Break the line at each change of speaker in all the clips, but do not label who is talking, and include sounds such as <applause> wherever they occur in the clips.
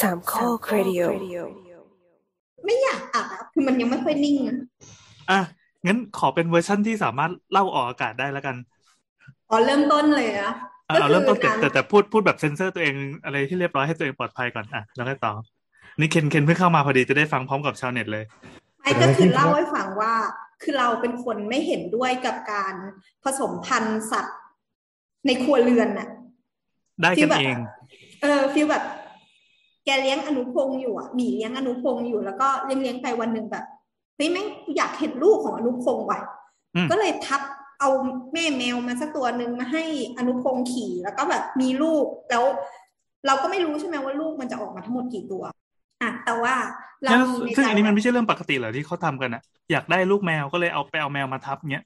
สามข้อครดิโอ
ไม่อยากอัดอะคือมันยังไม่ค่อยนิ่งนะ
อ่ะงั้นขอเป็นเวอร์ชั่นที่สามารถเล่าออกอากาศได้แล้วกัน
อ๋อเริ่มต้นเลยอะ
อ่ะ
ก็
เอา
คื
เริ่มต้นแต่
การ
แต่แต่พูดพูดแบบเซนเซอร์ตัวเองอะไรที่เรียบร้อยให้ตัวเองปลอดภัยก่อนอ่ะแล้วก็ต่อ นี่เคนเคนเพิ่งเข้ามาพอดีจะได้ฟังพร้อมกับชาวเน็ตเลย
ไม่ก็คือเล่าให้ฟังว่า คือเราเป็นคนไม่เห็นด้วยกับการผสมพันธุ์สัตว์ในครัวเรือนน่ะ
ได้
ที่
กัน
แบบ
เอง
เออฟีลแบบ แกเลี้ยงอนุพงศ์อยู่อ่ะหมีเลี้ยงอนุพงศ์อยู่แล้วก็เลี้ยงเลี้ยงๆไปวันหนึ่งแบบเฮ้ยแม่งกูอยากเห็นลูกของอนุพงศ์ว่ะ
อืม
ก็เลยทับเอาแม่แมวมาสักตัวหนึ่งมาให้อนุพงศ์ขี่แล้วก็แบบมีลูกแล้ว เราก็ไม่รู้ใช่ไหมว่าลูกมันจะออกมาทั้งหมดกี่ตัวอ่ะแต่ว่าเรา
แล้ว
มีใน
ซึ่ง
ใจ
อันนี้มันไม่ใช่เรื่องปกติเหรอที่เขาทำกันอ่ะอยากได้ลูกแมวก็เลยเอาไปเอาแมวมาทับเงี้ย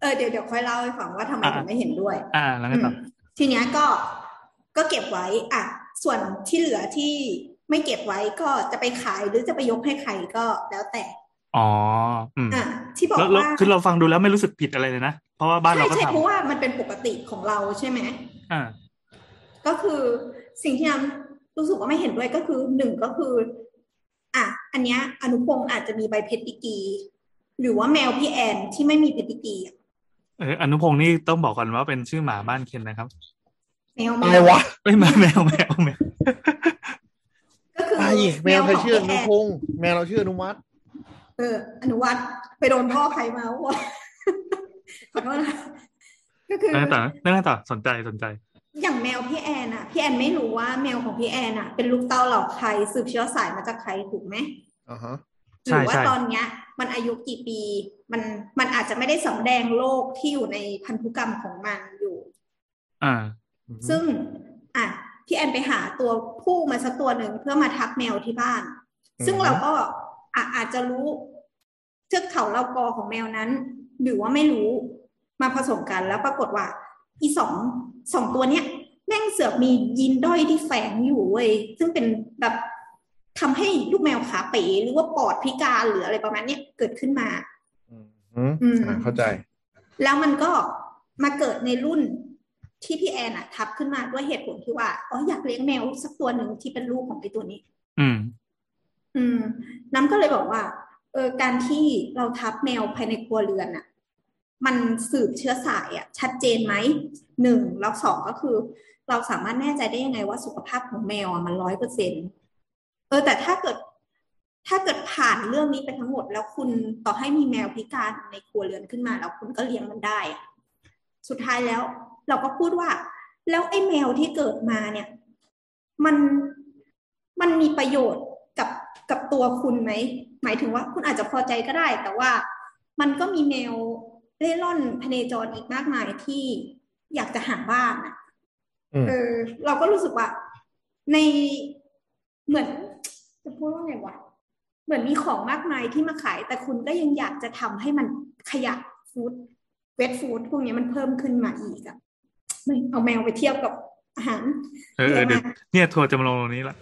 เออเดี๋ยวเดี๋ยวค่อยเล่าให้ฟังว่าทำไม
อ่ะ
ถึงไม่เห็นด้วย
อ่าแล้วไงต่อ
อืมทีเนี้ยก็ก็เก็บไว้อ่ะส่วนที่เหลือที่ไม่เก็บไว้ก็จะไปขายหรือจะไปยกให้ใครก็แล้วแต่
อ๋ออืม
อ่ะที่บอก
แล้วแล้ว
ว่า
คือเราฟังดูแล้วไม่รู้สึกผิดอะไรเลยนะเพราะว่าบ้าน
ใช่
เราก็
ใช่เพราะ
ทำ
ว่ามันเป็นปกติของเราใช่ไหม
อ่า
ก็คือสิ่งที่น้ำรู้สึกว่าไม่เห็นด้วยก็คือหนึ่งก็คืออ่ะอันเนี้ยอนุพงศ์อาจจะมีใบเพชรดิกรีหรือว่าแมวพี่แอนที่ไม่มีเพชรดิกรีอ่ะ
เอออนุพงศ์นี่ต้องบอกก่อนว่าเป็นชื่อหมาบ้านเคนนะครับ
แมวแม
อะไร
ว
วะ
ไม่มาแมวแมวแมว
ก็คือ
ตายอีกแมวใครชื่ออนุ
แน
พงศ์แมวเราชื่ออนุวัฒน์
เอออนุวัฒน์ไปโดนพ่อใครมาวะ <laughs> ขอโทษนะก็คือ
นั่นต่อนั่นต่อสนใจสนใจ
อย่างแมวพี่แอนอะพี่แอนไม่รู้ว่าแมวของพี่แอนอะเป็นลูกเต้าเหล่าใครสืบเชื้อสายมาจากใครถูกไหม
อ่าฮะ
ห
ใช่
รือว่า
ใช่
ตอนเนี้ย มันอายุกี่ปี มันมันอาจจะไม่ได้สำแดงโรคที่อยู่ในพันธุกรรมของมันอยู่
อ่า
อือฮึ
ซึ่งอ่ะพี่แอนไปหาตัวผู้มาสักตัวหนึ่งเพื่อมาทับแมวที่บ้าน ซึ่งเราก็อ่ะอาจจะรู้เทือกเขาเรากอของแมวนั้น หรือว่าไม่รู้มาผสมกันแล้วปรากฏว่า อีสองสองตัวเนี้ย แม่งเสือกมียีนด้อยที่แฝงอยู่เว้ยซึ่งเป็นแบบทำให้ลูกแมวขาเป๋หรือว่าปอดพิการหรืออะไรประมาณเนี้ยเกิดขึ้นมา
อือฮึ
อืม
อ่าเข้าใจ
แล้วมันก็มาเกิดในรุ่นที่พี่แอนอะทับขึ้นมาด้วยเหตุผลที่ว่าอ๋ออยากเลี้ยงแมวสักตัวหนึ่งที่เป็นลูกของไอตัวนี้
อืม
อืม น้ำก็เลยบอกว่า เออการที่เราทับแมวภายในครัวเรือนน่ะ มันสืบเชื้อสายอ่ะ ชัดเจนไหมหนึ่งแล้วสองก็คือ เราสามารถแน่ใจได้ยังไงว่าสุขภาพของแมวอ่ะมันร้อยเปอร์เซ็นเออ แต่ถ้าเกิด ถ้าเกิดผ่านเรื่องนี้ไปทั้งหมด แล้วคุณต่อให้มีแมวพิการในครัวเรือนขึ้นมา แล้วคุณก็เลี้ยงมันได้อะสุดท้ายแล้ว เราก็พูดว่า แล้วไอ้แมวที่เกิดมาเนี่ย มันมันมีประโยชน์กับกับตัวคุณไหม หมายถึงว่าคุณอาจจะพอใจก็ได้ แต่ว่ามันก็มีแมวเร่ร่อนพเนจรอีกมากมายที่อยากจะหาบ้านอะ
อืม
เออ เราก็รู้สึกว่า ในเหมือน จะพูดว่าไงวะเหมือนมีของมากมายที่มาขาย แต่คุณก็ยังอยากจะทำให้มันขยะฟู้ดเวทฟู้ดพวกเนี้ยมันเพิ่มขึ้นมาอีกอะไม่เอาแมวไปเทียบกับอาหาร
เออเออเดี๋ยวเนี่ยทัวร์จะมาลงตรงนี้ละ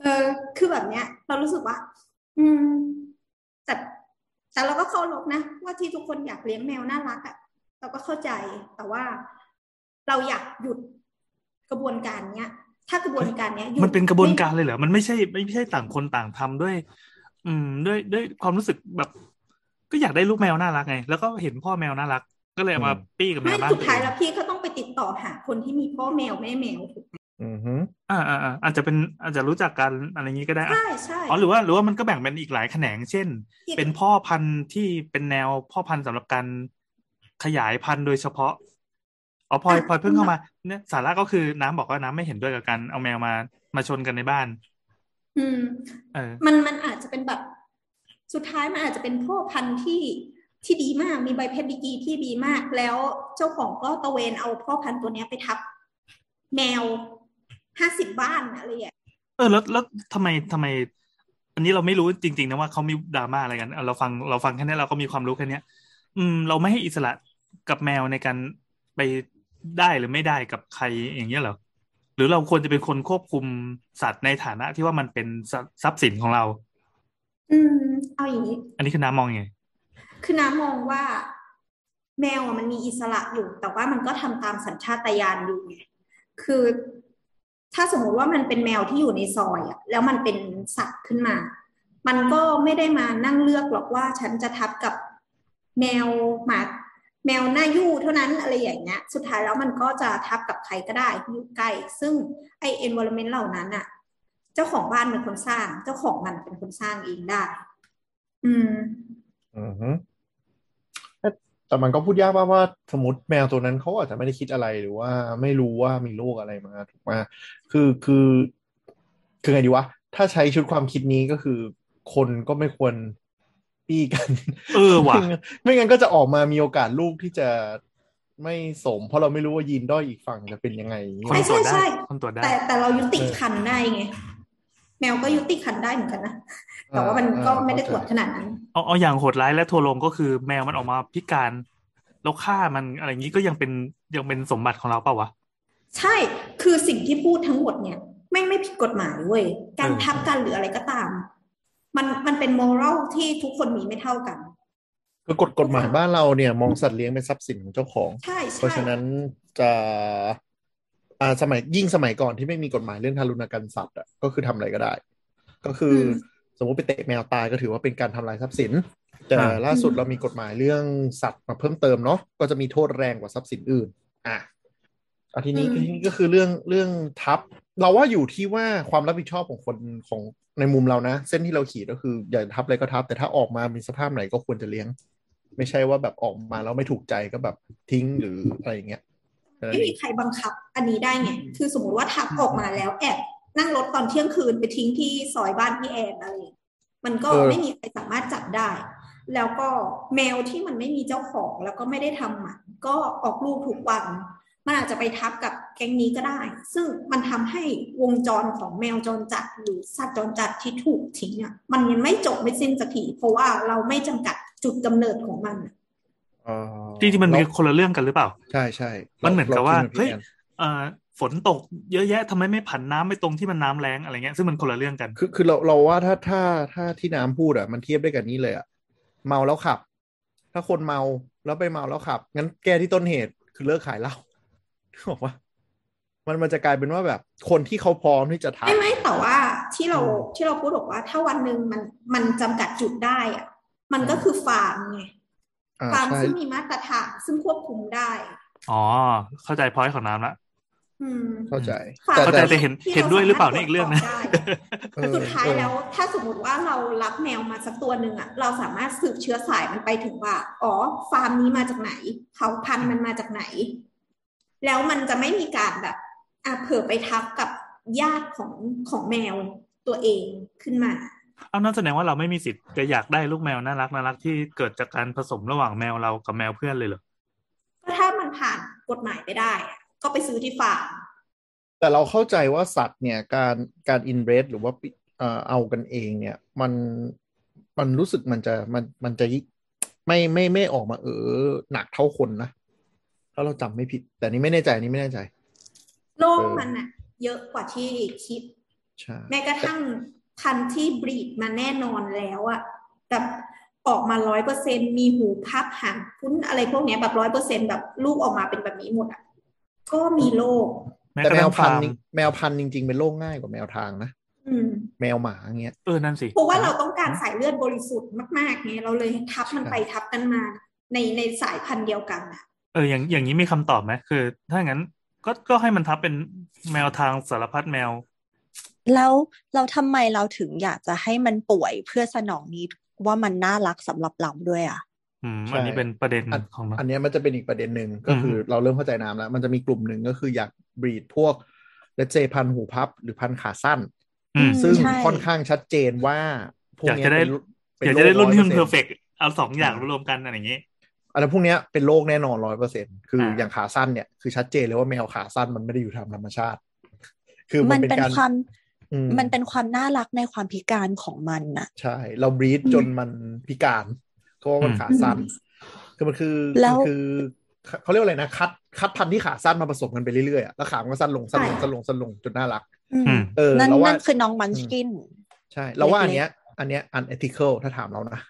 เออคือแบบเนี้ย เรารู้สึกว่า อืม แต่แต่เราก็เคารพนะ ว่าที่ทุกคนอยากเลี้ยงแมวน่ารักอะ่ะ เราก็เข้าใจแต่ว่าเราอยากหยุดกระบวนการเนี้ย ถ้ากระบวนการเนี้ยหยุด
มันเป็นกระบวนการเลยเหรอมันไม่ใช่ไม่ใช่ต่างคนต่างทำด้วย อืม ด้วยด้วยความรู้สึกแบบ ก็อยากได้ลูกแมวน่ารักไง แล้วก็เห็นพ่อแมวน่ารัก ก็เลยเอามา
อืม
ปี้กับแม
ไม่
วบ้าน
สุดท้ายแล้วพี่ก็ต้องไปติดต่อหาคนที่มีพ่อแมวแม่แมวถูกไหม
อือฮึ
อ่าอ่าอ่าอาจจะเป็นอาจจะรู้จักกันอะไรอย่างนี้ก็ได้อ่ะ
ใช่ใช่
อ๋อหรือว่าหรือว่ามันก็แบ่งเป็นอีกหลายแขนงเช่น
ที่
เป็นพ่อพันธุ์ที่เป็นแนวพ่อพันธุ์สำหรับการขยายพันธุ์โดยเฉพาะอ๋อพลอยพลอยเพิ่งเข้ามาเนี่ยสาระก็คือน้ำบอกว่าน้ำไม่เห็นด้วยกับการเอาแมวมามาชนกันในบ้าน
อืม
เออ
มันมันอาจจะเป็นแบบสุดท้ายมันอาจจะเป็นพ่อพันธุ์ที่ที่ดีมากมีใบเพชรดีกรีที่ดีมากแล้วเจ้าของก็ตะเวนเอาพ่อพันธุ์ตัวเนี้ยไปทับ แมวห้าสิบบ้านอะไรอย่างเงี้ย
เออแล้วแล้วทำไมทำไม อันนี้เราไม่รู้จริง ๆ นะว่าเขามีดราม่าอะไรกันเอาเราฟังเราฟังแค่นี้เราก็มีความรู้แค่เนี้ย อืม เราไม่ให้อิสระกับแมวในการไปได้หรือไม่ได้กับใครอย่างเงี้ยเหรอหรือเราควรจะเป็นคนควบคุมสัตว์ในฐานะที่ว่ามันเป็นทรัพย์ทรัพย์สินของเรา
อืม เอาอย่างนี้
อันนี้คือน้ำมองยังไง
คือน้ำมองว่าแมวอะมันมีอิสระอยู่ แต่ว่ามันก็ทำตามสัญชาตญาณอยู่ไงคือ ถ้าสมมุติว่ามันเป็นแมวที่อยู่ในซอยอะแล้วมันเป็นสัตว์ขึ้นมา มันก็ไม่ได้มานั่งเลือกหรอกว่าฉันจะทับกับแมวหมาแมวหน้ายู่เท่านั้นอะไรอย่างเงี้ย สุดท้ายแล้วมันก็จะทับกับใครก็ได้ที่อยู่ใกล้ซึ่งไอ environment เหล่านั้นอะเจ้าของบ้านเป็นคนสร้าง เจ้าของมันเป็นคนสร้างเองได้ อืม
อืมฮึแต่แต่มันก็พูดยากว่าว่าสมมติแมวตัวนั้นเขาอาจจะไม่ได้คิดอะไรหรือว่าไม่รู้ว่ามีโรคอะไรมาถูกไหมคือคือคือไงดีวะ ถ้าใช้ชุดความคิดนี้ก็คือ คนก็ไม่ควรปี้กัน
เออ
<laughs>
ว่ะ
ไม่งั้น <laughs> ไม่งั้นก็จะออกมามีโอกาสลูกที่จะไม่สม เพราะเราไม่รู้ว่ายีนด้อยอีกฝั่งจะเป็นยังไงอย่าง
คน
เงี้ย
ตรวจ
ใช่
ได้
ใช่
คนตรวจได้
แต่แต่เรายุติคันได้ไง แมวก็ยุติคันได้เหมือนกันนะ แต่ว่ามัน
อ่
ก็ไม่ได้ตร
เข้าว
จ
ใจ
ขนาดนั้น
เอาเอาอย่างโหดร้ายและทัวร์ลงก็คือแมวมันออกมาพิการแล้วฆ่ามันอะไรอย่างนี้ก็ยังเป็นยังเป็นสมบัติของเราเปล่าวะ
ใช่ คือสิ่งที่พูดทั้งหมดเนี่ยไม่งไม่ผิดกฎหมายเว้ย การ
เออ
ทับกันหรืออะไรก็ตาม มันมันเป็นมอรัลที่ทุกคนมีไม่เท่ากัน
คือกฎกฎหมายบ้านเราเนี่ย มองสัตว์เลี้ยงเป็นทรัพย์สินของเจ้าของ
ใช่
เพราะ
ใช่
ฉะนั้นจะอ่าสมัยยิ่งสมัยก่อนที่ไม่มีกฎหมายเรื่องทารุณกรรมสัตว์อ่ะก็คือทำอะไรก็ได้ ก็คืออ
ม
สมมุติไปเตะแมวตายก็ถือว่าเป็นการทำลายทรัพย์สิน แต่
อ่า
ล่าสุด
อืม
เรามีกฎหมายเรื่องสัตว์มาเพิ่มเติมเนาะก็จะมีโทษแรงกว่าทรัพย์สินอื่น อ่ะอาทีนี้ก็ทีนี้ก็คือเรื่องเรื่องทับ เราว่าอยู่ที่ว่าความรับผิดชอบของคนของในมุมเรานะ เส้นที่เราขีดก็คืออย่าทับอะไรก็ทับ แต่ถ้าออกมามีสภาพไหนก็ควรจะเลี้ยง ไม่ใช่ว่าแบบออกมาแล้วไม่ถูกใจก็แบบทิ้งหรืออะไรอย่างเงี้ยแค่นั้น
ไม่
เอ
มี
ง
ใครบังคับ อันนี้ได้ไง คือสมมติว่าทับออกมาแล้วแอบนั่งรถตอนเที่ยงคืนไปทิ้งที่ซอยบ้านพี่แอนอะไรอย่างเงี้ยมันก็ไม่มีใครสามารถจับได้ แล้วก็แมวที่มันไม่มีเจ้าของแล้วก็ไม่ได้ทำหมันก็ออกลูกทุกวัน มันอาจจะไปทับกับแก๊งนี้ก็ได้ ซึ่งมันทำให้วงจรของแมวจรจัดหรือสัตว์จรจัดที่ถูกทิ้งอ่ะมันยังไม่จบไม่สิ้นสักทีเพราะว่าเราไม่จำกัดจุดกำเนิดของมันอะ
เอ่อ
จริงๆมันมี
เรา
คนละเรื่องกันหรือเปล่า
ใช่ใช่ร
มันเหมือนกับว่า
คิดหมือน
เฮ้ย
พี่แอน
เอ่อฝนตกเยอะแยะทำไมไม่ผันน้ำไปตรงที่มันน้ำแรงอะไรเงี้ยซึ่งมันคนละเรื่องกัน
คือคือเราเราว่าถ้าถ้าถ้าที่น้ำพูดอ่ะมันเทียบได้กับนี้เลยอ่ะเมาแล้วขับ ถ้าคนเมาแล้วไปเมาแล้วขับ งั้นแก้ที่ต้นเหตุคือเลิกขายเหล้าบอกว่า มันมันจะกลายเป็นว่าแบบคนที่เขาพร้อมที่จะทำ
ไม่ไม่แต่ว่าที่เรา
อืม
ที่เราพูดบอกว่า ถ้าวันหนึ่งมันมันจำกัดจุดได้อ่ะมันก็คือฟาร์มไง
อ่า
ฟาร์ม
ใช่
ซึ่งมีมาตรฐานซึ่งควบคุมได้
อ๋อ เข้าใจพอยของน้ำละ
อืม
เข้าใจ
ฟร์ม
เข้าใจแต่เห็น
ที่
เห็นด้วยหรือเปล่านี่อีกเรื่องนะ
ตจสบได้
เออ
สุดท้าย
เออ
แล้วถ้าสมมติว่าเรารับแมวมาสักตัวหนึ่งอะเราสามารถสืบเชื้อสายมันไปถึงว่า อ๋อ ฟาร์มนี้มาจากไหนเผ่าพันธุ์มันมาจากไหน แล้วมันจะไม่มีการแบบอ่ะเผื่อไปทับกับญาติของของแมวตัวเองขึ้นมา
เอานั่นแสดงว่าเราไม่มีสิทธิ์จะอยากได้ลูกแมวน่ารักน่ารักที่เกิดจากการผสมระหว่างแมวเรากับแมวเพื่อนเลยเหรอ
ก็ถ้ามันผ่านกฎหมายไปได้อะก็ไปซื้อที่ฟาร์ม
แต่เราเข้าใจว่าสัตว์เนี่ยการการอินเบรหรือว่าปิเอ่อเอากันเองเนี่ยมันมันรู้สึกมันจะมันมันจะยิ่งไม่ไม่ไม่ออกมาเออหนักเท่าคนนะถ้าเราจำไม่ผิด แต่นี่ไม่แน่ใจอันนี่ไม่แน่ใจ
โลก
เออ
มันอะเยอะกว่าที่คิด
ใช่
แม้กระทั่งพันธุ์ที่บรีดมาแน่นอนแล้วอะแบบออกมาร้อยเปอร์เซ็นมีหูพับหางพุ้นอะไรพวกเนี้ยแบบร้อยเปอร์เซ็นแบบลูกออกมาเป็นแบบนี้หมดอะก็มีโรค
ม้
แต่
กระ
แม
ทั่
ว
ง
พัน
ฟา
ธุ์
ร์ม
นี่แมวพันธุ์จริง ๆ เป็นโรคง่ายกว่าแมวทางนะ
อืม
แมวหมาอย่างเงี้ย
เออนั่นสิ
เพราะว่าเราต้องการสายเลือดบริสุทธิ์มากๆไงเราเลยทับมัน
ใช่
ไปทับกันมา ในในสายพันธุ์เดียวกันอะ
เอออย่างอย่างนี้มีคำตอบไหมคือ ถ้างั้นก็ก็ให้มันทับเป็นแมวทางสารพัดแมว
แล้วเราทำไมเราถึงอยากจะให้มันป่วยเพื่อสนองนี้ว่ามันน่ารักสำหรับเราด้วยอ่ะ
อืม
ใช่
อันนี้เป็นประเด็นของเรา
อันเนี้ยมันจะเป็นอีกประเด็นหนึ่งก็คืออเราเริ่มเข้าใจน้ำแล้ว มันจะมีกลุ่มหนึ่งก็คืออยากบรีดพวกเลเจพันธุ์หูพับหรือพันธุ์ขาสั้น
อืม
ซึ่ง
ใช่
ค่อนข้างชัดเจนว่าพวกเนี้
อยากจะได้
เป็นเป็
อยากจะได้รุ่นที่มันเพ
โค
อร์เฟกเอาสองอย่าง
ใช่
รวมกันอะไรอย่างนี้
อันนั้นพวกเนี้ยเป็นโรคแน่นอนร้อยเปอร์เซ็นคืออา อย่างขาสั้นเนี่ยคือชัดเจนเลยว่าแมวขาสั้นมันไม่ได้อยู่ตามธรรมชาติ คือ
มั
มัน นเป็น
เป็น
การ
ความ
อื
มันเป็นความน่ารักในความพิการของมันน่ะ
ใช่ เราบรีดจนมันพิการเพราะว่ามันขาสั้น คือมันคือ
แล้ว
มันคือเขาเรียกว่าอะไรนะคัดคัดพันธุ์ที่ขาสั้นมาผสมกันไปเรื่อยๆอะแล้วขามันก็สั้นลงสั้นลงสั้นลงสั้นลงจนน่ารัก
อืม
อืม
เออ
นั่น
เราว่า
นั่นคือน้องมันสกิน
ใช่ เราว่า
เล็กๆ
อันเนี้ย อันเนี้ย unethical ถ้าถามเรานะ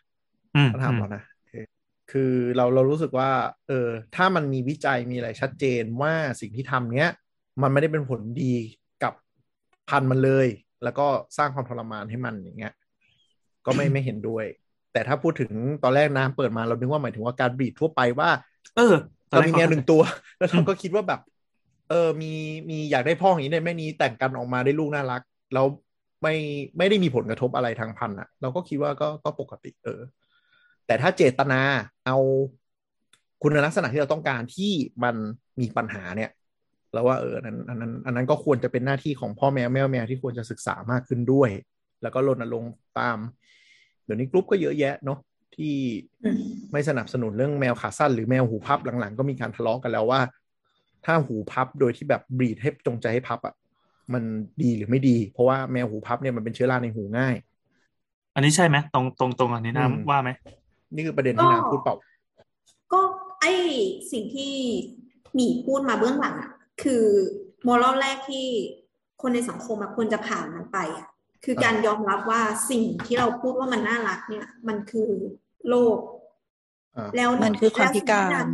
อืม
ถ้าถามเรานะเออคือเราเรารู้สึกว่า เออ ถ้ามันมีวิจัยมีอะไรชัดเจนว่าสิ่งที่ทำเนี้ย มันไม่ได้เป็นผลดีกับ พันมันเลย แล้วก็สร้างความทรมานให้มันอย่างเงี้ย ก็ไม่ไม่เห็นด้วย แต่ถ้าพูดถึงตอนแรกน้ำเปิดมาเรานึกว่าหมายถึงว่าการบีดทั่วไปว่า
เออตอ
เรา
รก
มีแมวหนึ่งตัว <laughs> แล้วเราก็คิดว่าแบบ เออ มี มีอยากได้พ่ออย่างนี้ได้แม่นี้แต่งกันออกมาได้ลูกน่ารัก แล้วไม่ ไม่ได้มีผลกระทบอะไรทางพันธุ์อะเราก็คิดว่าก็ ก็ปกติ เออ แต่ถ้าเจตนา เอาคุณลักษณะที่เราต้องการที่มันมีปัญหาเนี่ยเราว่าเอออันนั้น อันนั้น อันนั้นก็ควรจะเป็นหน้าที่ของพ่อแมวแม่แมวที่ควรจะศึกษามากขึ้นด้วย แล้วก็รณรงค์ตาม เดี๋ยวนี้กรุ๊ปก็เยอะแยะเนาะที่
อืม
ไม่สนับสนุนเรื่องแมวขาสั้นหรือแมวหูพับหลังๆ ก็มีการทะเลาะกันแล้วว่า ถ้าหูพับโดยที่แบบบรีดให้จงใจให้พับอ่ะมันดีหรือไม่ดี เพราะว่าแมวหูพับเนี่ยมันเป็นเชื้อราในหูง่าย
อันนี้ใช่ไหมตรงตรงตรงอันนี้
อืม
น้ำว่าไหม
นี่คือประเด็นที่
ก็
น้ำพูดเปล่า
ก็ไอสิ่งที่หมีพูดมาเบื้องหลังอะคือมอลแรกที่คนในสังคมอะควรจะผ่านมันไปอะคือการยอมรับว่าสิ่งที่เราพูดว่ามันน่ารักเนี่ย มันคือโลก
อ่า
แล้ว
มันคือความพิการ
แล้ว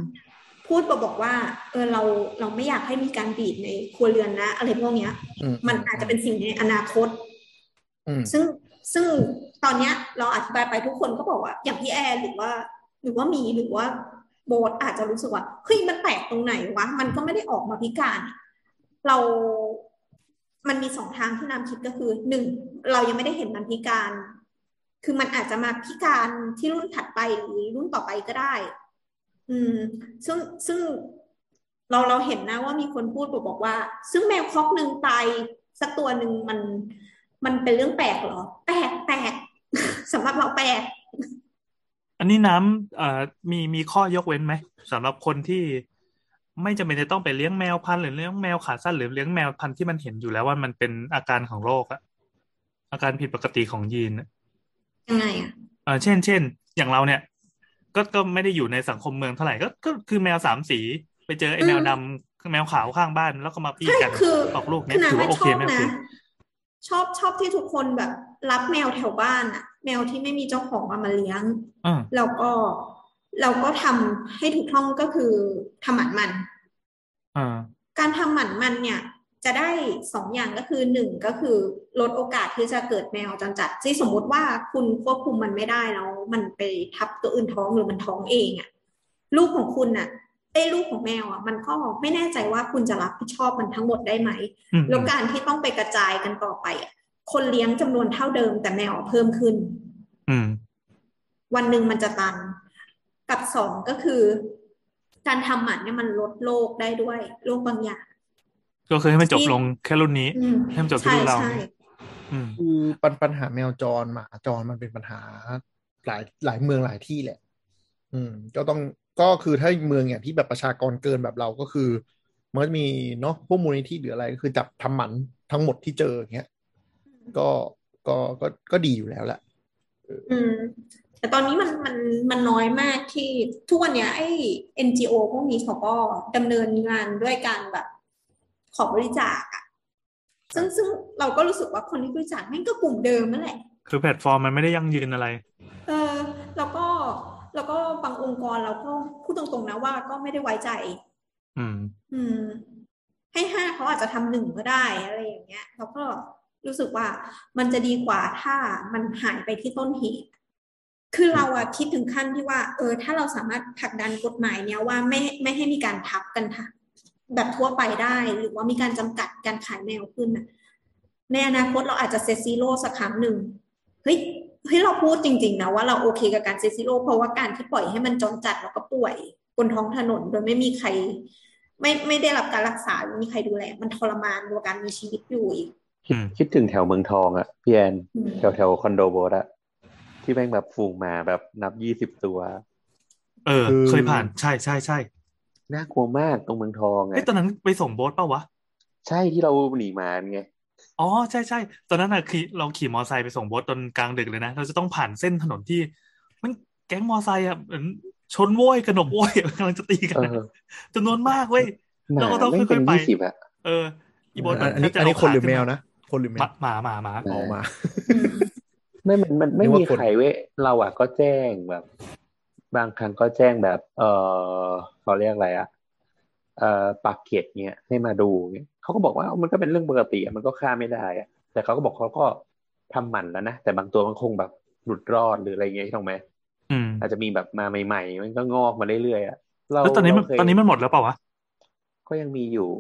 พูดมาบอกว่า เออเราเราไม่อยากให้มีการบีบในครัวเรือนนะ อะไรพวกเนี้ย
อื
มันอาจจะเป็นสิ่งในอนาคต
อืม
ซึ่งซึ่งตอนเนี้ยเราอธิบายไปทุกคนก็บอกว่า อย่างพี่แอร์หรือว่า หรือว่ามีหรือว่าโบสอาจจะรู้สึกว่าเฮ้ยมันแปลกตรงไหนวะ มันก็ไม่ได้ออกมาพิการ เรา มันมีสองทางที่นำคิดก็คือหนึ่งเรายังไม่ได้เห็นมันพิการ คือมันอาจจะมาพิการที่รุ่นถัดไปหรือรุ่นต่อไปก็ได้ อืม ซึ่งซึ่งเราเราเห็นนะว่ามีคนพูดบอกว่า ซึ่งแมวคอกหนึ่งตายสักตัวหนึ่งมัน มันเป็นเรื่องแปลกเหรอ แปลกแปลก <laughs> สำหรับเราแปลก
อันนี้น้ำเอ่อมีมีข้อยกเว้นไหมสำหรับคนที่ ไม่จำเป็นจะต้องไปเลี้ยงแมวพันธุ์หรือเลี้ยงแมวขาสั้นหรือเลี้ยงแมวพันธุ์ที่มันเห็นอยู่แล้วว่ามันเป็นอาการของโรคอะอาการผิดปกติของยีนอะ
ยังไงอ่ะ
เออเช่นเช่น อย่างเราเนี่ย ก็ก็ไม่ได้อยู่ในสังคมเมืองเท่าไหร่ก็ก็คือแมวสามสี ไปเจอไอ้
อืม
แมวดำคือแมวขาวข้างบ้านแล้วก็มาปี
ใช่
กัน
คือ
ออกลูก
คื
เนี่ย
นางไม่
ถือว่าโอ
ช
เค
อบ
ไหมโอ
นะ
เค
ชอบชอบที่ทุกคนแบบ รับแมวแถวบ้านอะแมวที่ไม่มีเจ้าของเอามาเลี้ยง
อ่า
แล้วก็เราก็ทำให้ถูกต้องก็คือทำหมันมัน
อ่า
การทำหมันมันเนี่ย จะได้สองอย่างก็คือหนึ่งก็คือลดโอกาสที่จะเกิดแมวจรจัดที่สมมุติว่าคุณควบคุมมันไม่ได้แล้วมันไปทับตัวอื่นท้องหรือมันท้องเองอะลูกของคุณอะเอ้ยลูกของแมวอะมันก็ไม่แน่ใจว่าคุณจะรับผิดชอบมันทั้งหมดได้ไหม
อืม
แล้วการที่ต้องไปกระจายกันต่อไปอะคนเลี้ยงจำนวนเท่าเดิมแต่แมวอะเพิ่มขึ้น
อืม
วันหนึ่งมันจะตัน กับสองก็คือ การทำหมันเนี่ยมันลดโรคได้ด้วยโรคบางอย่าง
ก็คือให้มันจบลงแค่รุ่นนี้
อืม
ให้มันจบที่
ใช่
รุ่นเรา
ใช่
เนี่ย อืม
คือปัญปัญหาแมวจรหมาจรมันเป็นปัญหาหลายหลายเมืองหลายที่แหละ อืม ก็ต้องก็คือถ้าเมืองอย่างที่แบบประชากรเกินแบบเราก็คือมันก็มีเนาะพวกมูลนิธิหรืออะไรก็คือจับทำหมันทั้งหมดที่เจออย่างเงี้ยก็ก็ก็ก็ดีอยู่แล้วแหละ
อืม แต่ตอนนี้มันมันมันน้อยมากที่ทุกวันเนี้ยไอ้ NGO พวกนี้เขาก็ดำเนินงานด้วยการแบบขอบริจาคอะซึ่งซึ่งเราก็รู้สึกว่าคนที่บริจาคแม่งก็กลุ่มเดิมนั่นแหละ
คือแพลตฟอร์มมันไม่ได้ยั่งยืนอะไร
เออแล้วก็แล้วก็บางองค์กรเราก็พูดตรงๆนะว่าก็ไม่ได้ไว้ใจ
อืม
อืม ให้ห้าเขาอาจจะทำหนึ่งก็ได้อะไรอย่างเงี้ยเราก็รู้สึกว่ามันจะดีกว่าถ้ามันหายไปที่ต้นเหตุคือเราอะคิดถึงขั้นที่ว่า เออ ถ้าเราสามารถผลักดันกฎหมายเนี้ยว่าไม่ไม่ให้มีการทับกันค่ะ แบบทั่วไปได้หรือว่ามีการจำกัดการขายแมวขึ้นน่ะในอนาคตเราอาจจะเซตซีโร่สักครั้งหนึ่งเฮ้ยเฮ้ยเราพูดจริง ๆ นะว่าเราโอเคกับการเซตซีโร่เพราะว่าการที่ปล่อยให้มันจรจัดแล้วก็ป่วยบนท้องถนนโดยไม่มีใคร ไม่ไม่ได้รับการรักษาไม่มีใครดูแล มันทรมานกว่าการมีชีวิตอยู่อีก
อืม
คิดถึงแถวเมืองทองอะพี่แอน
อืม
แถวแถวคอนโดโบสอะที่แม่งแบบฟูงมาแบบนับยี่สิบ20 ตัว
เออ
คือ
เคยผ่านใช่ใช่ใช่
น่ากลัวมากตรงเมืองทอง
เอ้
อะ
ยตอนนั้นไปส่งโบ๊ทเปล่าวะ
ใช่ที่เราหนีมาไง
อ๋อใช่ใช่ตอนนั้นอะขี่เราขี่มอไซค์ไปส่งโบ๊ทตอนกลางดึกเลยนะเราจะต้องผ่านเส้นถนนที่ มันแก๊งมอไซค์อะเหมือนชนโว้ยกระหนกโว้ยกำลังจะ <laughs> ตีกัน
เอ
อะ
อ
จำนวนมากเว้ย
ห
เรา
นา
ก็ต้อง
แม่งเป็น
ค่อยๆไป
ยี่สิบอะ
เออ อีโบน
อันนี้
แทบจะ
อันนี้
เา
คนหรือ
ขา
แม
ขึ้าว
นะคนหรือแม
หมาว หมาหมาหมา
ออกมา
อืม
ไม่มันมันไม่
นึกว่า
มี
คน
ใครเว้ยเราอะก็แจ้งแบบ บางครั้งก็แจ้งแบบ เออเขาเรียกอะไรอะเออปากเกร็ดเนี้ยให้มาดูเงี้ย เขาก็บอกว่ามันก็เป็นเรื่องปกติอะมันก็ฆ่าไม่ได้อะแต่เขาก็บอกเขาก็ทำหมันแล้วนะ แต่บางตัวมันคงแบบหลุดรอดหรืออะไรเงี้ยถูกไหม
อืม
อาจจะมีแบบมาใหม่ ๆ มันก็งอกมาเรื่อยๆอะเรา
แล้วตอนนี้มัน
เราเคย
ตอนนี้มันหมดแล้วเปล่าวะ
ก็ยังมีอยู่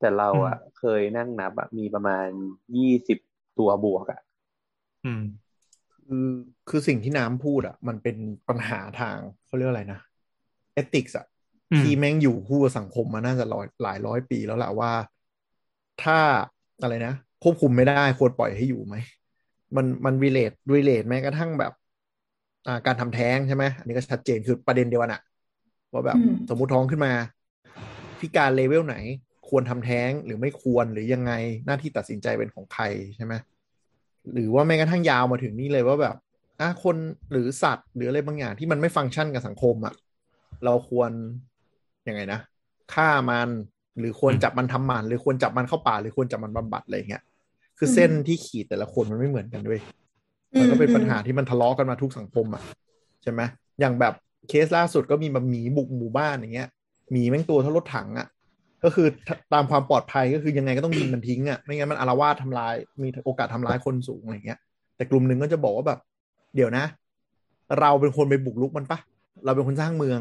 แต่เราอ่ะ เคยนั่งนับอ่ะมีประมาณยี่สิบตัวบวกอ่ะ
อืม
คือคือสิ่งที่น้ำพูดอะมันเป็นปัญหาทางเขาเรียกอะไรนะเอติกส์อะ
อืม
ที่แม่งอยู่คู่กับสังคมมาน่าจะร้อยหลายร้อยปีแล้วล่ะว่า ถ้าอะไรนะ ควบคุมไม่ได้ควรปล่อยให้อยู่ไหม มันมันวิเลตวิเลตแม้กระทั่งแบบอ่าการทำแท้งใช่ไหมอันนี้ก็ชัดเจนคือประเด็นเดียวกันอะว่าแบบ
อืม
สมมุติท้องขึ้นมา พิการเลเวลไหน ควรทำแท้งหรือไม่ควรหรือยังไงหน้าที่ตัดสินใจเป็นของใครใช่ไหมหรือว่าแม้กระทั่งยาวมาถึงนี่เลยว่าแบบอ่ะคนหรือสัตว์ หรืออะไรบางอย่างที่มันไม่ฟังก์ชันกับสังคมอะเราควรยังไงนะฆ่ามันหรือควร
อืม
จับมันทำหมัน หรือควรจับมันเข้าป่าหรือควรจับมันบำบัดอะไรอย่างเงี้ย คือเส้นที่ขีดแต่ละคนมันไม่เหมือนกันด้วย มันก็เป็นปัญหาที่มันทะเลาะกันมาทุกสังคมอ่ะใช่ไหมอย่างแบบเคสล่าสุดก็มีแบบหมีบุกหมู่บ้านอย่างเงี้ยหมีแม่งตัวเท่ารถถังอ่ะ ก็คือถ้าตามความปลอดภัยก็คือยังไงก็ต้องยิงมันทิ้งอ่ะไม่งั้นมันอารวาสทำลายมีโอกาสทำร้ายคนสูงอะไรเงี้ย แต่กลุ่มหนึ่งก็จะบอกว่าแบบ เดี๋ยวนะ เราเป็นคนไปบุกรุกมันปะเราเป็นคนสร้างเมือง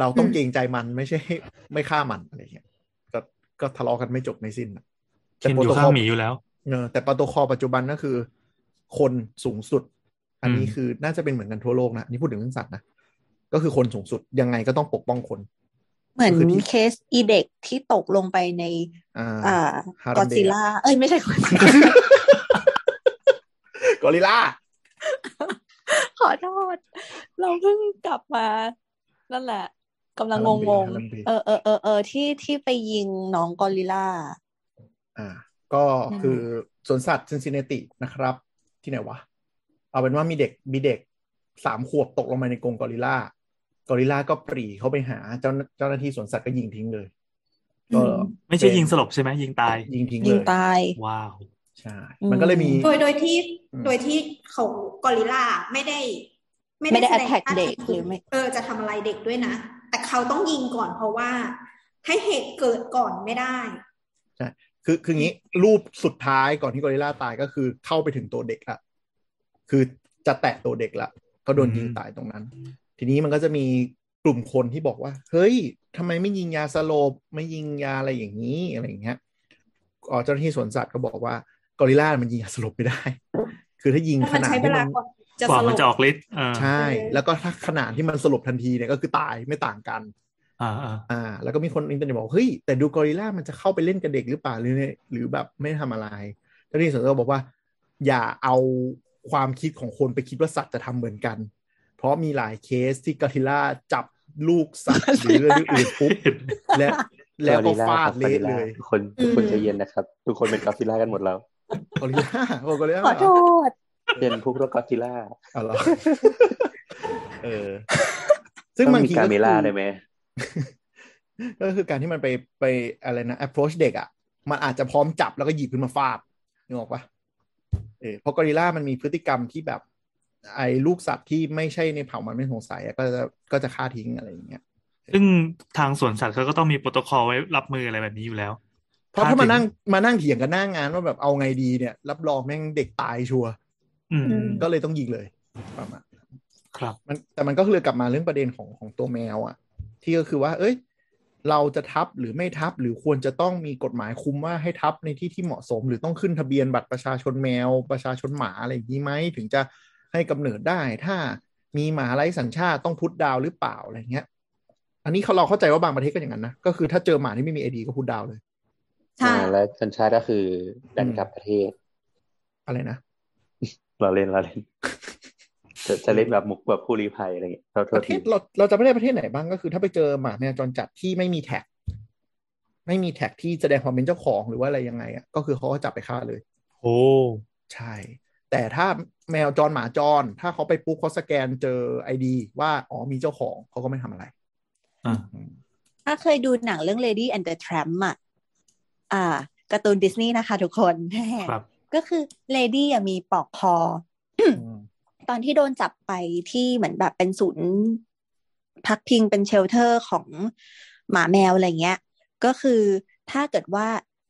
เราต้อง
อืม
เกรงใจมันไม่ใช่ให้ไม่ฆ่ามันอะไรเงี้ยก็ก็ทะเลาะกันไม่จบไม่สิ้นอะ
เคนอยู่
โรโค
ข้างหมีอยู่แล้ว
เออแต่โปรโตคอลปัจจุบันก็คือ คนสูงสุด อันนี้
อืม
คือน่าจะเป็นเหมือนกันทั่วโลกนะอันนี่พูดถึงเรื่องสัตว์นะ ก็คือคนสูงสุดยังไงก็ต้องปกป้องคน
เหมือน
คือที่
เคสอีเด็กที่ตกลงไปใน
อ่า
อ่า
Harambe
กอดซิล่า เอ้ยไม่ใช่
<laughs>
<laughs>
กอริลลา
ขอโทษ เราเพิ่งกลับมา นั่นแหละ กำลังงงง
ฮารัมเบ
ๆเออเออเออเออที่ที่ไปยิงน้องกอริลล่า
อ่า ก็คือสวนสัตว์ซินซินเนตินะครับ ที่ไหนวะ เอาเป็นว่ามีเด็กมีเด็กสามขวบตกลงมาในกรงกอริลลากอริลลาก็ปรีเข้าไปหาเจ้าหน้าเจ้าหน้าที่สวนสัตว์ก็ยิงทิ้งเลย ก็
อืม
ไม่ใช่ยิงสลบใช่ไหมยิงตาย
ยิงทิ้ง
ยิ
เล
ง
ย
ตาย
ว้าว
ใช่ มันก็เลยมี
โดยโดยที่
อืม
โดยที่เขากอริลลาไม่ได้
ไม่ได้
แสง
attack
ท่า
เด็ก
ทาง
หรือไม่
เออจะทำอะไรเด็กด้วยนะ แต่เขาต้องยิงก่อนเพราะว่า ให้เหตุเกิดก่อนไม่ได้
คือคืองี้รูปสุดท้ายก่อนที่กอริลลาตายก็คือเข้าไปถึงตัวเด็กละคือจะแตะตัวเด็กละก็โดนยิง
อืม
ตายตรงนั้น ทีนี้มันก็จะมีกลุ่มคนที่บอกว่า เฮ้ยทำไมไม่ยิงยาสลบไม่ยิงยาอะไรอย่างนี้อะไรอย่างเงี้ยเอ่อเจ้าหน้าที่สวนสัตว์ก็บอกว่ากอริลลามันยิงยาสลบไม่ได้ คือถ้ายิงข
มัน
นาด
ใช้เว
ที่
ลา
มัน
ก่อนจะส
กว่า
ล
มัน
บ
จะออกฤทธิ์อ่า
ใช่ แล้วก็ถ้าขนาดที่มันสลบทันทีเนี่ยก็คือตายไม่ต่างกัน
อ่าอ่า
อ่าแล้วก็มีคนอินเทอร์เน็ตบอกเฮ้ยแต่ดูกอริลลามันจะเข้าไปเล่นกับเด็กหรือเปล่าหรือเนี่ยหรือแบบไม่ทำอะไรเจ้าหน้าที่สวนสัตว์บอกว่า อย่าเอาความคิดของคนไปคิดว่าสัตว์จะทำเหมือนกัน เพราะมีหลายเคสที่กอริลลาจับลูกสัตว์ หรือเรื่องอื่นปุ๊บ
<laughs>
และแล้วก็ฟาดเละเลย
ทุกคนทุกคน
อืม
ใจเย็นนะครับ ทุกคนเป็นกอซิล่ากันหมดแล้ว
กอริลลา <laughs> บอกกอริลลา
ขอโทษ
เป็นพวกรถกอซิล่า
อ๋อเหรอเออ ซึ่
ต้อบ
งางง
มี
ที
กา
ก็
เม
คือ
ล่าได้ไหม
<laughs> ก็คือการที่มันไปไปอะไรนะ approach เด็กอะ่ะ มันอาจจะพร้อมจับแล้วก็หยิบขึ้นมาฟาดนึกออกปะเออเพราะกอริลลามันมีพฤติกรรมที่แบบ ไอ้ลูกสัตว์ที่ไม่ใช่ในเผ่ามันไม่สงสัยอะก็จะก็จะฆ่าทิ้งอะไรอย่างเงี้ย
ซึ่งทางสวนสัตว์เขาก็ต้องมีโปรโตคอลไว้รับมืออะไรแบบนี้อยู่แล้ว
เพราะถ้ามา
ถึ
นั่งมานั่งเถียงกันหน้างานว่าแบบเอาไงดีเนี่ย รับรองแม่งเด็กตายชัวร์
อืม
ก็เลยต้องยิงเลยประมาณ
ครับ
มันแต่มันก็เลยกลับมาเรื่องประเด็นของของตัวแมวอะ่ะ ที่ก็คือว่า เอ้ย เราจะทับหรือไม่ทับ หรือควรจะต้องมีกฎหมายคุมว่าให้ทับในที่ที่เหมาะสม หรือต้องขึ้นทะเบียนบัตรประชาชนแมว ประชาชนหมาอะไรอย่างนี้ไหมถึงจะให้กำเนิดได้ ถ้ามีหมาไร้สัญชาติต้องพุทดาวหรือเปล่าอะไรเงี้ย อันนี้เขาเราเข้าใจว่าบางประเทศก็อย่างนั้นนะก็คือถ้าเจอหมาที่ไม่มีไอดีก็พุทดาวเลย
ใช่
อ่าแล้วสัญชาติก็คือดันกลับประเทศ
อะไรนะ
เราเล่นเราเล่น <laughs> จะจะเล่นแบบมุกแบบผู้รีภัยอะไรอย่างเงี้ยโทษโท
ป
ษ
ระเท
ที
ศเราเราจะไม่ได้ประเทศไหนบ้างก็คือ ถ้าไปเจอหมาแมวจรจัดที่ไม่มีแท็ก ไม่มีแท็กที่แสดงความเป็นเจ้าของหรือว่าอะไรยังไงอ่ะก็คือเขาก็จับไปฆ่าเลย
โอ้
ใช่ แต่ถ้าแมวจรหมาจร ถ้าเขาไปปุ๊บเขาสแกนเจอไอดีว่า อ๋อมีเจ้าของเขาก็ไม่ทำอะไร
อ่ะ
อืม
ถ้าเคยดูหนังเรื่อง Lady and the Tramp อ่ะ อ่าการ์ตูนดิสนีย์นะคะทุกคนแม่
ครับ
ก็คือ Lady อะมีปลอกคอ
อืม
ตอนที่โดนจับไปที่เหมือนแบบเป็นศูนย์พักพิงเป็นเชลเตอร์ของหมาแมวอะไรเงี้ย ก็คือถ้าเกิดว่า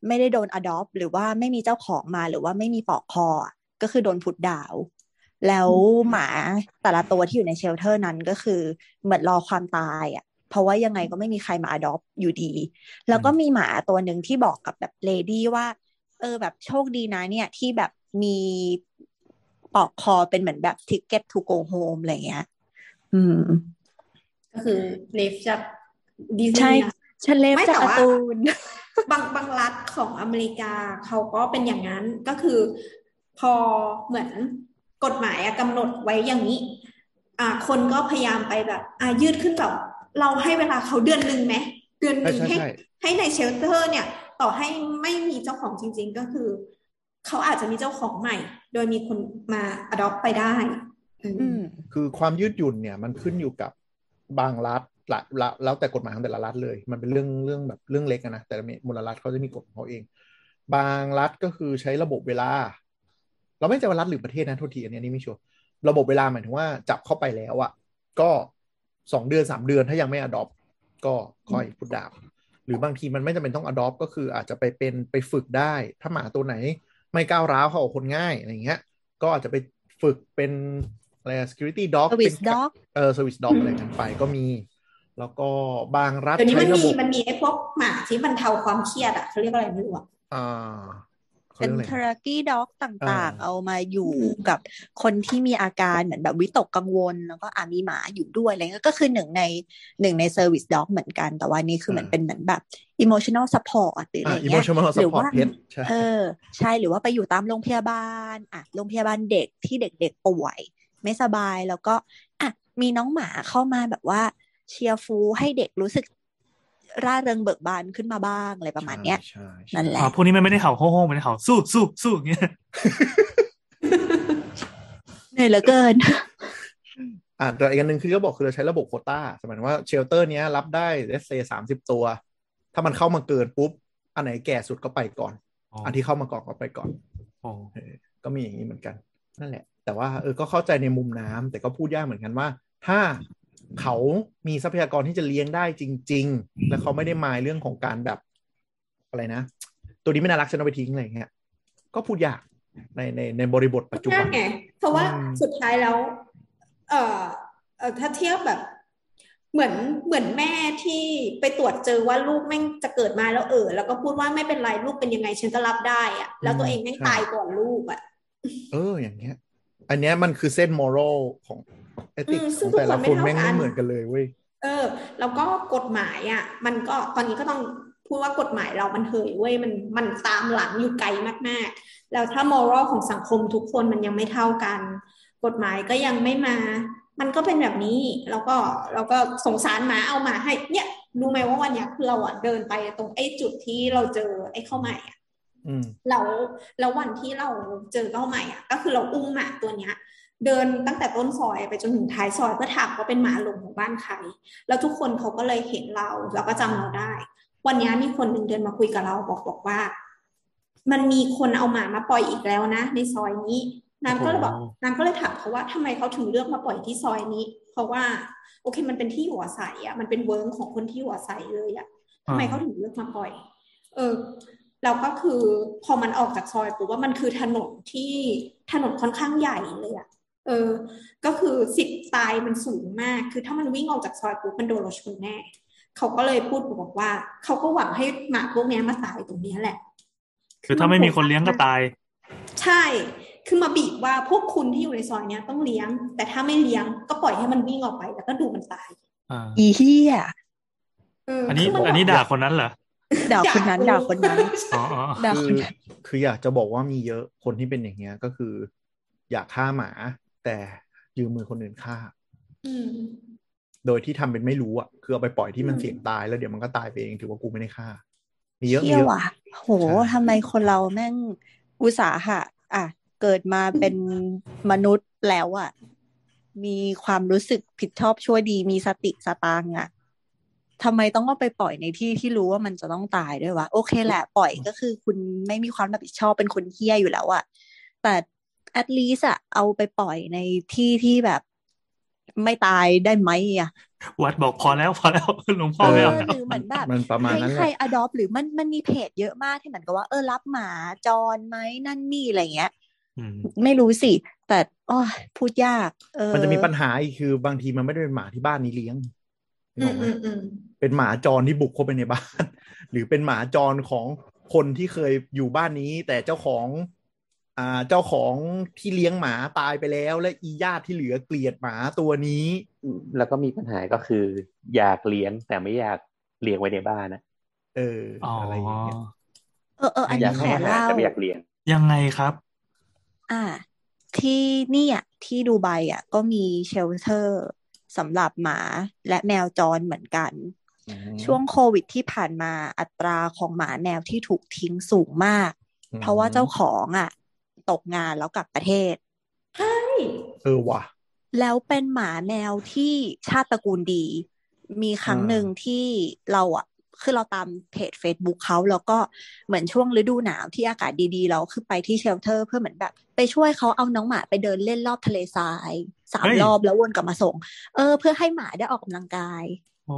ไม่ได้โดน adopt หรือว่าไม่มีเจ้าของมาหรือว่าไม่มีปลอกคออะก็คือโดนพุดดาว แล้วหมาแต่ละตัวที่อยู่ในเชลเตอร์นั้นก็คือเหมือนรอความตายอ่ะ เพราะว่ายังไงก็ไม่มีใครมา adopt อยู่ดี แล้วก็มีหมาตัวหนึ่งที่บอกกับแบบเลดี้ว่า เออแบบโชคดีนะเนี่ยที่แบบมีปลอกคอเป็นเหมือนแบบ ticket to go home อะไรเงี้ย อืม
ก็คือเลฟจากดิสนี
ใช่
ย์นะ
ฉันเลฟ
ไม่
จาก
แต่
การ์
ว่า
ตูน
บางบางรัฐของอเมริกาเขาก็เป็นอย่างนั้นก็คือ พอเหมือนกฎหมายอะกำหนดไว้อย่างนี้ อ่า คนก็พยายามไปแบบ อ่ายืดขึ้นแบบเราให้เวลาเขาเดือนหนึ่งไหมเดือนหนึ่ง
ใช่ใช่
ให้
ใช่
ให้ในเชลเตอร์ เนี่ย ต่อให้ไม่มีเจ้าของจริง ๆ ก็คือ เขาอาจจะมีเจ้าของใหม่ โดยมีคนมาอดอปไปได้อืม
อืม
คือความยืดหยุ่นเนี่ยมันขึ้นอยู่กับบางรัฐละละแล้วแต่กฎหมายของแต่ละรัฐเลย มันเป็นเรื่องเรื่องแบบเรื่องเล็กอะนะแต่ละมูลรัฐเขาจะมีกฎของเขาเอง บางรัฐก็คือใช้ระบบเวลา เราไม่ใช่ว่ารัฐหรือประเทศนะโทษทีอันนี้อันนี้ไม่ชัวร์ระบบเวลาหมายถึงว่าจับเข้าไปแล้วอะก็สองเดือนสามเดือนถ้ายังไม่อดอปก็ค่อยพุดดาวหรือบางทีมันไม่จำเป็นต้องอดอปก็คืออาจจะไปเป็นไปฝึกได้ ถ้าหมาตัวไหน ไม่ก้าวร้าวเข้ากับคนง่ายอะไรอย่างเงี้ย ก็อาจจะไปฝึกเป็นอะไรอะ security dog เป็น
Service dog
เออ service dog
อืม
อะไรกันไปก็มี แล้วก็บางรัฐ
เดี๋ยวนี้
ใช้
มัน
ระ
มี
บบ
มันมีไอ้พวกหมาที่บรรเทาความเครียดอะเขาเรียกอะไรไม่รู้อะ
อ่าเขา
เป็
เรี
น
ยกอะ
เทอ
ไรนะ
รากี้ด็อกต่างๆ
อ่า
เอามาอยู่
อืม
กับคนที่มีอาการเหมือนแบบวิตกกังวล แล้วก็อามีหมาอยู่ด้วยอะไรเงี้ยก็คือหนึ่งในหนึ่งในเซอร์วิสด็อกเหมือนกัน แต่ว่านี่คือเหมือนเป็นเหมือนแบบ emotional support หรืออะไร
อ่า
เงี้ย
emotional
หรือ
support
ว่า
pet ใช่
เออ ใช่หรือว่าไปอยู่ตามโรงพยาบาลอ่ะโรงพยาบาลเด็กที่เด็กๆป่วย ไม่สบายแล้วก็อ่ะมีน้องหมาเข้ามาแบบว่าเชียร์ฟูให้เด็กรู้สึกร่าเริงเบิกบานขึ้นมาบ้างอะไรประมาณเนี้ย
ใช่ใช่
นั่นแหละ
อ๋อพวกนี้มันไม่ได้เห่าโฮ่โฮ่มันเห่าสู้สู้สู้อย่างเงี้ย
เหนื่อยเหลือเกิน
อ่าแต่อีกอันหนึ่งคือก็บอกคือเราใช้ระบบโควต้าสมมติว่าเชลเตอร์เนี้ยรับได้ let's say สามสิบตัว ถ้ามันเข้ามาเกินปุ๊บ อันไหนแก่สุดก็ไปก่อน
อ๋อ
อันที่เข้ามาก่อนก็ไปก่อน
อ๋อ
ก็มีอย่างนี้เหมือนกัน นั่นแหละ แต่ว่าเออก็เข้าใจในมุมน้ำแต่ก็พูดยากเหมือนกันว่า ถ้าเขามีทรัพยากรที่จะเลี้ยงได้จริง ๆ และเขาไม่ได้มายเรื่องของการแบบอะไรนะ ตัวนี้ไม่น่ารักฉันเอาไปทิ้งอะไรอย่างเงี้ยก็พูดยากในในในบริบทปัจจุบั
นั่
น
นไงเพราะว่า
อืม
สุดท้ายแล้ว เอ่อเอ่อถ้าเทียบแบบ เหมือนเหมือนแม่ที่ไปตรวจเจอว่าลูกแม่งจะเกิดมาแล้วเออแล้วก็พูดว่าไม่เป็นไรลูกเป็นยังไงฉันก็รับได้อะแล้วตัวเองแม่งตายก่อนลูกอะ
เอออย่างเงี้ย อันเนี้ยมันคือเส้นมอรัลของเอติกของแต่ละคนแม่งไม่เหมือนกันเลยเว้ย
เออ แล้วก็กฎหมายอะมันก็ตอนนี้ก็ต้องพูดว่ากฎหมายเรามันเหยเว้ยมันมันตามหลังอยู่ไกลมากๆ แล้วถ้ามอรัลของสังคมทุกคนมันยังไม่เท่ากัน กฎหมายก็ยังไม่มา มันก็เป็นแบบนี้ แล้วก็แล้วก็สงสารหมาเอาหมาให้ เนี่ยรู้ไหมว่าวันเนี้ยคือเราอ่ะเดินไปตรงไอ้จุดที่เราเจอไอ้ข้าวใหม่อ่ะ
อืม
เราแล้ววันที่เราเจอข้าวใหม่อ่ะ ก็คือเราอุ้มหมาตัวเนี้ย เดินตั้งแต่ต้นซอยไปจนถึงท้ายซอยเพื่อถามว่าเป็นหมาหลงของบ้านใคร แล้วทุกคนเขาก็เลยเห็นเราแล้วก็จำเราได้ วันเนี้ยมีคนหนึ่งเดินมาคุยกับเราบอกบอกว่า มันมีคนเอาหมามาปล่อยอีกแล้วนะ ในซอยนี้นางก็เลยบอกนางก็เลยถามเขาว่าทำไมเขาถึงเลือกมาปล่อยที่ซอยนี้ เพราะว่า โอเค มันเป็นที่อยู่อาศัยอะมันเป็นเวิร์กของคนที่อยู่อาศัยเลยอะทำไมเขาถึงเลือกมาปล่อย เออเราก็คือพอมันออกจากซอยปุ๊บว่ามันคือถนนที่ถนนค่อนข้างใหญ่เลยอะเออ ก็คือสิทธิ์ตายมันสูงมาก คือถ้ามันวิ่งออกจากซอยปุ๊บมันโดนรถชนแน่ เขาก็เลยพูดบอกว่า เขาก็หวังให้หมาพวกเนี้ยมาตายตรงเนี้ยแหละ
คือถ้าไม่มีคนเลี้ยงก็ตาย
ใช่ คือมาบีบว่าพวกคุณที่อยู่ในซอยเนี้ยต้องเลี้ยง แต่ถ้าไม่เลี้ยงก็ปล่อยให้มันวิ่งออกไป แล้วก็ดูมันตาย
อ่า
อีเหี้ย
เ
อันนี้
คืมั
อันนี้
แบบ
ด่าคนนั้นเหรอ
ด่าคนนั้นด่าคนนั้น
อ๋ออ๋อ
ด่า
คื
ค
อน
นั้น
คืออยากจะบอกว่ามีเยอะคนที่เป็นอย่างเงี้ยก็คือ อยากฆ่าหมาแต่ยืมมือคนอื่นฆ่า
อืม
โดยที่ทำเป็นไม่รู้อ่ะคือเอาไปปล่อยที่มัน
อืม
เสี่ยงตายแล้วเดี๋ยวมันก็ตายไปเองถือว่ากูไม่ได้ฆ่า มีเยอะมี
เที่ย
เยอะ
ว่ะโห
ใช่
ทำไมคนเราแม่งอุตสาหะอ่ะ เกิดมาเป็นมนุษย์แล้วอ่ะ มีความรู้สึกผิดชอบชั่วดีมีสติสตางค์อ่ะทำไมต้องเอาไปปล่อยในที่ที่รู้ว่ามันจะต้องตายด้วยวะโอเคแหละปล่อยก็คือคุณไม่มีความรับผิดชอบเป็นคนเฮี้ยอยู่แล้วอ่ะ แต่ at least อะเอาไปปล่อยในที่ที่แบบไม่ตายได้ไหมอ่ะ
วัดบอกพอแล้วพอแล้วหลวงพ่อไม่เอา
เออ
แล้ว
หรือเหมือนแบบ
มันประมาณนั้
ให้
นแห
ใคร
ละ
adopt หรือมันมันมีเพจเยอะมากที่เหมือนกับว่าเออรับหมาจรไหมนั่นนี่อะไรเงี้ย
อืม
ไม่รู้สิ แต่อ้อพูดยาก เออ
มันจะมีปัญหาอีกคือบางทีมันไม่ได้เป็นหมาที่บ้านนี้เลี้ยง
อื
นึกอ
ม
อกไหม
อืมอืม
เป็นหมาจรที่บุกเข้าไปในบ้าน <laughs> หรือเป็นหมาจรของคนที่เคยอยู่บ้านนี้ แต่เจ้าของอ่าเจ้าของที่เลี้ยงหมาตายไปแล้ว และอีญาติที่เหลือเกลียดหมาตัวนี้
แล้วก็มีปัญหาก็คือ อยากเลี้ยงแต่ไม่อยากเลี้ยงไว้ในบ้านนะ
เออ
อ๋อ
อะไรอย่างเงี้ย
เออเอออัน
อยา
นี้
ก
ข
ให้
อ
อาหาร
เล่า
แต่ไม่อยากเลี้ยง
ยังไงครับ
อ่า ที่นี่อ่ะที่ดูไบอ่ะ ก็มีเชลเตอร์สำหรับหมาและแมวจรเหมือนกัน ช่วงโควิดที่ผ่านมาอัตราของหมาแมวที่ถูกทิ้งสูงมาก
อืม
เพราะว่าเจ้าของอ่ะ ตกงานแล้วกลับประเทศ
ใช่
เออว่ะ
แล้วเป็นหมาแมวที่ชาติตระกูลดี มีครั้ง
อ่า
หนึ่งที่เราอ่ะ คือเราตามเพจ Facebook เขาแล้วก็เหมือนช่วงฤดูหนาวที่อากาศดีๆ เราคือไปที่เชลเตอร์เพื่อเหมือนแบบ ไปช่วยเขาเอาน้องหมาไปเดินเล่นรอบทะเลทรายสาม
เฮ้ย
รอบแล้ววนกลับมาส่ง เออ เพื่อให้หมาได้ออกกำลังกาย
โอ้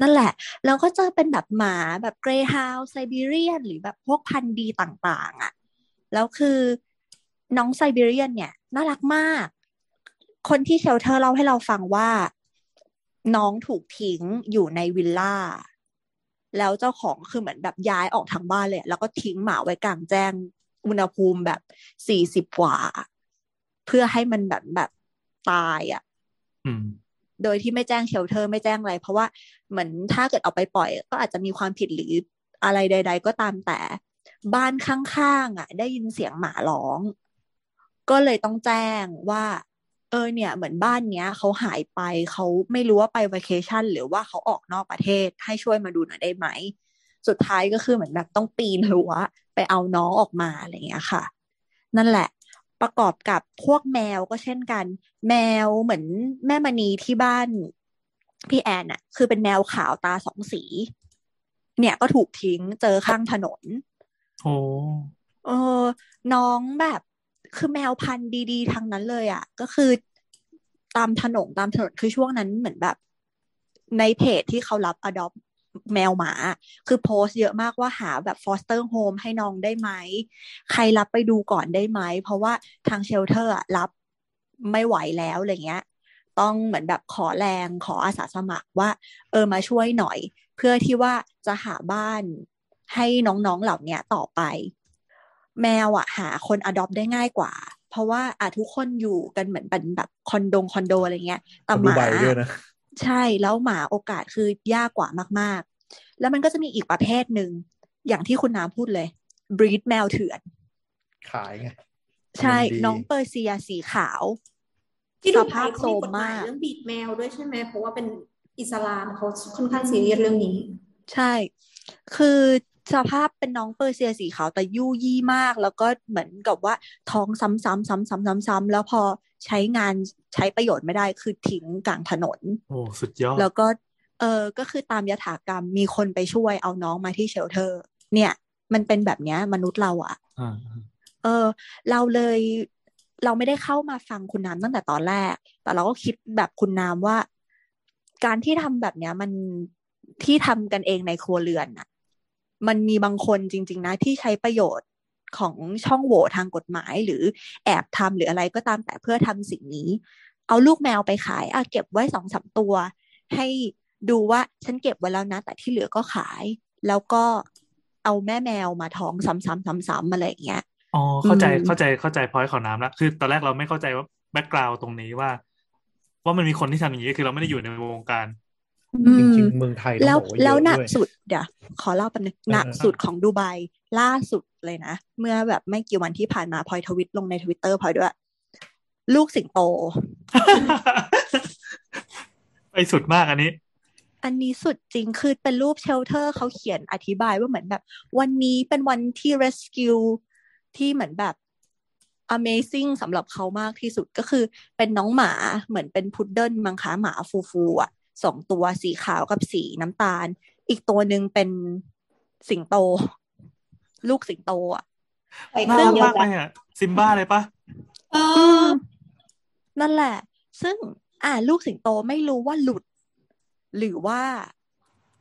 นั่นแหละ แล้วก็จะเป็นแบบหมาแบบเกรย์ฮาวไซบีเรียน หรือแบบพวกพันธุ์ดีต่างๆ อ่ะ แล้วคือน้องไซบีเรียนเนี่ย น่ารักมาก คนที่เชลเตอร์เล่าให้เราฟังว่า น้องถูกทิ้งอยู่ในวิลล่า แล้วเจ้าของคือเหมือนแบบย้ายออกทางบ้านเลย แล้วก็ทิ้งหมาไว้กลางแจ้งอุณหภูมิแบบสี่สิบกว่า เพื่อให้มันแบบแบบตายอ่ะ
อืม
โดยที่ไม่แจ้งเชลเตอร์ไม่แจ้งอะไร เพราะว่าเหมือนถ้าเกิดเอาไปปล่อย ก็อาจจะมีความผิดหรืออะไรใด ๆ ก็ตามแต่ บ้านข้างๆอ่ะ ได้ยินเสียงหมาร้อง ก็เลยต้องแจ้งว่า เออเนี่ย เหมือนบ้านเนี้ยเขาหายไปเขาไม่รู้ว่าไปว a เคชั่นหรือว่าเขาออกนอกประเทศให้ช่วยมาดูหน่อยได้ไหม สุดท้ายก็คือเหมือนแบบต้องปีนรั้วไปเอาน้องออกมาอะไรอย่างเงี้ยค่ะ นั่นแหละ ประกอบกับพวกแมวก็เช่นกัน แมวเหมือนแม่มณีที่บ้านพี่แอนอะคือเป็นแมวขาวตาสองสี เนี่ยก็ถูกทิ้งเจอข้างถนน
โอ้
เออน้องแบบคือแมวพันธุ์ดีๆทั้งนั้นเลยอ่ะ ก็คือตามถนนตามถนนคือช่วงนั้นเหมือนแบบ ในเพจที่เขารับ adopt แมวหมา คือโพสต์เยอะมากว่าหาแบบ foster home ให้น้องได้ไหม ใครรับไปดูก่อนได้ไหม เพราะว่าทางเชลเตอร์รับไม่ไหวแล้วอะไรเงี้ย ต้องเหมือนแบบขอแรงขออาสาสมัครว่า เออมาช่วยหน่อย เพื่อที่ว่าจะหาบ้านให้น้องๆเหล่าเนี้ยต่อไป แมวอะหาคน adopt ได้ง่ายกว่า เพราะว่าอะทุกคนอยู่กันเหมือนเป็นแบบคอนโดงคอนโดอะไรเงี้ยแต่ห
ดู
มา
ใบด้วยนะ
ใช่แล้วหมาโอกาสคือยากกว่ามาก ๆ แล้วมันก็จะมีอีกประเภทหนึ่ง อย่างที่คุณน้ำพูดเลยบรีดแมวเถื่อน
ขายไง
ใช่
มันดี
น้องเปอร์เซียสีขาว
ที่
ส
ดูไท
ภาย พ
เขา
โซ
มี
ม
กฎหมาม
าย ก
เรื่องบีดแมวด้วยใช่ไหมเพราะว่าเป็นอิสลามเขาค่อนข้างซีเรียสเรื่องนี้
ใช่ คือสภาพเป็นน้องเปอร์เซียสีขาวแต่ยู่ยี่มาก แล้วก็เหมือนกับว่าท้องซ้ำๆซ้ๆๆๆ แล้วพอใช้งานใช้ประโยชน์ไม่ได้คือทิ้งกลางถนน
โอ้สุดยอด
แล้วก็เออก็คือตามยถากรรมมีคนไปช่วยเอาน้องมาที่เชลเตอร์ เนี่ย มันเป็นแบบเนี้ยมนุษย์เราอะ
อ่า
เออเราเลยเราไม่ได้เข้ามาฟังคุณน้ำตั้งแต่ตอนแรก แต่เราก็คิดแบบคุณน้ำว่า การที่ทำแบบเนี้ย มันที่ทำกันเองในครัวเรือนน่ะ มันมีบางคนจริง ๆ นะ ที่ใช้ประโยชน์ของช่องโหว่ทางกฎหมาย หรือแอบทำหรืออะไรก็ตามแต่เพื่อทำสิ่งนี้ เอาลูกแมวไปขายอ่ะเก็บไว้สองสามตัว ให้ดูว่าฉันเก็บไว้แล้วนะ แต่ที่เหลือก็ขาย แล้วก็เอาแม่แมวมาท้องซ้ำๆซ้ำๆอะไรอย่างเงี้ย
อ๋อเข้าใจ
อืม
เข้าใจเข้าใจพอยของน้ำละคือตอนแรกเราไม่เข้าใจว่าแบ็กกราวตรงนี้ว่า ว่ามันมีคนที่ทำอย่างนี้คือเราไม่ได้อยู่ในวงการ <laughs>
อืม
จริงๆเมืองไทยต้อง
แล้ว
บอกาเย
แล้ว
อะ
หนัก
ด้วย
สุดเดี๋ยวขอเล่าแป๊บนึง
เออ
หนักสุดของดูไบล่าสุดเลยนะ เมื่อแบบไม่กี่วันที่ผ่านมาพลอยทวิตลงในทวิตเตอร์พลอยด้วย ลูกสิงโต
ไปสุดมากอันนี้
อันนี้สุดจริงคือเป็นรูปเชลเตอร์เขาเขียนอธิบายว่าเหมือนแบบ วันนี้เป็นวันที่ rescue ที่เหมือนแบบ amazing สำหรับเขามากที่สุดก็คือเป็นน้องหมาเหมือนเป็นพุดเดิ้ลมังคะหมาฟูฟูๆอ่ะสองตัวสีขาวกับสีน้ำตาล อีกตัวหนึ่งเป็นสิงโต ลูกสิงโตอ่ะ
ไป
น่า
เรื่อ
รั
ง
ก
เดียว
มาก
กั
เล
น
ยอ่ะซิมบ้าเลยปะ
เอ
อื
อ
มนั่นแหละ ซึ่ง อ่า ลูกสิงโตไม่รู้ว่าหลุด หรือว่า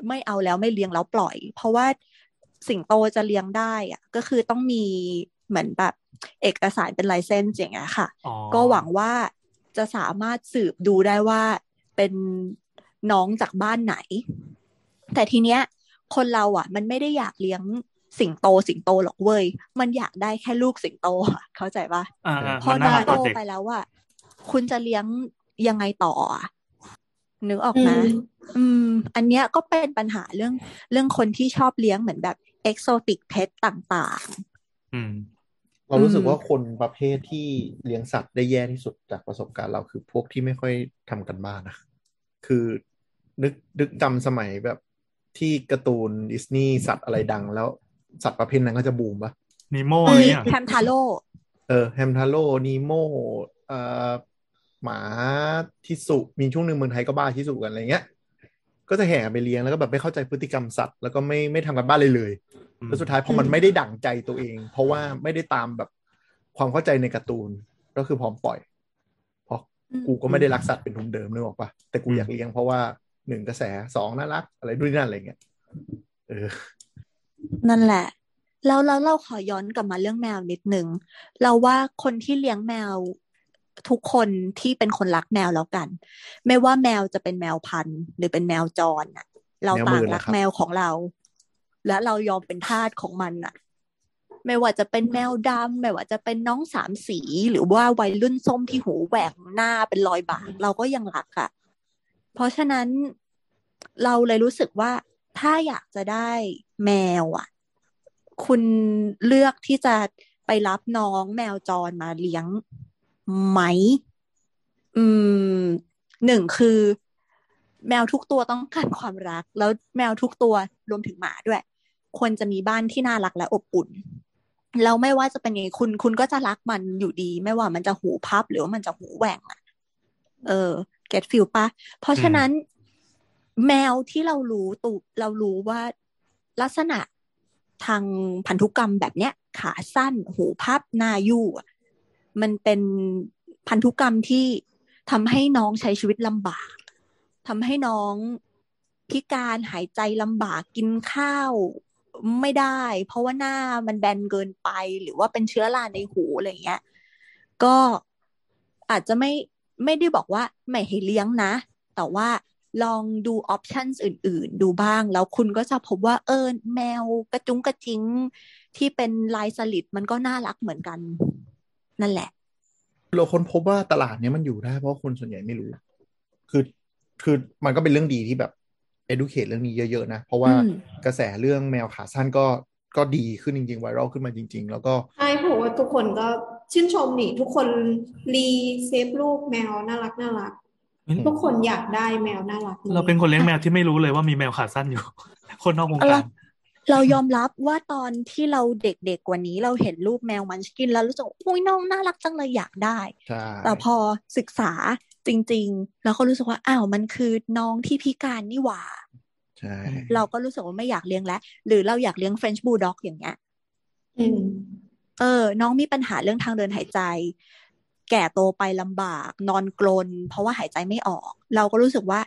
ไม่เอาแล้วไม่เลี้ยงแล้วปล่อย เพราะว่าสิงโตจะเลี้ยงได้อะก็คือต้องมีเหมือนแบบเอกสารเป็นไลเซนส์อย่างเงี้ยค่ะ
อ๋อ
ก็หวังว่าจะสามารถสืบดูได้ว่าเป็นน้องจากบ้านไหน แต่ทีเนี้ย คนเราอ่ะ มันไม่ได้อยากเลี้ยงสิงโตสิงโตหรอกเว้ย มันอยากได้แค่ลูกสิงโตอะเข้าใจปะ
อ่าอ่า
พอ
มัน
น้
น่า
อง
รัก
โต
ตอนเด็ก
ไปแล้วว่า คุณจะเลี้ยงยังไงต่ออะนึกออก
อื
ไหม
ม
อืม อันเนี้ยก็เป็นปัญหาเรื่องเรื่องคนที่ชอบเลี้ยงเหมือนแบบเอกโซติกเพชต่าง
อืม
เรารู้สึก
อืม
ว่าคนประเภทที่เลี้ยงสัตว์ได้แย่ที่สุดจากประสบการณ์เราคือพวกที่ไม่ค่อยทำกันบ้านนะคือนึกนึกจำสมัยแบบที่การ์ตูนดิสนีย์สัตว์อะไรดังแล้วสัตว์ประเภทนั้นก็จะบูมปะ
นิโม่อะไรเนี่ย
ๆแฮมทาโร่
เออแฮมทาโร่นีโม่เอ่อหมาทิสุมีช่วงหนึ่งเมืองไทยก็บ้าทิสุกันอะไรเงี้ย ก็จะแห่ไปเลี้ยงแล้วก็แบบไม่เข้าใจพฤติกรรมสัตว์ แล้วก็ไม่ไม่ทำกันบ้านเลยเลย แล้วสุดท้ายพอมันไม่ได้ดั่งใจตัวเอง เพราะว่าไม่ได้ตามแบบความเข้าใจในการ์ตูนก็คือพร้อมปล่อย เพราะกูก็ไม่ได้รักสัตว์เป็นทุนเดิมนึกออกปะแต่กูอยากเลี้ยงเพราะว่าหนึ่งกระแสสองน่ารัก อะไรด้วยนั่นอะไรเงี้ยเออ
นั่นแหละ แล้วแล้วเราขอย้อนกลับมาเรื่องแมวนิดนึง เราว่าคนที่เลี้ยงแมวทุกคนที่เป็นคนรักแมวแล้วกัน ไม่ว่าแมวจะเป็นแมวพันธุ์ หรือเป็นแมวจรน่ะ เรา
แมวมื
ต่าง
ดเหรอ
รัก
ครับ
แมวของเรา และเรายอมเป็นทาสของมันน่ะ ไม่ว่าจะเป็นแมวดำไม่ว่าจะเป็นน้องสามสี หรือว่าวัยรุ่นส้มที่หูแหวกหน้าเป็นรอยบากเราก็ยังรักอ่ะ เพราะฉะนั้นเราเลยรู้สึกว่าถ้าอยากจะได้แมวอ่ะ คุณเลือกที่จะไปรับน้องแมวจรมาเลี้ยงไหม อืมหนึ่งคือ แมวทุกตัวต้องการความรัก แล้วแมวทุกตัวรวมถึงหมาด้วย ควรจะมีบ้านที่น่ารักและอบอุ่น แล้วไม่ว่าจะเป็นยังไงคุณคุณก็จะรักมันอยู่ดี ไม่ว่ามันจะหูพับหรือว่ามันจะหูแหว่งอะเออ เก็ตฟิลปะ เพราะฉะนั้น แมวที่เรารู้ตูเรารู้ว่าลักษณะทางพันธุกรรมแบบเนี้ย ขาสั้น หูพับหน้ายู่อะมันเป็นพันธุกรรมที่ทำให้น้องใช้ชีวิตลำบากทำให้น้องพิการหายใจลำบากกินข้าว ไม่ได้ เพราะว่าหน้ามันแบนเกินไป หรือว่าเป็นเชื้อราในหูอะไรอย่างเงี้ย ก็อาจจะไม่ไม่ได้บอกว่าไม่ให้เลี้ยงนะ แต่ว่าลองดูออปชันอื่น ๆ ดูบ้าง แล้วคุณก็จะพบว่าเออแมวกระจุงกระจิงที่เป็นลายสลิดมันก็น่ารักเหมือนกัน นั่นแหละ
เราค้นพบว่าตลาดเนี้ยมันอยู่ได้เพราะคนส่วนใหญ่ไม่รู้ คือคือมันก็เป็นเรื่องดีที่แบบ educate เรื่องนี้เยอะ ๆ นะ เพราะว่า
อืม
กระแสเรื่องแมวขาสั้นก็ก็ดีขึ้นจริงๆไวรัลขึ้นมาจริง ๆ แล้วก็
ใช่เพราะว่าทุกคนก็ชื่นชมนี่ ทุกคนรีเซฟรูปแมวน่ารักน่ารัก
อืม
ทุกคนอยากได้แมวน่ารัก
เราเป็นคนเลี้ยงแมวที่ไม่รู้เลยว่ามีแมวขาสั้นอยู่ <laughs> คนนอกวงการ
เรายอมรับว่าตอนที่เราเด็กๆกว่านี้เราเห็นรูปแมวมันชกินแล้วรู้สึกว่าอุ้ยน้องน่ารักจังเลยอยากได้
ใช่
แต่พอศึกษาจริง ๆ แล้วก็รู้สึกว่าอ้าวมันคือน้องที่พิการนี่หว่า
ใช่
เราก็รู้สึกว่าไม่อยากเลี้ยงแล้ว หรือเราอยากเลี้ยง French Bulldog อย่างเงี้ย
อืม
เออ น้องมีปัญหาเรื่องทางเดินหายใจ แก่โตวไปลำบาก นอนกรน เพราะว่าหายใจไม่ออก เราก็รู้สึกว่า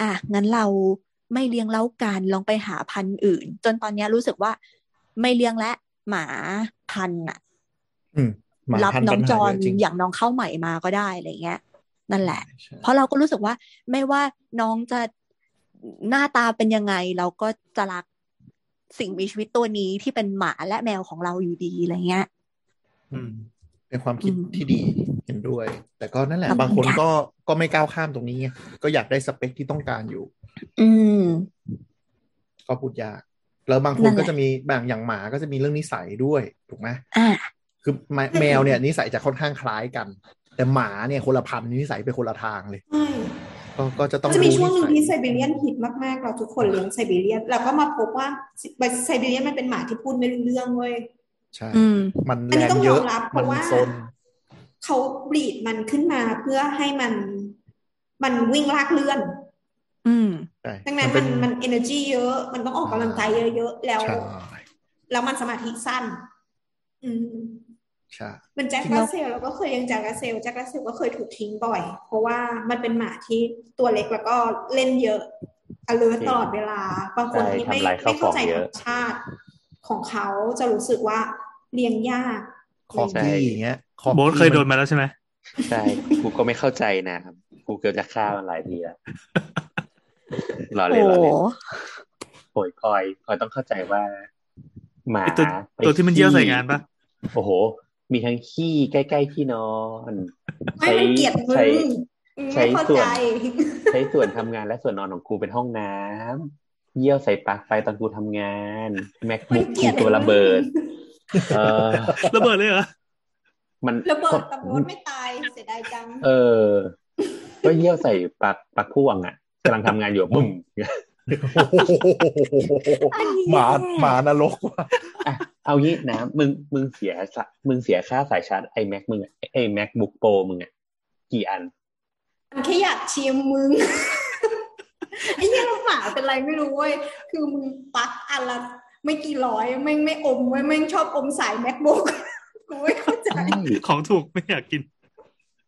อ่ะ งั้นเราไม่เลี้ยงแล้วกันลองไปหาพันธุ์อื่น จนตอนเนี้ยรู้สึกว่า ไม่เลี้ยงและหมาพันธุ์น่ะ
อืมหมา
รับ
พันธุ์
น้อง
ปัญ
จ
หาร เยะจริง
อย่างน้องเข้าใหม่มาก็ได้อะไรเงี้ย นั่นแหละ
ใช่
เพราะเราก็รู้สึกว่าไม่ว่าน้องจะหน้าตาเป็นยังไง เราก็จะรักสิ่งมีชีวิตตัวนี้ที่เป็นหมาและแมวของเราอยู่ดีอะไรเงี้ย
อืม
เป็นความคิด
อืม
ที่ดีเห็นด้วย แต่ก็นั่นแหละ
ขอบคุณ
บางคน
ค่ะ
ก็ก็ไม่ก้าวข้ามตรงนี้ไงก็อยากได้สเปคที่ต้องการอยู่
อืม
ก็พูดยาก แล้วบางคน
นั่นแหละ
ก็จะมีบางอย่างหมาก็จะมีเรื่องนิสัยด้วยถูกไหม
อ่ะ
คือแมแมวเนี่ยนิสัยจะค่อนข้างคล้ายกัน แต่หมาเนี่ยคนละพันธุ์นิสัยไปคนละทางเลย
ใช่
ก็ก็จะต้อง
จะมีช่วงหนึ่ง
รู้
ที่
นิ
ไซ
สัย
บีเรียนฮิตมากๆ เราทุกคนเลี้ยงไซบีเรียนเราก็มาพบว่าไซบีเรียนมันเป็นหมาที่พูดไม่รู้เรื่องเว้ย
ใช่
อืม
มัน
อัน
แร
นี้
ง
ต้อง
เย
ยอม
อะ
รับเพ
มัน
ราะว่า
ซน
เขาบรีดมันขึ้นมาเพื่อให้มันมันวิ่งลากเลื่อน
อืม
ใช่
ดังนั้น
เป็
มันมัน energy เยอะ มันต้องออกกำลังกายเยอะๆ แล้ว
ใช่
แล้วมันสมาธิสั้น อืม
ใช่
มันแจ็ค
จริง
รั
แล้
ส
ว
เซลเราก็เคยยังแจ็ครัสเซลแจ็ครัสเซลก็เคยถูกทิ้งบ่อย เพราะว่ามันเป็นหมาที่ตัวเล็กแล้วก็เล่นเยอะ alert
จริง
ตลอดเวลา บางคน
ใช่
ที่ไม่
ทำลาย
ไม่
ข้าวของ
เข้าใจธ
เย
ร
อะ
รมชาติของเขาจะรู้สึกว่าเลี้ยงยาก
คอกกี้อย่างเงี้ยอกกี้
โบ๊ทเคยโดนมาแล้วใช่ไหม
ใช่กูก็ไม่เข้าใจนะครับกูเกือบจะฆ่ามันหลายทีแล้วรอเล่น
โอ้
รอ
โห
เล่นโอยคอยคอยต้องเข้าใจว่า หมา
ไอ้ตัว
ไป
ตัวที่มันเยี่ยวใส่งานปะ
โอ้โห มีทั้งขี้ใกล้ๆที่นอน
ไม่มันเกลียดมึง
ใช้ ใช้
ไม่เข้า
ส่ว
ใจ
น ใช้ส่วนทำงานและส่วนนอนของกูเป็นห้องน้ำเยี่ยวใส่ปลั๊กไฟตอนกูทำงานแม็ก
มั
บุ
น
ก
เกลียด
ตัวระเบิด เออ
ระเบิดเลยเหรอ
มัน
ระเบิดตำรวจไม่ตายเสียดายจัง
เออ ก็เยี่ยวใส่ปลั๊กปลั๊กพ่วงอ่ะกำลังทำงานอยู่บุ้ม
<laughs> โอ้โหหมาหมานรกว่ะ
อ่ะเอางี้นะมึงมึงเสียสะมึงเสียค่าสายชาร์จไอแม็กมึงอะไอแม็กบุ๊กโปรมึงอ่ะกี่อัน
มันแค่อยากเชียร์มึง <laughs> ไอ้เหี้ยเราหมาเป็นไรไม่รู้เว้ย คือมึงปักอันละไม่กี่ร้อยไม่งไม่อมเว้ยไม่งชอบอมสาย macbook <laughs> กูไม่เข้าใจ
ของถูกไม่อยากกิน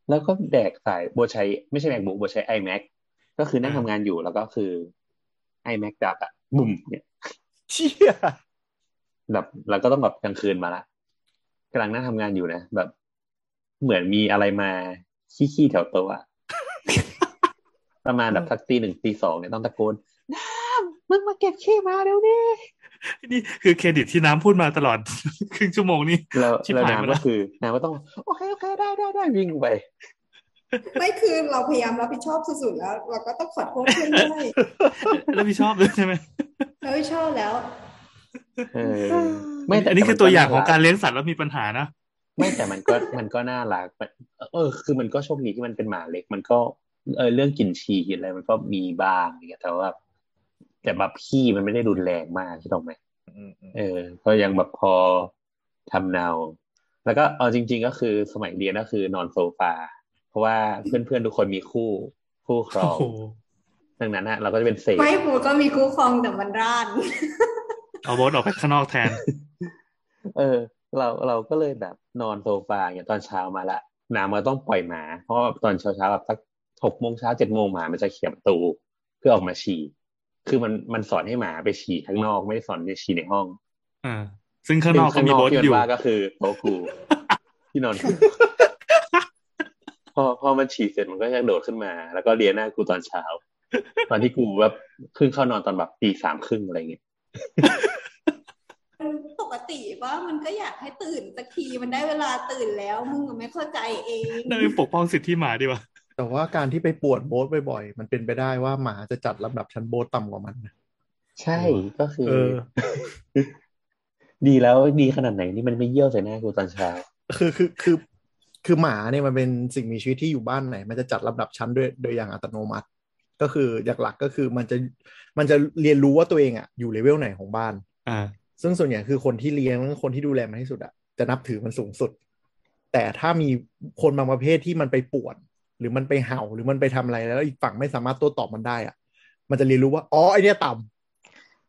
แล้วก็แดกสายบัวใช้ไม่ใช่แม็กบุ๊กบัวใช้ iMac ก็คือนั่งทำงานอยู่แล้วก็คือ iMac ดับอ่ะบุ่มเนี่ย
เชี่ย
แบบแล้วก็ต้องแบบกลางคืนมาละกำลังนั่งทำงานอยู่นะแบบ เหมือนมีอะไรมาขี้ๆแถวโต๊ะ
<laughs>
อะประมาณแบบสักตีหนึ่งตีสองเนี่ยต้องตะโกนน้ำมึงมาเก็บขี้มาเร็วนี้
นี่คือเครดิตที่น้ำพูดมาตลอด <laughs> ครึ่งชั่วโมงนี้ <laughs>
แล้ว
ชิบ
แล้ว
หายหมด
น้ำ
แล้
ก็
ว
คือน้ำก็ต้อง โอเคโอเคได้ได้ได้วิ่งไป
ไม่คือเราพยายามรับผิดชอบสุดๆแล้ว เราก็ต้องขอโทษเพื่อนด้วย
แล้วพี่ชอบด้วยใช่ไหม
เราไม่ชอบแล้ว
เออ ไม่แต่
อันนี้คื
แต่มั
อตัวอย่างของ
น่
การเลี้ยงสัตว์แล้วมีปัญหานะ
ไม่แต่มันก็มันก็น่ารักมันเออ คือมันก็โชคดีที่มันเป็นหมาเล็ก มันก็เออเรื่องกลิ่นฉี่กลิ่นอะไรมันก็มีบ้างอย่างเงี้ยแต่ว่า แต่แบบขี้มันไม่ได้รุนแรงมากใช่ตรงไหมเออ ก็ยังแบบพอทำเนา แล้วก็เอาจริง ๆ ก็คือสมัยเรียนก็คือนอนโซฟาเพราะว่าเพื่อนๆทุกคนมีคู่คู่ครอ
โอ้
ง
โห
ดังนั้นอะเราก็จะเป็นเสก
ไม่กูก็มีคู่ครองแต่มันร้าน
เอาโบ๊ทออกไปข้างนอกแท <laughs> น
เออเราเราก็เลยแบบนอนโซฟาอย่างเงี้ยตอนเช้ามาละน้ำก็ต้องปล่อยหมา เพราะว่าแบบตอนเช้าเช้าๆแบบสักหกโมงเช้าเจ็ดโมงหมามันจะเขี่ยประตูเพื่อออกมาฉี่ คือมันมันสอนให้หมาไปฉี่ข้างนอกไม่ได้สอนให้ฉี่ในห้อง
อ่า ซึ่งข้างนอกก็
ซึ่ง
มีโบ๊ท
ที่
อยู่
ว่าก็คือโต๊ะกูที่น <laughs> อนกูพอพอมันฉี่เสร็จมันก็จะโดดขึ้นมา แล้วก็เลียหน้ากูตอนเช้า ตอนที่กูแบบเพิ่งเข้านอนตอนแบบตีสามครึ่งอะไรเงี้ย
ปกติว่ามันก็อยากให้ตื่นสักทีมันได้เวลาตื่นแล้วมึงก็ไม่เข้าใจเอง
น่าไปปกป้องสิทธิหมาดีกว่า
แต่ว่าการที่ไปปวดโบ๊ทบ่อยๆ มันเป็นไปได้ว่าหมาจะจัดลำดับชั้นโบ๊ทต่ำกว่ามันนะ
ใช่ก็คือ
เออ
<laughs> ดีแล้วดีขนาดไหนนี่มันไม่เยี่ยวใส่หน้ากูตอนเช้า
คือคือคือคือหมาเนี่ยมันเป็นสิ่งมีชีวิตที่อยู่บ้านไหน มันจะจัดลำดับชั้นด้วยโดยอย่างอัตโนมัติ ก็คืออย่างหลักก็คือมันจะมันจะเรียนรู้ว่าตัวเองอะอยู่เลเวลไหนของบ้าน
อ่า
ซึ่งส่วนใหญ่คือคนที่เลี้ยงและคนที่ดูแลมันที่สุดอะจะนับถือมันสูงสุด แต่ถ้ามีคนบางประเภทที่มันไปป่วน หรือมันไปเห่าหรือมันไปทำอะไรแล้วอีกฝั่งไม่สามารถโต้ตอบมันได้อะมันจะเรียนรู้ว่าอ๋อไอเนี้ยต่ำ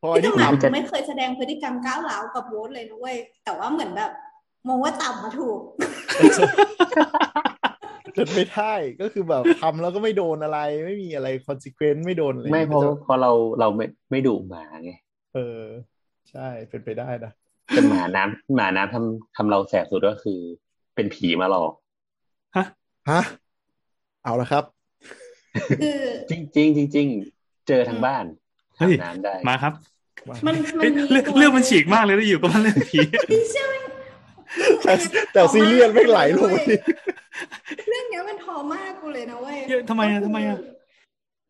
พอไอ
พี่ต้อง
เนี้ย
หลับ
ต่ำ
ไม่เคยแสดงพฤติกรรมก้าวร้าวกับโบ๊ทเลยนะเว้ย แต่ว่าเหมือนแบบมองว่าต่ำมาถูก <laughs>
จนไม่ได้ก็คือแบบทำแล้วก็ไม่โดนอะไร ไม่มีอะไรคอนซิเควนต์ไม่โดนอะไร
ไม่เพราะ
ก็จ
เพราะเราเราไม่ไม่ดุหมาไง
เออ ใช่เป็นไปได้นะ
แต่หมาน้ำหมาน้ำทำทำเราแสบสุดก็คือ เป็นผีมาหลอก
ฮะเอาละครับ
คือ
จริงจริงจริงๆเจอทั้งบ้าน
เฮ้ย
ทำน้ำได้
มาครับ
มันมั
เฮ้
น
ย
มี
เรื่อง
ตัว
เรื่องมันฉีกมากเลยนะอยู่กับมันเรื่องผี
ไม่ใช่ไหม
แต่แต่ซีเรียสไม่ไหลลงไปดิ
เรื่องเนี้ยมันทอมากกูเลยนะเว้ย
เยอะทำไมอะทำไมอะ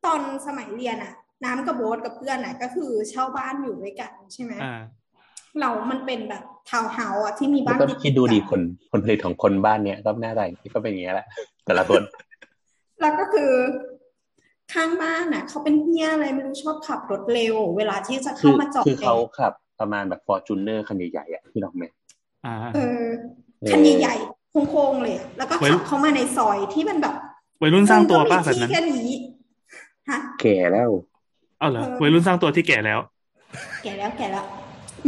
ตอนสมัยเรียนอะน้ำกับโบ๊ทกับเพื่อนอะก็คือเช่าบ้านอยู่ด้วยกันใช่ไหม
อ่า
เรามันเป็นแบบทาวน์เฮาส์อะที่มี
แล้
บ้า
วน ก็
ติๆ
คิดดู
กัน
ดีผลผลผลิตของคนบ้านเนี้ยรอบหน้าได้ก็เป็นอย่างเงี้ยแหละ แต่ละคน
แล้วก็คือข้างบ้านน่ะเขาเป็นเฮียอะไรไม่รู้ชอบขับรถเร็ว เวลาที่จะ
คื
<laughs> เข้า
อ
มาจอด
คือเขา
แดด
ขับประมาณแบบฟอร์จูเนอร์คันใหญ่ๆอ่ะพี่น้องไหม
อ่า
เออ
เออ
คันใหญ่ๆโค้งๆเลยอะแล้วก็
ไว้
ขับเข้ามาในซอยที่มันแบบ
วัยรุ่นสร้างตัวป้า
มึง
แบ
ก็
บ
มี
นั้น
ที่แค่นี้ฮะ
แก่แล้ว
เอาเหรอ
เออ
วัยรุ่นสร้างตัวที่แก่แล้ว
แก่แล้วแก่แล้ว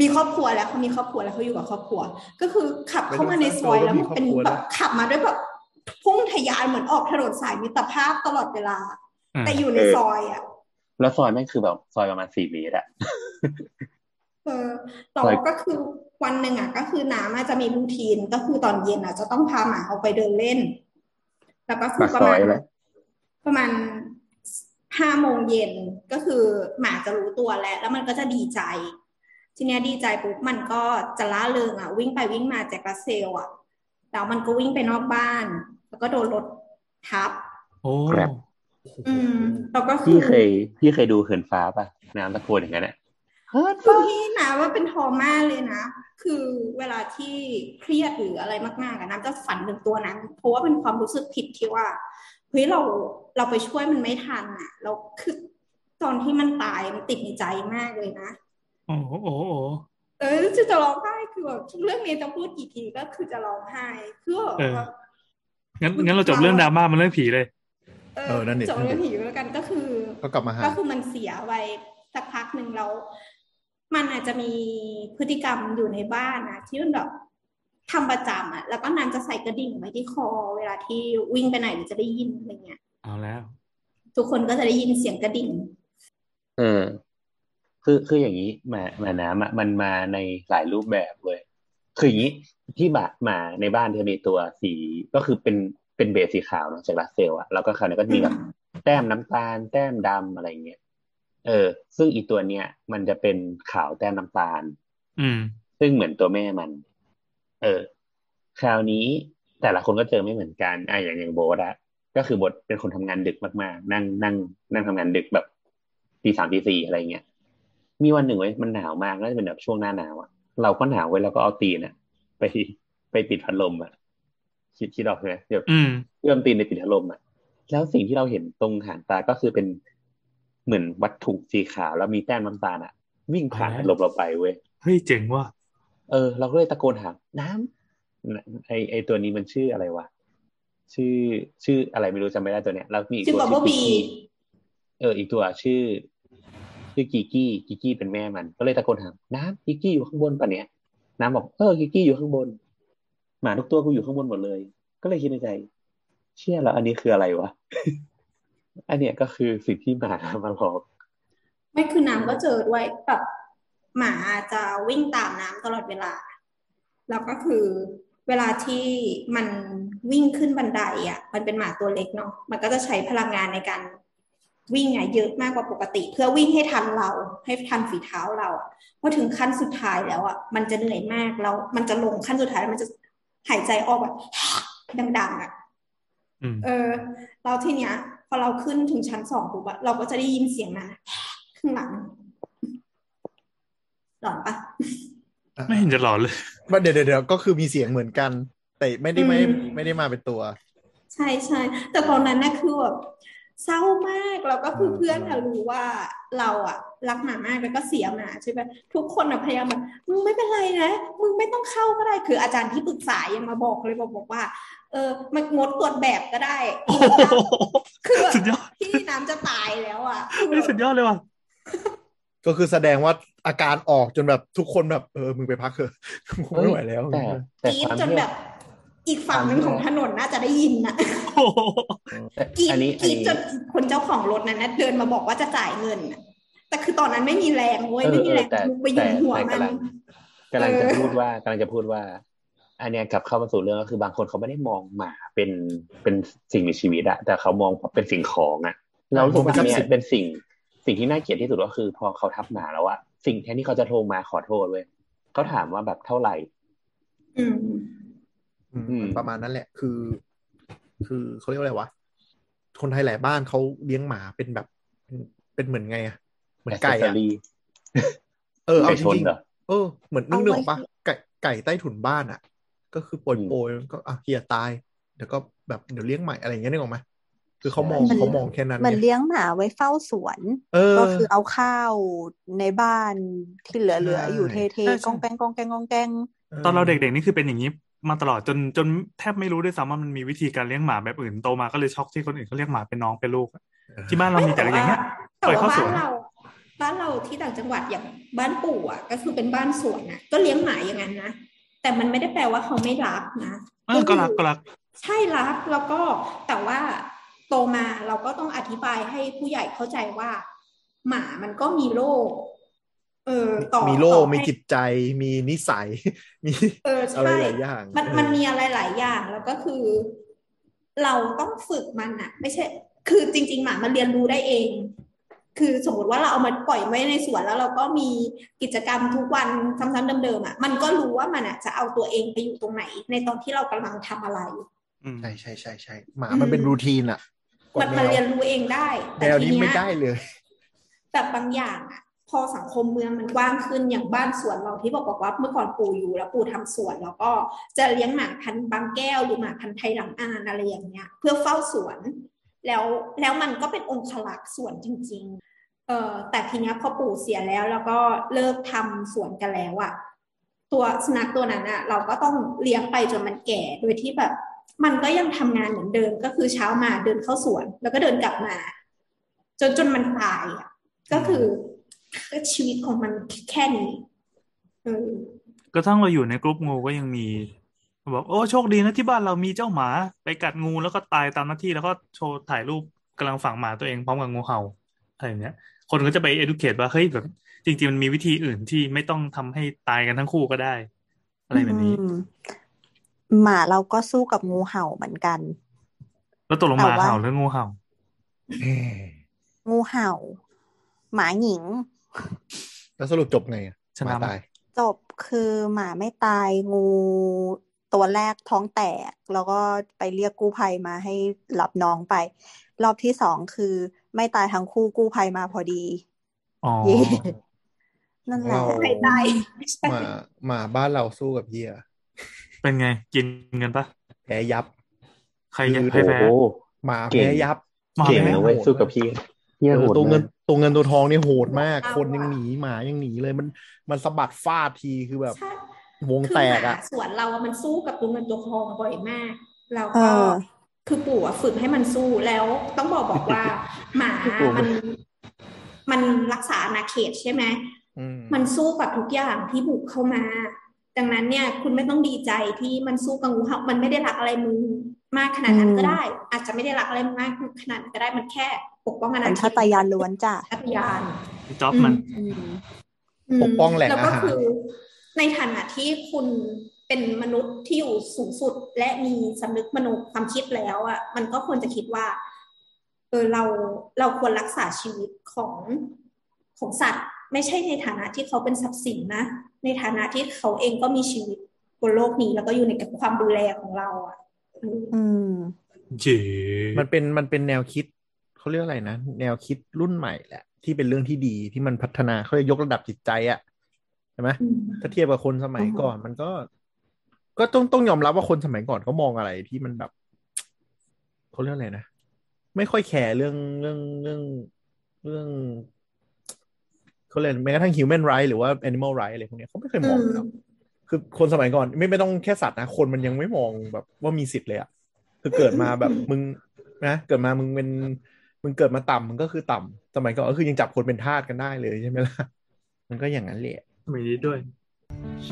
มีครอบครัวแล้วเขามีครอบครัวแล้วเขาอยู่กับครอบครัว ก็คือขับเข้ามาในซอยแล้วมันเป็นแบบขับมาด้วยแบบพุ่งทะยานเหมือนออกถนนสายมิตรภาพตลอดเวลา
อืม
แต่อยู่ในซอยอ่ะ
แล้วซอยแม่งคือแบบซอยประมาณสี่เมตรอะ
เออแต่
ใช่
ว่าก็คือวันหนึ่งอ่ะ ก็คือน้ำอาจจะมีรูทีนก็คือตอนเย็นอ่ะจะต้องพาหมาออกไปเดินเล่น แล้วก็คื
ปา
อก ประ
ซอ
มาณ
ยแล้ว
ประมาณห้าโมงเย็นก็คือหมาจะรู้ตัวแล้ว แล้วมันก็จะดีใจ ทีเนี้ยดีใจปุ๊บมันก็จะล่าเริงอ่ะ วิ่งไปวิ่งมาแจกระเซลอ่ะแล้วมันก็วิ่งไปนอกบ้าน แล้วก็โดนรถทับ
โอ้
อืมแล้วก็คื
พี่
อ
เคยพี่เคยดูเหินฟ้าป่ะ น้ำตะโกนอย่างนั้นอะ
ก็นี่นะว่าเป็นทอมากเลยนะ คือเวลาที่เครียดหรืออะไรมากๆอะน้ำจะฝันถึงตัวนั้น เพราะว่าเป็นความรู้สึกผิดที่ว่าเฮ้ยเราเราไปช่วยมันไม่ทันอ่ะเราคือตอนที่มันตายมันติดในใจมากเลยนะ
โอ้โอ้โอ้โอ้
เออจะจะร้องไห้คือแบบเรื่องนี้จะพูดกี่ทีก็คือจะร้องไห้คือแบบ
เออ
ว่า
งั้นงั้นเราจบเรื่องดราม่ามันเรื่องผีเลย
เอ
เออนั่นดิ
จบเรื่องผีแล้วกันก็คือ
ก็กลับมาหา
ก็คือมันเสียไปสักพักหนึ่งแล้ว มันอาจจะมีพฤติกรรมอยู่ในบ้านนะที่มันแบบทำประจำอะแล้วก็นางจะใส่กระดิ่งไว้ที่คอ เวลาที่วิ่งไปไหนมันจะได้ยินอะไรเงี้ย
เอาแล้ว
ทุกคนก็จะได้ยินเสียงกระดิ่ง
เออ คือคืออย่างนี้หมาหมาน้ำอะมันมาในหลายรูปแบบเลย คืออย่างนี้ที่หมาหมาในบ้านเธอมีตัวสีก็คือเป็นเป็นเบสสีขาวเนาะจากลาเซลอะแล้วก็คราวนี้ก็มีแบบแต้มน้ำตาล แต้มดำอะไรอย่างเงี้ยเออ ซึ่งอีตัวเนี้ยมันจะเป็นขาวแต้มน้ำตาล
อืม
ซึ่งเหมือนตัวแม่มัน เออ คราวนี้แต่ละคนก็เจอไม่เหมือนกันอ่ะอย่างอย่างโบทอะก็คือโบทเป็นคนทำงานดึกมากๆ นั่งนั่ง นั่งทำงานดึกแบบตีสามตีสี่อะไรเงี้ย มีวันหนึ่งเว้ยมันหนาวมากน่าจะเป็นแบบช่วงหน้าหนาวอะเราก็หนาวเว้ยเราก็เอาตีนอะไปไปปิดพัดลมอะคิดคิดออกใช่ไหมเดี๋ยว
อืม
เอื้อมตีนในปิดพัดลมอ่ะ แล้วสิ่งที่เราเห็นตรงหางตาก็คือเป็นเหมือนวัตถุสีขาวแล้วมีแต้มน้ำตาลอ่ะ วิ่งผ่านพัดลมเราไปเว้ย
เฮ้ยเจ๋งว่ะ
เออ เราก็เลยตะโกนถามน้ำไอไอตัวนี้มันชื่ออะไรวะ ชื่อชื่ออะไรไม่รู้จำไม่ได้ตัวเนี้ย แล้วมีอีก
ชื่
ตัว
อ Bubble
ชื่อกิ
Bee
กกี้เออ อีกตัวชื่อ ชื่อกิกกี้กิกกี้เป็นแม่มัน ก็เลยตะโกนถามน้ำกิกกี้อยู่ข้างบนปะเนี้ยน้ำบอกเออกิกกี้อยู่ข้างบนหมาทุกตัวกูอยู่ข้างบนหมดเลย ก็เลยคิดในใจ เชื่อแล้ว อันนี้คืออะไร <laughs> วะ อันเนี้ยก็คือสิ่งที่หมามาหลอก
ไม่คือน้ำก็เจอด้วยแบบหมาจะวิ่งตามน้ำตลอดเวลา แล้วก็คือเวลาที่มันวิ่งขึ้นบันไดอ่ะ มันเป็นหมาตัวเล็กเนาะมันก็จะใช้พลังงานในการวิ่งอ่ะเยอะมากกว่าปกติ เพื่อวิ่งให้ทันเรา ให้ทันฝีเท้าเราอะเพราะถึงขั้นสุดท้ายแล้วอ่ะมันจะเหนื่อยมากแล้วมันจะลงขั้นสุดท้ายแล้วมันจะหายใจออกแบบ <sniffs> ดังๆอ่ะ
อืม
เออเราทีเนี้ย พอเราขึ้นถึงชั้นสองปุ๊บอะเราก็จะได้ยินเสียงนะข้างหลังหลอนปะ
ไม่เห็นจะหลอนเลย
มันเดี๋ยวเดี๋ยวเดี๋ยวก็คือมีเสียงเหมือนกัน แต่ไม่ได้ไม่ได้
อืม
ไม่ได้มาเป็นตัว
ใช่ใช่แต่ตอนนั้นน่ะคือแบบเศร้ามากแล้วก็คือเพื่อนอะรู้ว่าเราอะรักหมามากแล้วก็เสียหมาใช่ไหมทุกคนอะพยายามแบบมึงไม่เป็นไรนะมึงไม่ต้องเข้าก็ได้คืออาจารย์ที่ปรึกษายังมาบอกเลยบอกบอกว่า เออมันงดตรวจแบบก็ได้
โอ้โห
คือแบบ
สุดยอด
พี่น้ำจะตายแล้วอะคือ
เฮ้ย
แบบ
สุดยอดเลยว่ะ
ก็คือแสดงว่าอาการออกจนแบบทุกคนแบบเออมึงไปพักเถอะกูไม่ไหวแล้ว
แต่
ก
แต่
รีด
ความ
จน
ที่
แบบอีกฝั่งหนึ่งของถนนน่าจะได้ยินนะ
โอ้โห
แต่
กรีด
อันนี้
กรีด
อันนี้
จนคนเจ้าของรถนั้นนะเดินมาบอกว่าจะจ่ายเงินน่ะแต่คือตอนนั้นไม่มีแรงเว้ย
เออ
ไม่มีแรง
เออแต่
ลุกไป
แต่
ยืนหัว
แต่
มัน
กำลังกำลัง
เออ
จะพูดว่ากำลังจะพูดว่า อันเนี้ยกลับเข้ามาสู่เรื่องก็คือบางคนเขาไม่ได้มองหมาเป็นเป็นสิ่งมีชีวิตอะแต่เขามองเป็นสิ่งของอะเรารู้สึกว่าอันเนี้
มองเป็นทรัพย์สิ
ย
น
เป็นสิ่งสิ่งที่น่าเกลียดที่สุดก็คือ พอเขาทับหมาแล้วอะสิ่งแทนที่เขาจะโทรมาขอโทษเว้ยเขาถามว่าแบบเท่าไหร่
อืม
อืม
อืม
ประมาณนั้นแหละคือ คือเขาเรียกว่าอะไรวะ คนไทยหลายบ้านเขาเลี้ยงหมาเป็นแบบ เป็นเหมือนไงอะเหมือนไก่อะ
Accessory
เออเอา
ไก่
จ
ชน
ริง
เหรอ
ๆเออเหมือนนึก
เอา
นึก
ไว้
ออกปะไก่ไก่ใต้ถุนบ้านอะก็คือโปรย
อืม
โปรยก็อ่ะเฮียตายเดี๋ยวก็แบบเดี๋ยวเลี้ยงใหม่อะไรอย่างเงี้ยนึกออกไหมคือเขา
ใช่
มองเขามองแค่นั้น
เหมือน
ไง
เลี้ยงหมาไว้เฝ้าสวน
เออ
ก็คือเอาข้าวในบ้านที่เหลือๆอยู่
ใช่
เทๆกองแกงกองแกงกองแกง
ตอนเราเด็กๆนี่คือเป็นอย่างนี้ มาตลอดจนจนแทบไม่รู้ด้วยซ้ำว่ามันมีวิธีการเลี้ยงหมาแบบอื่นโตมาก็เลยช็อกที่คนอื่นเขาเรียกหมาเป็นน้องเป็นลูกอะที่บ้านเรามีแต่
แต่
อย่าง
ว่า
เงี้ย
แต่
ปล่อย
ว่า
เข้าส
บ้า
วนน
เรา บ้านเราที่ต่างจังหวัดอย่างบ้านปู่อ่ะ ก็คือเป็นบ้านสวนอ่ะ ก็เลี้ยงหมาอย่างนั้นนะแต่มันไม่ได้แปลว่าเขาไม่รักนะ
เออก็รักก็รัก
ใช่รักแล้วก็แต่ว่าโตมาเราก็ต้องอธิบายให้ผู้ใหญ่เข้าใจว่า หมามันก็มีโรคเออต่อ
มีโล
ต่อ
มี
ให้
จิตใจมีนิสัย มี
เออ
อะไร
ใช่
หลายอย่าง
มัน
เออ
มันมีอะไรหลายอย่างแล้วก็คือ เราต้องฝึกมันอะไม่ใช่ คือจริง ๆ หมามันเรียนรู้ได้เอง คือสมมติว่าเราเอามันปล่อยไว้ในสวนแล้วเราก็มีกิจกรรมทุกวันซ้ำๆเดิมๆอะมันก็รู้ว่ามันอะจะเอาตัวเองไปอยู่ตรงไหน ในตอนที่เรากำลังทำอะไร
อืม
ใช่ใช่ใช่ใช่หมามันเป็นรูทีนอะก
มั
ว่าน แม
มัน
ว
เรียนรู้เองได้
แมวนี้ไม่ได้เลย
แบบบางอย่างอะพอสังคมเมืองมันกว้างขึ้นอย่างบ้านสวนเราที่บอกบอกว่าเมื่อก่อนปู่อยู่แล้วปู่ทำสวนแล้วก็จะเลี้ยงหมาพันธุ์บางแก้วหรือหมาพันธุ์ไทยหลังอานอะไรอย่างเงี้ย เพื่อเฝ้าสวน แล้วแล้วมันก็เป็นองคลักษ์สวนจริง ๆ เออแต่ทีเนี้ยพอปู่เสียแล้วแล้วก็เลิกทำสวนกันแล้วอะตัวสุนัขตัวนั้นอะเราก็ต้องเลี้ยงไปจนมันแก่โดยที่แบบ มันก็ยังทำงานเหมือนเดิมก็คือเช้ามาเดินเข้าสวน แล้วก็เดินกลับมา จนจนมันตายอะก็คือคือชีวิตของมันแค่นี้เออ
กระทั่งเราอยู่ในกรุ๊ปงูก็ยังมีบอกโอ้โชคดีนะที่บ้านเรามีเจ้าหมา ไปกัดงูแล้วก็ตายตามหน้าที่แล้วก็โชว์ถ่ายรูปกำลังฝังหมาตัวเองพร้อมกับงูเห่าอะไรอย่างเงี้ย คนก็จะไป educate ว่าเฮ้ยแบบจริง ๆ มันมีวิธีอื่นที่ไม่ต้องทำให้ตายกันทั้งคู่ก็ได้ อะไรแบบนี้
อืมหมาเราก็สู้กับงูเห่าเหมือนกัน
แล้วตกลงหมา
แต่ว่า
เห่าหรืองูเห่า
งูเห่า หมาหญิง
แล้วสรุปจบไงอะ
ช
ห
นะ
มา
ไหม
ตาย
จบคือหมาไม่ตายงูตัวแรกท้องแตก แล้วก็ไปเรียกกู้ภัยมาให้รับน้องไป รอบที่สองคือไม่ตายทั้งคู่กู้ภัยมาพอดี
อ๋อ
เย่นั่นแหละ
เรา
ใครตาย
หมาหมาบ้านเราสู้กับเหี้ย
เป็นไงกินกันปะ
แพ้ยับ
ใคร
คือ
ใคร
โอ้
แพ้
โห
หมา
เก่
แพ้
ง
ยับ
หมาแพ้
เก่งนะเว้ยสู้กับพี่เฮีย
เอ
โห
อ
ด
ตัว
มา
เงิ
ก
นตัวเงินตัวทองนี่โหดมาก คนยังหนีหมายังหนีเลยมันมันสะบัดฟาดทีคือแบบ
ใช่
วง
คือ
แต
ห
ก
มา
อ่ะ
สวนเราอะมันสู้กับตัวเงินตัวทองบ่อยมากแล้ว
เอ
ก็
อ
คือปู่อะฝึกให้มันสู้แล้วต้องบอกบอกว่า หมามันมันรักษาอาณาเขตใช่ไหม
อืม
มันสู้กับทุกอย่างที่บุกเข้ามา ดังนั้นเนี่ยคุณไม่ต้องดีใจที่มันสู้กับงูเห่ามันไม่ได้รักอะไรมึงมากขนาดนั้น
อืม
ก็ได้ อาจจะไม่ได้รักอะไรมึงมากขนาดนั้นก็ได้มันแค่ปกป้องอา
สั
ณา
ญ
เข
ชา
ต
ตญาณล้วนจ้ะ
ทัตยาน
จ็อบมัน
อืม
อืม
ปกป้องแหล่ง
แล้ว
อา
ก็
หาร
คือในฐานะที่คุณเป็นมนุษย์ที่อยู่สูงสุดและมีสำนึกมโนความคิดแล้วอ่ะมันก็ควรจะคิดว่าเออเราเราควรรักษาชีวิตของของสัตว์ ไม่ใช่ในฐานะที่เขาเป็นทรัพย์สินนะ ในฐานะที่เขาเองก็มีชีวิตบนโลกนี้ แล้วก็อยู่ในกับความดูแลของเราอ่ะอืม
อืม
เจ๋
มันเป็นมันเป็นแนวคิดเขาเรียกอะไรนะ แนวคิดรุ่นใหม่แหละ ที่เป็นเรื่องที่ดีที่มันพัฒนาเขาจะยกระดับจิตใจอ่ะใช่ไหม
อืม
ถ้าเทียบกับคนสมัย
อือฮึ
ก่อน มันก็ ก็ต้องต้องยอมรับว่าคนสมัยก่อนเขามองอะไรที่มันแบบเขาเรียกอะไรนะไม่ค่อยแคร์เรื่องเรื่องเรื่องเรื่องเขาเรียกแม้กระทั่ง human right หรือว่า animal right อะไรพวกเนี้ยเขาไม่เคยมอง
อืม
หรอกคือคนสมัยก่อน ไม่ไม่ต้องแค่สัตว์นะคนมันยังไม่มองแบบว่ามีสิทธิ์เลยอะคือเกิดมาแบบมึง นะเกิดมามึงเป็นมึงเกิดมาต่ำมึงก็คือต่ำสมัยก่อนก็คือยังจับคนเป็นทาสกันได้เลยใช่ไหมล่ะ มันก็อย่างนั้นแหละ
มีนี้ด้วย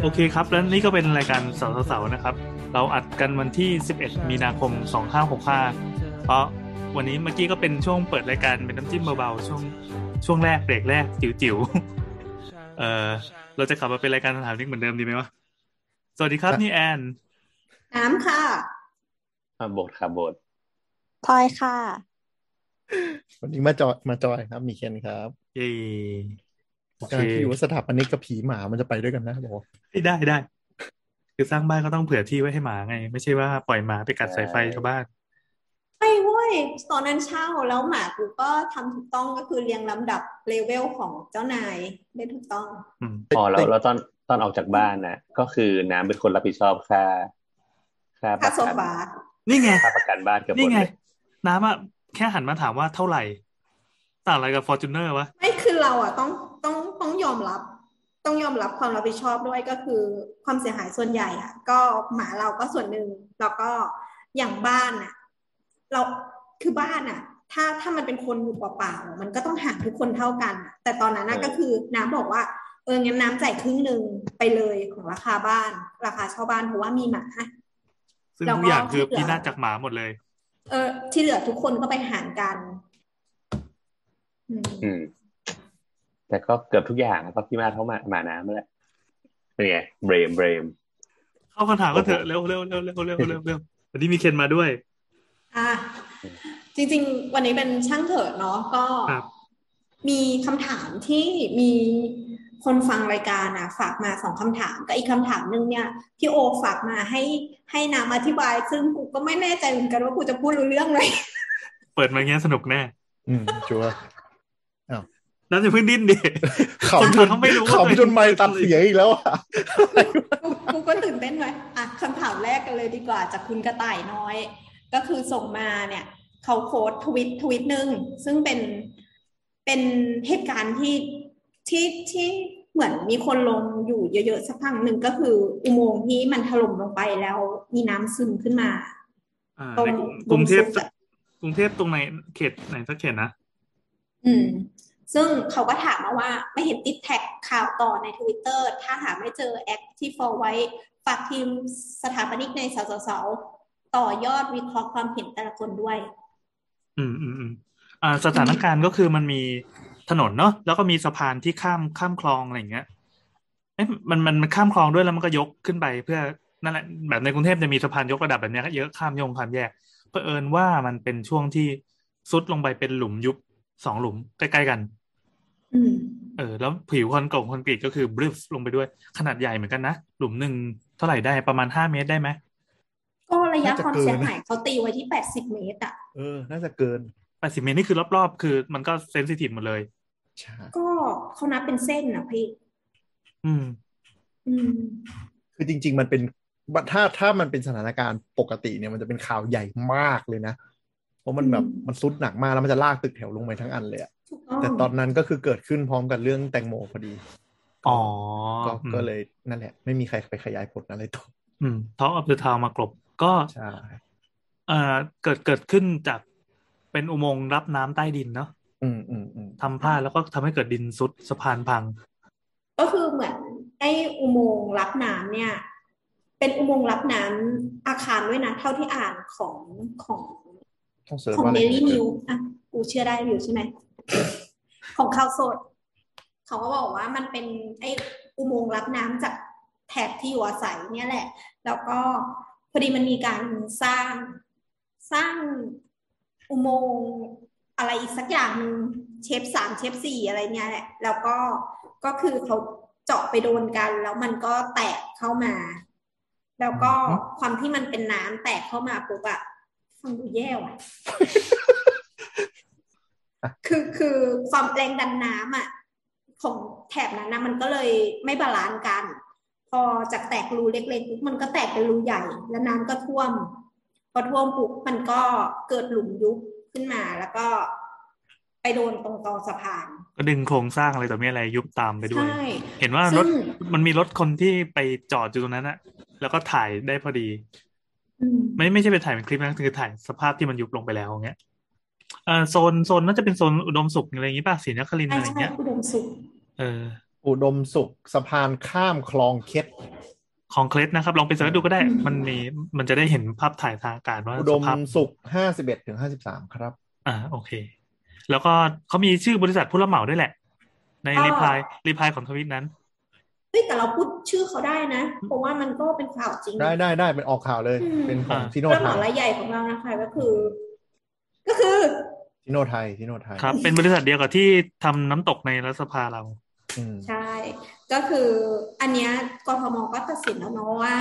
โอเคครับ แล้วนี่ก็เป็นรายการเสาวสานะครับ เราอัดกันวันที่ 11 มีนาคม 2565เพราะวันนี้เมื่อกี้ก็เป็นช่วงเปิดรายการเป็นน้ำจิ้มเบาๆช่วงช่วงแรกเบรกแรกจิ๋วๆ เออเราจะกลับมาเป็นรายการสถามนิกเหมือนเดิมดีไหมวะสวัสดีครับนี่แอน
น้ำค่ะ
อ่ะโบทค่ะโบท
พลอยค่ะ
วันนี้มาจอยมาจอยครับมีเคนครับ
เย้โอเค
กำลังคิดอยู่ว่าสถาปนิกกับผีหมามันจะไปด้วยกันนะบอกว่า
ได้ได้ คือสร้างบ้านก็ต้องเผื่อที่ไว้ให้หมาไง ไม่ใช่ว่าปล่อยหมาไปกัดสายไฟชาวบ้าน
ใช่เว้ยตอนนั้นเช่าแล้วหมากูก็ทำถูกต้องก็คือเรียงลำดับเลเวลของเจ้านายได้ถูกต้อง
อืม
อ๋อแล้วแล้วตอนตอนออกจากบ้านนะก็คือน้ำเป็นคนรับผิดชอบค่า ค่าป
ค่า
ระ
โซ
กัน
ฟา
นี่ไง
ค่าประกันบ้านเกับหม
นี่
ด
ไง
เลย
น้ำอะแค่หันมาถามว่าเท่าไหร่ ต่างอะไรกับฟอร์จูเนอร์วะ
ไม่คือเราอ่ะต้องต้องต้องยอมรับ ต้องยอมรับความรับผิดชอบด้วยก็คือความเสียหายส่วนใหญ่อ่ะ ก็หมาเราก็ส่วนหนึ่งแล้วก็อย่างบ้านอ่ะ เราคือบ้านอ่ะ ถ้าถ้ามันเป็นคนอยู่เปล่าๆมันก็ต้องหารทุกคนเท่ากันอะแต่ตอนนั้นนะ
เออ
ก็คือน้ำบอกว่าเอองั้นน้ำจ่ายครึ่งหนึ่งไปเลยของราคาบ้าน ราคาเช่าบ้านเพราะว่ามีหมา
ซึ่ง
แล้วก็
ทุกอย่างคือพินาศจากหมาหมดเลย
เออที่เหลือทุกคนก็ไปหารกันอืม
อืม แต่ก็เกือบทุกอย่างนะครับพี่มาเท่ามาหมาน้ำนั่นแหละเป็นไงเบรมเบรม
เข้าคำถามก็เถอะเร็วเร็วเร็วเร็วเร็วเร็วเร็ววันนี้มีเคนมาด้วย
อ่ะจริง ๆ วันนี้เป็นช่างเถิดเนาะก็
ครับ
มีคำถามที่มีคนฟังรายการอ่ะ ฝากมาสองคำถามกับอีกคำถามหนึงเนี่ยพี่โอฝากมาให้ให้นำอธิบาย ซึ่งกูก็ไม่แน่ใจเหมือนกันว่ากูจะพูดรู้เรื่องไหม
เปิดมาอย่างเงี้ยสนุกแน่
อืมชัวร์
น้ำจะพึ่งดิ้นดิ
เขา
<laughs> คน
จ
ฟั
น
งเขาไม่รู้ว่า
เขา
ตัวเอง
จนไม่ตัดเสียอีกแล้วอ่ะ
กูกูก็ตื่นเต้นไว้อ่ะคำถามแรกกันเลยดีกว่าจากคุณกระต่ายน้อย ก็คือส่งมาเนี่ยเขาโพสต์ทวิตทวิตหนึ่งซึ่งเป็นเป็นเหตุการณ์ที่ที่ที่เหมือนมีคนลงอยู่เยอะๆสักพักหนึ่งก็คืออุโมงค์ที่มันถล่มลงไปแล้วมีน้ำซึมขึ้นมา
อ่า
ตรง
ในกรุงเทพ
ตรงสุดอะ
กรุงเทพตรงไหนเขตไหนสักเขตนะ
อืม ซึ่งเขาก็ถามมาว่าไม่เห็นติดแท็กข่าวต่อในทวิตเตอร์ถ้าหาไม่เจอแอคที่ฟอร์ไว้ ฝากทีมสถาปนิกในสสสต่อยอดวิเคราะห์ความเห็นแต่ละคนด้วย
อืมอืมอืมอ่าสถานการณ์ก็คือมันมีถนนเนาะแล้วก็มีสะพานที่ข้ามข้ามคลองอะไรอย่างเงี้ยเอ๊ะมันมันมันข้ามคลองด้วยแล้วมันก็ยกขึ้นไปเพื่อนั่นแหละแบบในกรุงเทพจะมีสะพานยกระดับแบบเนี้ยเยอะข้ามยงข้ามแยกเผอิญว่ามันเป็นช่วงที่ซุดลงไปเป็นหลุมยุบสองหลุมใกล้ๆกัน
อืม
เออแล้วผิวคอนกรงคอนกรีตก็คือบริฟลงไปด้วยขนาดใหญ่เหมือนกันนะ หลุมหนึ่งเท่าไหร่ได้ประมาณห้าเมตรได้ไหม
ก็ระยะ
น่าจะ
ความ
เกิน
เสียหายเขาตีไว้ที่แปดสิบเมตรอ่ะ
เออ น่าจะเกิน
แปดสิบเมตรนี่คือรอบๆ คือมันก็เซนซิทีฟหมดเลย
ใช่
ก็เขานับเป็นเส้นนะพี่
อืม
อืม
คือจริง ๆ มันเป็นถ้าถ้ามันเป็นสถานการณ์ปกติเนี่ยมันจะเป็นข่าวใหญ่มากเลยนะเพราะมันแบบ
อืม
มันซุดหนักมากแล้วมันจะลากตึกแถวลงไปทั้งอันเลยอะ
ถูกต้อง
แต่ตอนนั้นก็คือเกิดขึ้นพร้อมกับเรื่องแตงโมพอดีก็
อ๋อ
ก็
อืม
ก็เลยนั่นแหละ ไม่มีใครไปขยายผลอะไรต่อ
อืมท็อปอัพเดอะทาวมากลบก็
ใช่
เอ่อเกิดเกิดขึ้นจากเป็นอุโมงค์รับน้ำใต้ดินเนาะ
อืมอืมอืม
ทำพลาดแล้วก็ทำให้เกิดดินซุดสะพานพัง
ก็คือเหมือนไอ้อุโมงค์รับน้ำเนี่ย เป็นอุโมงค์รับน้ำอาคารด้วยนะ เท่าที่อ่านของของ
ต้องเสิร์ช
ของ
ว่าอะไร
เด
เกิ
ลี่
ดขึ้
นิ
น
วอ่ะกูเชื่อได้อยู่ใช่ไหม ของข่าวสด เขาก็บอกว่ามันเป็นไออุโมงค์รับน้ำจากแถบที่อยู่อาศัยเนี่ยแหละ แล้วก็พอดีมันมีการสร้างสร้างอุโมงค์อะไรอีกสักอย่างหนึ่งเชฟสามเชฟสี่อะไรเนี่ยแหละ แล้วก็ก็คือเขาเจาะไปโดนกัน แล้วมันก็แตกเข้ามา แล้วก็ความที่มันเป็นน้ำแตกเข้ามาปุ๊บอะฟังดูแย่ว่ะ คือคือความแรงดันน้ำอ่ะของแถบนั้นนะมันก็เลยไม่บาลานซ์กัน พอจากแตกรูเล็กๆปุ๊บมันก็แตกเป็นรูใหญ่ แล้วน้ำก็ท่วม พอท่วมปุ๊บมันก็เกิดหลุมยุบขึ้นมา แล้วก็ไปโดนตรงตอสะพาน
ก็ดึงโครงสร้างอะไรต่อมีอะไรยุบตามไปด้วย
ใช่
เห็นว่าร
ซึ่
ถ
ง
มันมีรถคนที่ไปจอดอยู่ตรงนั้นอะแล้วก็ถ่ายได้พอดี
อืม
ไม่ไม่ใช่ไปถ่ายเป็นคลิปนะคือถ่ายสภาพที่มันยุบลงไปแล้วอย่างเงี้ยเอ่อโซนโซนน่าจะเป็นโซนอุดมสุขอะไรอย่างงี้ป่ะศรีนครินทร์
ใช่
อะไรอ
ใช่
ย่างเงี้ย
อุดมสุข
เออ
อุดมสุขสะพานข้ามคลองเคส
ของเคลสนะครับ ลองไปเสิร์ชดูก็ได้ มันมีมันจะได้เห็นภาพถ่ายทางอากาศว่า
อุดม
สภาพ
สุขห้าสิบเอ็ดถึงห้าสิบสามครับ
อ่าโอเค แล้วก็เขามีชื่อบริษัทผู้รับเหมาด้วยแหละ ในรีพายรีพายของทวิตนั้น
เฮ้ยแต่เราพูดชื่อเขาได้นะเพราะว่ามันก็เป็นข่าวจริง
ได้ได้ได้เป็นออกข่าวเลย
อืม
เป็นของ
อ่า
ซิโน
เรื่องห
ไท
ลั
ย
งรายใหญ่ของเรานะคะก็คือ ก็คือ
ซิโนไทยซิโนไทย
ครับ เป็นบริษัทเดียวกับที่ทำน้ำตกในรัฐสภาเรา
อืม
ใช่ ก็คืออันเนี้ยกทมก็ตัดสินแล้วเนาะว่า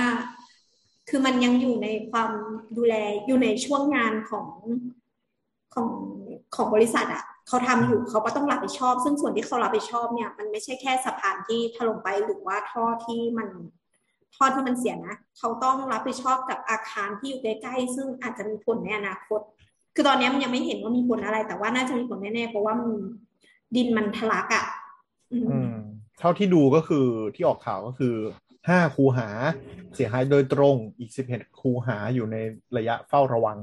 คือมันยังอยู่ในความดูแลอยู่ในช่วงงานของของของบริษัทอะเขาทำอยู่เขาก็ต้องรับผิดชอบ ซึ่งส่วนที่เขารับผิดชอบเนี่ย มันไม่ใช่แค่สะพานที่ถล่มไปหรือว่าท่อที่มันท่อที่มันเสียนะเขาต้องรับผิดชอบกับอาคารที่อยู่ใกล้ๆซึ่งอาจจะมีผลในอนาคต คือตอนเนี้ยมันยังไม่เห็นว่ามีผลอะไร แต่ว่าน่าจะมีผลแน่ๆเพราะว่ามันดินมันทะลักอะอืม
อืมเท่าที่ดูก็คือที่ออกข่าวก็คือห้าคูหา เสียหายโดยตรงอีกสิบเอ็ดคูหาอยู่ในระยะเฝ้าระวัง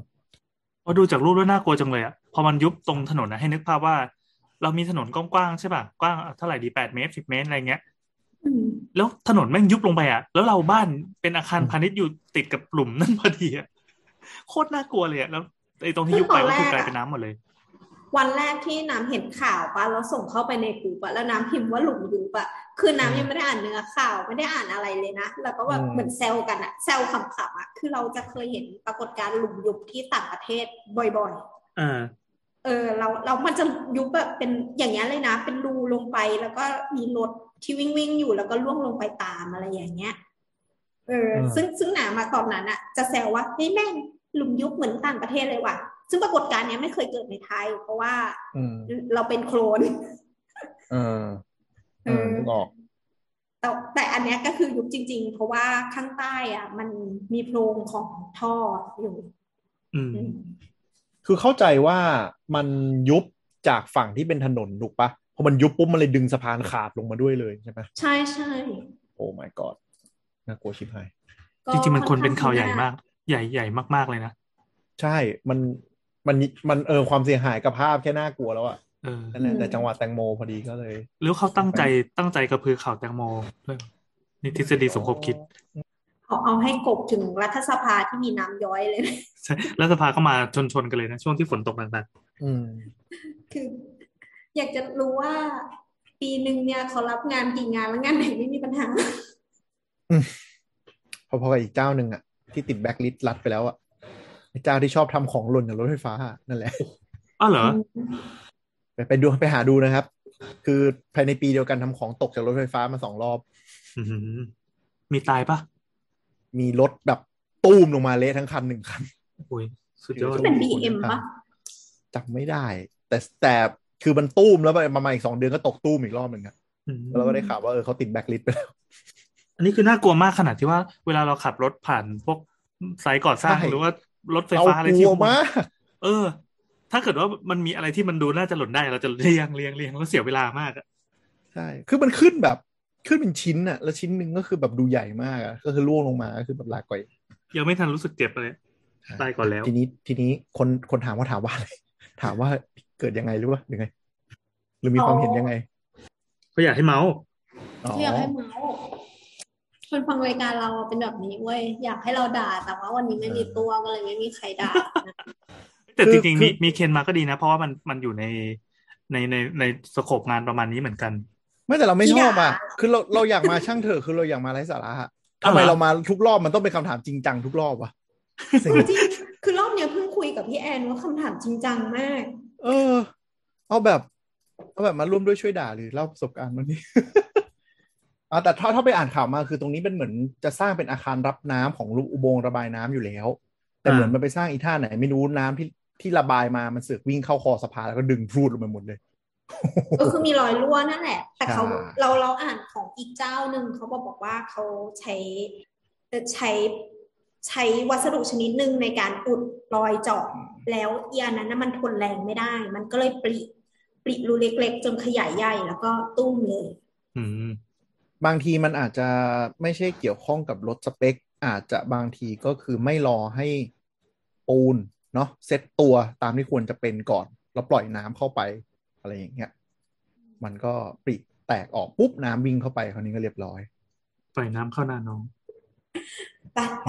พอดูจากรูปแล้วน่ากลัวจังเลยอะพ อมันยุบตรงถนนนะให้นึกภาพว่า เรามีถนนกว้างๆใช่ป่ะกว้างเท่าไหร่ดีแปดเมตรสิบเมตรอะไรเงี้ย
อืม
แล้วถนนแม่งยุบลงไปอ่ะ แล้วเราบ้านเป็นอาคารพาณิชย์อยู่ติดกับหลุมนั่นพอดีอ่ะ โคตรน่ากลัวเลยอ่ะ แล้วไอ้ตรงที่ยุบไปก็คือกลายเป็นน้ำหมดเลย
วันแรกที่น้ำเห็นข่าวปะแล้วส่งเข้าไปในกลุ่มปะแล้วน้ำพิมพ์ว่าหลุมยุบปะคือน้ำยังไม่ได้อ่านเนื้อข่าวไม่ได้อ่านอะไรเลยนะแล้วก็แบบ
อืม
เหมือนแซวกันอะแซวขำๆอะคือเราจะเคยเห็นปรากฏการณ์หลุมยุบที่ต่างประเทศบ่อยๆ
อ่า
เออเราเรามันจะยุบแบบเป็นอย่างนี้ยเลยนะ เป็นรูลงไปแล้วก็มีรถที่วิ่งวิ่งอยู่แล้วก็ล่วงลงไปตามอะไรอย่างเงี้ยเออ
อืม
ซึ่งซึ่งหนามาตอนนั้นอะจะแซวว่าเฮ้ยแม่งหลุมยุบเหมือนต่างประเทศเลยว่ะ ซึ่งปรากฏการณ์เนี้ยไม่เคยเกิดในไทย เพราะว่า
อืม
เราเป็นโคลน <laughs>
เออเออนึกออก
แต่แต่อันเนี้ยก็คือยุบจริง ๆ เพราะว่าข้างใต้อ่ะ มันมีโพรงของท่ออยู่
อืม
อืม
คือเข้าใจว่ามันยุบจากฝั่งที่เป็นถนนถูกปะพอมันยุบปุ๊บมันเลยดึงสะพานขาดลงมาด้วยเลยใช่ไหม
ใช่ใช่
โอ้ my god น่ากลัวชิบหาย
ก็
จริงๆ มันควร
อ
เป็นข่าวใหญ่
ที่
มาก ใหญ่ใหญ่มากๆเลยนะ
ใช่ มัน มัน มันเออความเสียหายกับภาพแค่น่ากลัวแล้วอะ
เออ
นั่นแหละแต่จังหวะแตงโมพอดีก็เลย
หรือเขาตั้งใจตั้งใจกระพือข่าวแตงโมด้วยนี่ทฤษฎีสมคบคิด
เอาเอาให้กบถึงรัฐสภาที่มีน้ำย้อยเลย
ใช่แล้วสภาก็มาชนชนๆกันเลยนะ ช่วงที่ฝนตกหนัก
อืม
คืออยากจะรู้ว่า ปีหนึ่งเนี่ยเขารับงานกี่งานแล้วงานไหนไม่มีปัญหา
พอๆกับอีกเจ้าหนึ่งอะที่ติดแบ็คลิสต์รัดไปแล้วอะไอ้เจ้าที่ชอบทำของหล่นกับรถไฟฟ้าอะนั่นแหละ
ๆอ้าวเหรอ
ไปไปดูไปหาดูนะครับ คือภายในปีเดียวกันทำของตกจากรถไฟฟ้ามาสองรอบ
อื้อหือมีตายปะ
มีรถแบบตูมลงมาเละทั้งคันหนึ่งคัน
โอ้ยสุดยอด
เป็น BM ปะ
จำไม่ได้ แต่แต่คือมันตู้มแล้วไปประมาณอีกสองเดือนก็ตกตู้มอีกรอบหนึ่งอะ
อืม
แล้วเราก็ได้ข่าวว่าเออเขาติดแบ็คลิสต์ไปแล้ว
อันนี้คือน่ากลัวมากขนาดที่ว่าเวลาเราขับรถผ่านพวกไซต์ก่อสร้าง
ใช่
หรือว่ารถไฟ
เอา
ฟ้าอะไร
ก
ที่
ลัวมาก
เออ ถ้าเกิดว่ามันมีอะไรที่มันดูน่าจะหล่นได้เราจะเรียงเรียงเรียงแล้วเสียเวลามากอะ
ใช่ คือมันขึ้นแบบขึ้นเป็นชิ้นอะแล้วชิ้นหนึ่งก็คือแบบดูใหญ่มากอะก็คือล่วงลงมาก็คือแบบลาก่อย
ยังไม่ทันรู้สึกเจ็บเลย
ใช่
ตายก่อนแล้ว
ทีนี้ทีนี้คนคนถามว่าถามว่าอะไร ถามว่าเกิดยังไงหรือว่ายังไง หรือมีความเห็นยังไง
เขาอยากให้เมาส์
อ๋อ
อยากให้เมาส์คนฟังรายการเราเป็นแบบนี้เว้ยอยากให้เราด่าแต่ว่าวันนี้ไม่มีตัวก็เลยไม่มีใครด่านะ
แต่จริงๆมีมีเคนมาก็ดีนะ เพราะว่ามันมันอยู่ในในในในสโคปงานประมาณนี้เหมือนกัน
ไม่แต่เราไม่ชอบอะคือเราเราอยากมาช่างเถอะคือเราอยากมาไร้สาระอะ
อ้าว
ทำ
เหรอ
ไมเรามาทุกรอบมันต้องเป็นคำถามจริงจังทุกรอบวะเซ็ง
จริงคือรอบเนี้ยเพิ่งคุยกับพี่แอนว่าคำถามจริงจังมาก
เออ เอาแบบ เอาแบบมาร่วมด้วยช่วยด่าหรือเล่าประสบการณ์วันนี้ <laughs> อ่าแต่ถ้าถ้าไปอ่านข่าวมาคือตรงนี้เป็นเหมือนจะสร้างเป็นอาคารรับน้ำของลูกอุโมงค์ระบายน้ำอยู่แล้ว แต่
อ่า
เหมือนมันไปสร้างอีท่าไหน ไม่รู้น้ำที่ที่ระบายมามันเสือกวิ่งเข้าคอสะพานแล้วก็ดึงพ <laughs> รูดลงไปหมดเลย
ก็คือมีรอยรั่วนั่นแหละ แต่เขา
ใช่
เราเราอ่านของอีกเจ้าหนึ่งเขาบอกบอกว่าเขาใช้เอ่อใช้ใช้วัสดุชนิดหนึ่งในการอุดรอยเจาะแล้วอีอันนั้นนะมันทนแรงไม่ได้ มันก็เลยปริปริรูเล็กๆ จนขยายใหญ่แล้วก็ตุ้มเลย
อืม
บางทีมันอาจจะไม่ใช่เกี่ยวข้องกับรถสเปค อาจจะบางทีก็คือไม่รอให้ปูนเนาะเซ็ตตัวตามที่ควรจะเป็นก่อน แล้วปล่อยน้ำเข้าไป อะไรอย่างเงี้ยมันก็ปริแตกออกปุ๊บน้ำวิ่งเข้าไปคราวนี้ก็เรียบร้อย
ปล่อยน้ำเข้าหน้าน้อง
ไปไป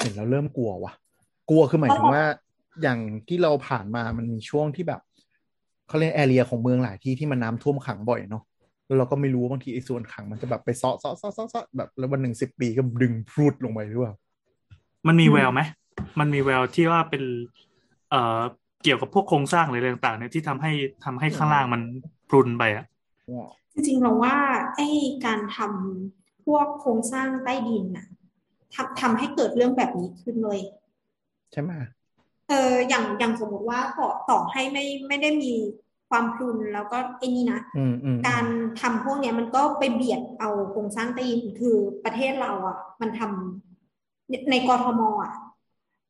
เห็นแล้วเริ่มกลัววะ่ะ กลัวคือหมายถึงว่าอย่างที่เราผ่านมามันมีช่วงที่แบบเขาเรียกแอเรียของเมืองหลายที่ที่มันน้ำท่วมขังบ่อยเนาะแล้วเราก็ไม่รู้ว่าบางทีไอ้ส่วนขังมันจะแบบไปเซาะเซาะเซาะเซาะเซาะแบบแล้ววันหนึ่งสิบปีก็ดึงพรูดลงไปหรือเปล่า
มันมี
อืม
แววไหม มันมีแววที่ว่าเป็น เอ่อ เกี่ยวกับพวกโครงสร้างหรืออะไรต่างๆเนี่ยที่ทำให้ทำให้ข้างล่างมันพรุนไปอ่ะ
จริงๆเราว่าไอ้การทำพวกโครงสร้างใต้ดินน่ะทำทำให้เกิดเรื่องแบบนี้ขึ้นเลย
ใช่ไหม
เอออย่างอย่างสมมติว่าต่อต่อให้ไม่ไม่ได้มีความพรุนแล้วก็ไอ้นี่นะ
อืมอืม
การทำพวกเนี้ยมันก็ไปเบียดเอาโครงสร้างใต้ดินคือประเทศเราอ่ะ มันทำในในกรทมอ่ะ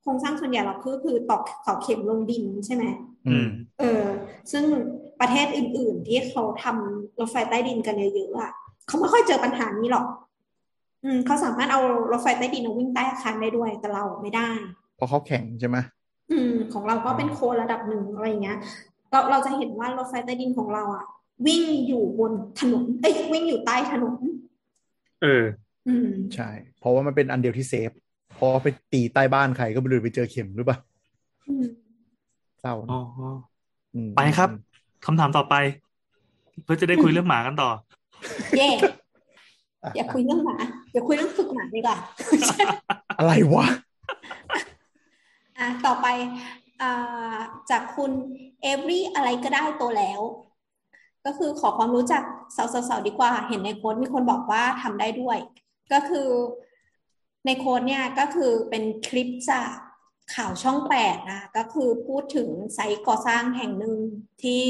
โครงสร้างส่วนใหญ่เราคือคือตอกเสาเข็มลงดินใช่ไหม
อืม
เออ ซึ่งประเทศอื่น ๆ ที่เขาทำรถไฟใต้ดินกันเยอะๆอ่ะเขาไม่ค่อยเจอปัญหานี้หรอก อืมเขาสามารถเอารถไฟใต้ดินมาวิ่งใต้อาคารได้ด้วยแต่เราไม่ได้
เพราะเขาแข็งใช่ไหม
อืมของเราก็เป็นโคระดับหนึ่งอะไรอย่างเงี้ยเราเราจะเห็นว่ารถไฟใต้ดินของเราอ่ะ วิ่งอยู่บนถนนเอ้ยวิ่งอยู่ใต้ถนน
เออ
อืม
ใช่ เพราะว่ามันเป็นอันเดียวที่เซฟเพอไปตีใต้บ้านใครก็ไม่รู้ไปเจอเข็มหรือเปล่า
อืม
เศร้า
อ๋
นะ
อ
ม
ไปครับ คำถามต่อไป เพื่อจะได้คุยเรื่องหมากันต่อ
เย่
อ่ะ
อย่าคุยเรื่องหมาอย่าคุยเรื่องฝึกหมาดีกว่า
อะไรวะ
อ่ะต่อไปอ่าจากคุณ every อะไรก็ได้โตแล้ว ก็คือขอความรู้จักสาวๆๆดีกว่า เห็นในโค้ดมีคนบอกว่าทำได้ด้วย ก็คือในโค้ดเนี่ยก็คือเป็นคลิปจากข่าวช่องแปดนะก็คือพูดถึงไซต์ก่อสร้างแห่งหนึ่งที่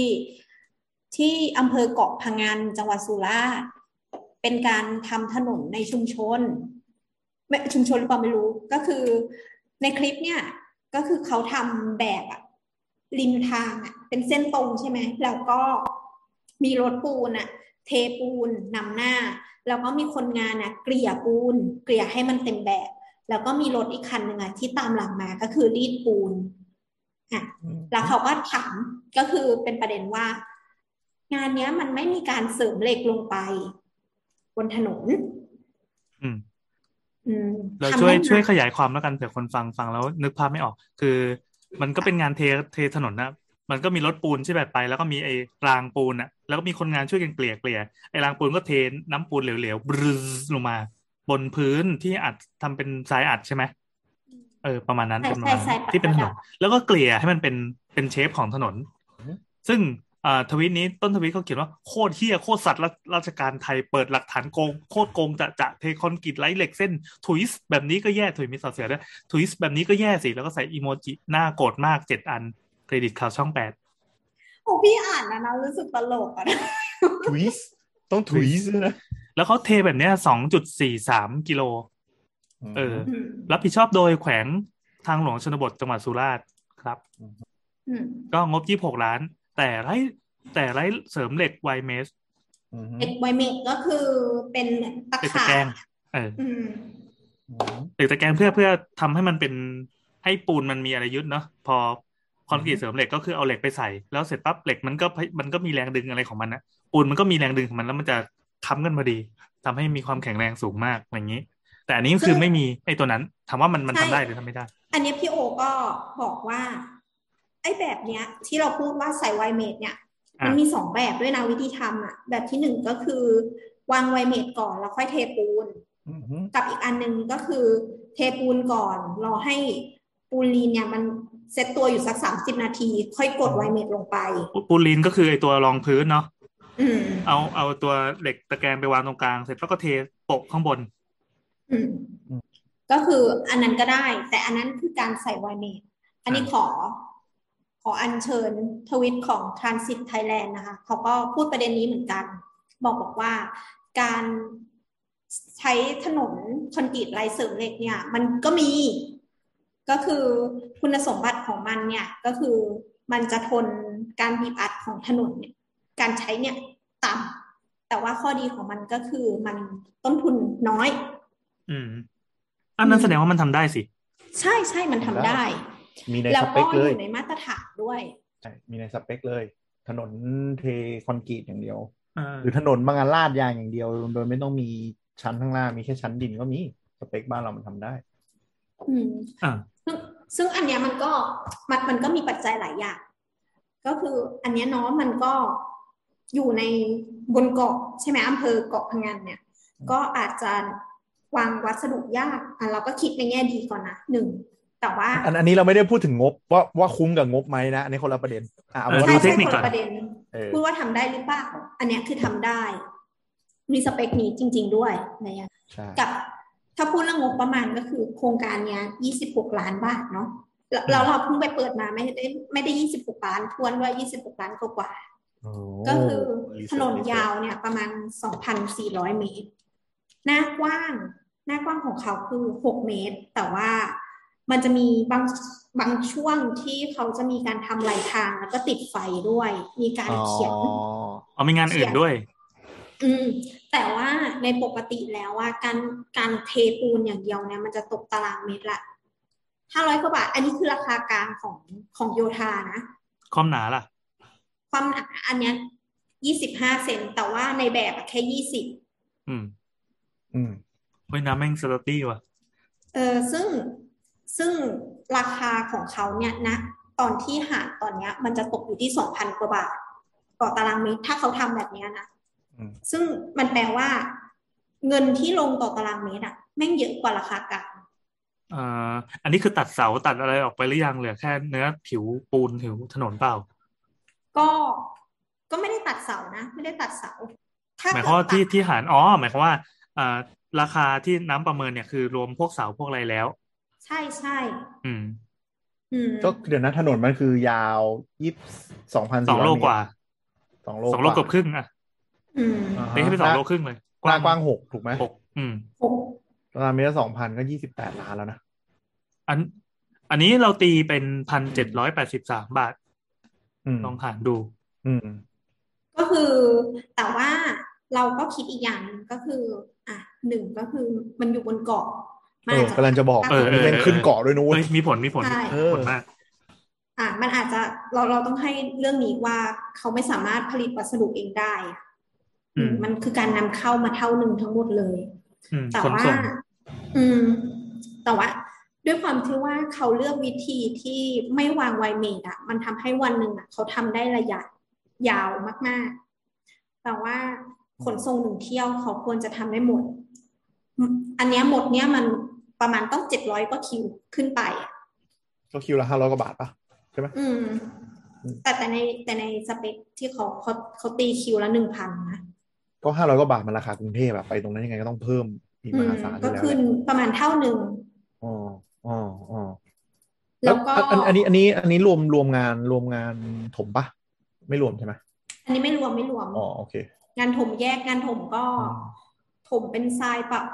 ที่อำเภอเกาะพะงันจังหวัดสุราษฎร์เป็นการทำถนนในชุมชนไม่ชุมชนหรือเปล่าไม่รู้ก็คือ ในคลิปเนี่ยก็คือเขาทำแบบอะริมทางอะเป็นเส้นตรงใช่ไหมแล้วก็มีรถปูนอะเทปูนนำหน้า แล้วก็มีคนงานอะเกลี่ยปูน เกลี่ยให้มันเต็มแบบ แล้วก็มีรถอีกคันหนึ่งอะที่ตามหลังมาก็คือรีดปูนอ่ะ แล้วเขาก็ถามก็คือเป็นประเด็นว่า งานเนี้ยมันไม่มีการเสริมเหล็กลงไป บนถนน
อืม
อืม
เรา
ทำ
ช่วย
ได้ไหม
ช่วยขยายความแล้วกันเผื่อคนฟังฟังแล้วนึกภาพไม่ออก คือ มันก็เป็นงานเทเทถนนนะมันก็มีรถปูนที่แบบไป แล้วก็มีไอ้รางปูนอ่ะ แล้วก็มีคนงานช่วยกันเกลี่ยเกลี่ยไอ้รางปูนก็เทน้ำปูนเหลวๆบรึซลงมา บนพื้นที่อัดทำเป็นทรายอัดใช่ไหมเออประมาณนั้น
ใช่
ประมาณนั้น
ใช่ใช่
ที่เป็นถน
ปะดั
น
บ
แล้วก็เกลี่ยให้มันเป็นเป็นเชฟของถนน
อืม
ซึ่งเอ่อทวิตนี้ต้นทวิตเขาเขียนว่าโคตรเฮียโคตรสัตว์ราชการไทยเปิดหลักฐานโกงโคตรโกงจะจะเทคอนกรีตไร้เหล็กเส้นถุยส์แบบนี้ก็แย่ถุยมีสอดเสียด้วยถุยส์แบบนี้ก็แย่สิ แล้วก็ใส่อีโมจิหน้าโกรธมากเจ็ดอันเครดิตข่าวช่องแปด
โอ้พี่อ่านนะนะรู้สึกตลกอะนะ
ทวิสต้องทวิสด้วยนะ
แล้วเขาเทแบบเนี้ยสองจุดสี่สามกิโล เออ
อืม
รับผิดชอบโดยแขวงทางหลวงชนบทจังหวัดสุราษฎร์ครับ
อืม
ก็งบยี่หกล้าน แต่ไร้แต่ไร้เสริมเหล็กไวเมส
อืม
เด็กไวเมกก็คือเป็นเหมือนตะ
เหล็กตะ
ขา
แกร
บ
งเออ
อืม
อืม
เหล็กตะแกรงเพื่อเพื่อทำให้มันเป็นให้ปูนมันมีอะไรยึดเนาะพอคอนกรี
อื
ต
ม
เสริมเหล็กก็คือเอาเหล็กไปใส่ แล้วเสร็จปั๊บเหล็กมันก็พยมันก็มีแรงดึงอะไรของมันนะปูนมันก็มีแรงดึงของมันแล้วมันจะค้ำกันพอดีทำให้มีความแข็งแรงสูงมากอย่างนี้ แต่อันนี้
ซึ่
คือง ไม่มีไอ้ตัวนั้นถามว่ามันมัน
ใช่
ทำได้หรือทำไม่ได้
อันเนี้ยพี่โอก็บอกว่า ไอ้แบบเนี้ย ที่เราพูดว่าใส่ไวเมดเนี่ย
อ่ะ
มันมีสองแบบด้วยนะวิธีทำอ่ะ แบบที่หนึ่งก็คือ วางไวเมดก่อนแล้วค่อยเทปูน
อืม
กับอีกอันหนึ่งก็คือ เทปูนก่อนรอให้ปูนลีนเนี่ย มันเซตตัวอยู่สักสามสิบนาที ค่อยกดไวเมดลงไป
ปูปูลีนก็คือไอ้ตัวรองพื้นเนาะ
อืม
เอาเอาตัวเหล็กตะแกรงไปวางตรงกลางเสร็จแล้วก็เทโปะข้างบน
อืมก็คืออันนั้นก็ได้ แต่อันนั้นคือการใส่ไวเมดอันนี้ขอ ขออัญเชิญทวิตของ Transit Thailand นะคะ เขาก็พูดประเด็นนี้เหมือนกัน บอกบอกว่าการใช้ถนนคอนกรีตไร้เสริมเหล็กเนี่ย มันก็มี ก็คือคุณสมบัติของมันเนี่ย ก็คือมันจะทนการบีบอัดของถนนเนี่ย การใช้เนี่ยต่ำแต่ว่าข้อดีของมันก็คือมันต้นทุนน้อย
อืม อันนั้นแสดงว่ามันทำได้สิ
ใช่ใช่มันทำได้
มีใน
แล้
ส
ว
เป
ก็
ค
อ
เลย
ยู่ในมาตรฐานด้วย
ใช่มีในสเปคเลย ถนนเทคอนกรีตอย่างเดียว
เออ
หรือถนนบางอันลาดยางอย่างเดียว โดยไม่ต้องมีชั้นข้างล่างมีแค่ชั้นดินก็มีสเปคบ้านเรามันทำได้
อืม
อ่ะ
ซึ่งซึ่งอันเนี้ยมันก็มันมันก็มีปัจจัยหลายอย่าง ก็คืออันเนี้ยเนาะมันก็อยู่ในบนเกาะใช่ไหมอำเภอเกาะพะงันเนี่ย ก็อาจจะวางวัสดุยากอ่ะเราก็คิดในแง่ดีก่อนนะหนึ่งแต่ว่า
อันอันนี้เราไม่ได้พูดถึงงบว่าว่าคุ้มกับงบไหมนะอันนี้คนละประเด็นอ่ะ
อ
เอาเป็
อ
นว่า
ใช่
ดูเท
ใช่
คนิค
คน
ก่อน
ละประเด็น
เออ
พูดว่าทำได้หรือเปล่าอันเนี้ยคือทำได้ มีสเปคนี้จริง ๆ ด้วยอะไรอย่างเงี้ย
ใช่
กับถ้าพูดเรื่องงบประมาณก็คือโครงการเนี้ย 26 ล้านบาทเนาะแล้วแล้วเราเพิ่งไปเปิดมาไม่ได้ไม่ได้ 26 ล้านทวนด้วย 26 ล้านกว่า
โอ้
ๆก็คือถนนยาวเนี่ยประมาณ 2,400 เมตร หน้ากว้าง หน้ากว้างของเขาคือ 6 เมตร แต่ว่ามันจะมีบางบางช่วงที่เขาจะมีการทำไหลทางแล้วก็ติดไฟด้วย มีการเขียน
เอามีงานอื่นด้วย
อืมแต่ว่าในปกติแล้วว่าการการเทปูนอย่างเดียวเนี่ยมันจะตกตารางเมตรละ ห้าร้อยกว่าบาท อันนี้คือราคากลางของของโยธานะ
ความหนาล่ะ
ความหนาอันเนี้ยยี่สิบห้าเซนแต่ว่าในแบบอะแค่ยี่สิบ
อืม
อืม
เฮ้ยน้ำแม่งสตอตี้ว่ะ
เออซึ่งซึ่งราคาของเขาเนี่ยนะ ตอนที่หารตอนเนี้ย มันจะตกอยู่ที่สองพันกว่าบาท ต่อตารางเมตรถ้าเขาทำแบบเนี้ยนะ
อืม
ซึ่งมันแปลว่า เงินที่ลงต่อตารางเมตรอะแม่งเยอะกว่าราคากลาง
เอ่ออันนี้คือตัดเสาตัดอะไรออกไปหรือยังเหลือแค่เนื้อผิวปูนผิวถนนเปล่า
ก็ก็ไม่ได้ตัดเสานะไม่ได้ตัดเสา
หมายค
เกิด
วามว่า
ตั
ที่
ด
ที่หารอ๋อหมายความว่าเอ่อราคาที่น้ำประเมินเนี่ยคือรวมพวกเสาพวกอะไรแล้ว
ใช่ใช่
อืม
อืม
ก็เดี๋ยวนะถนนมันคือยาวยี่สองพัน
สองโลกว่า
สองโล
สองโลเกือบครึ่งอ่ะ
อืม
อ่าฮะ
ตีให้เป็นสองโลครึ่งเลย
กว้างกว้างหกถูกไหม
หกอืม
หก
ตารางเมตรสองพันก็ยี่สิบแปดล้านแล้วนะ
อัน อันนี้เราตีเป็นพันเจ็ดร้อยแปดสิบสามบาท
อืม
ลองหารดู
อืม
ก็คือ แต่ว่าเราก็คิดอีกอย่างหนึ่งก็คือ อ่ะหนึ่งก็คือมันอยู่บนเกาะมัน
เออ
อาจจะ
กำลังจะบอก
เออเออ
นี่แม่งขึ้นเกาะด้วยนู้น
เฮ้ยมีผลมีผล
ใช่
มีผลมาก
อ่ะมันอาจจะเราเราต้องให้เรื่องนี้ว่าเขาไม่สามารถผลิตวัสดุเองได้อ่ะ
อืม
มันคือการนำเข้ามาเท่าหนึ่งทั้งหมดเลย
อืม
แต่
ขน
ว่า
ส่ง
อืม แต่ว่า ด้วยความที่ว่าเขาเลือกวิธีที่ไม่วางไวเมดอ่ะ มันทำให้วันหนึ่งอ่ะ เขาทำได้ระยะยาวมาก ๆ แต่ว่าขนส่งหนึ่งเที่ยวเขาควรจะทำได้หมด อันเนี้ยหมดเนี้ยมันประมาณต้องเจ็ดร้อยกว่าคิวขึ้นไปอ่ะ
ก็คิวละห้าร้อยกว่าบาทปะ
อืม
อืม
แต่แต่ในแต่ในสเปคที่เขาเขาเขาตีคิวละหนึ่งพันนะ
ก็ห้าร้อยกว่าบาทมันราคากรุงเทพอะไปตรงนั้นยังไงก็ต้องเพิ่มอีก
อื
ม
ม
หาศาลอ
ก็
ยู่แล้ว
ขึ้น
เนี่ย
ประมาณเท่าหนึ่ง
อ๋ออ๋ออ๋อ
แล้วก็
อันอันนี้อันนี้อันนี้รวมรวมงานรวมงานถมปะไม่รวมใช่ไหม
อันนี้ไม่รวมไม่รวม
อ๋อโอเค
งานถมแยกงานถมก็
อืม
ถมเป็นทรายปรับ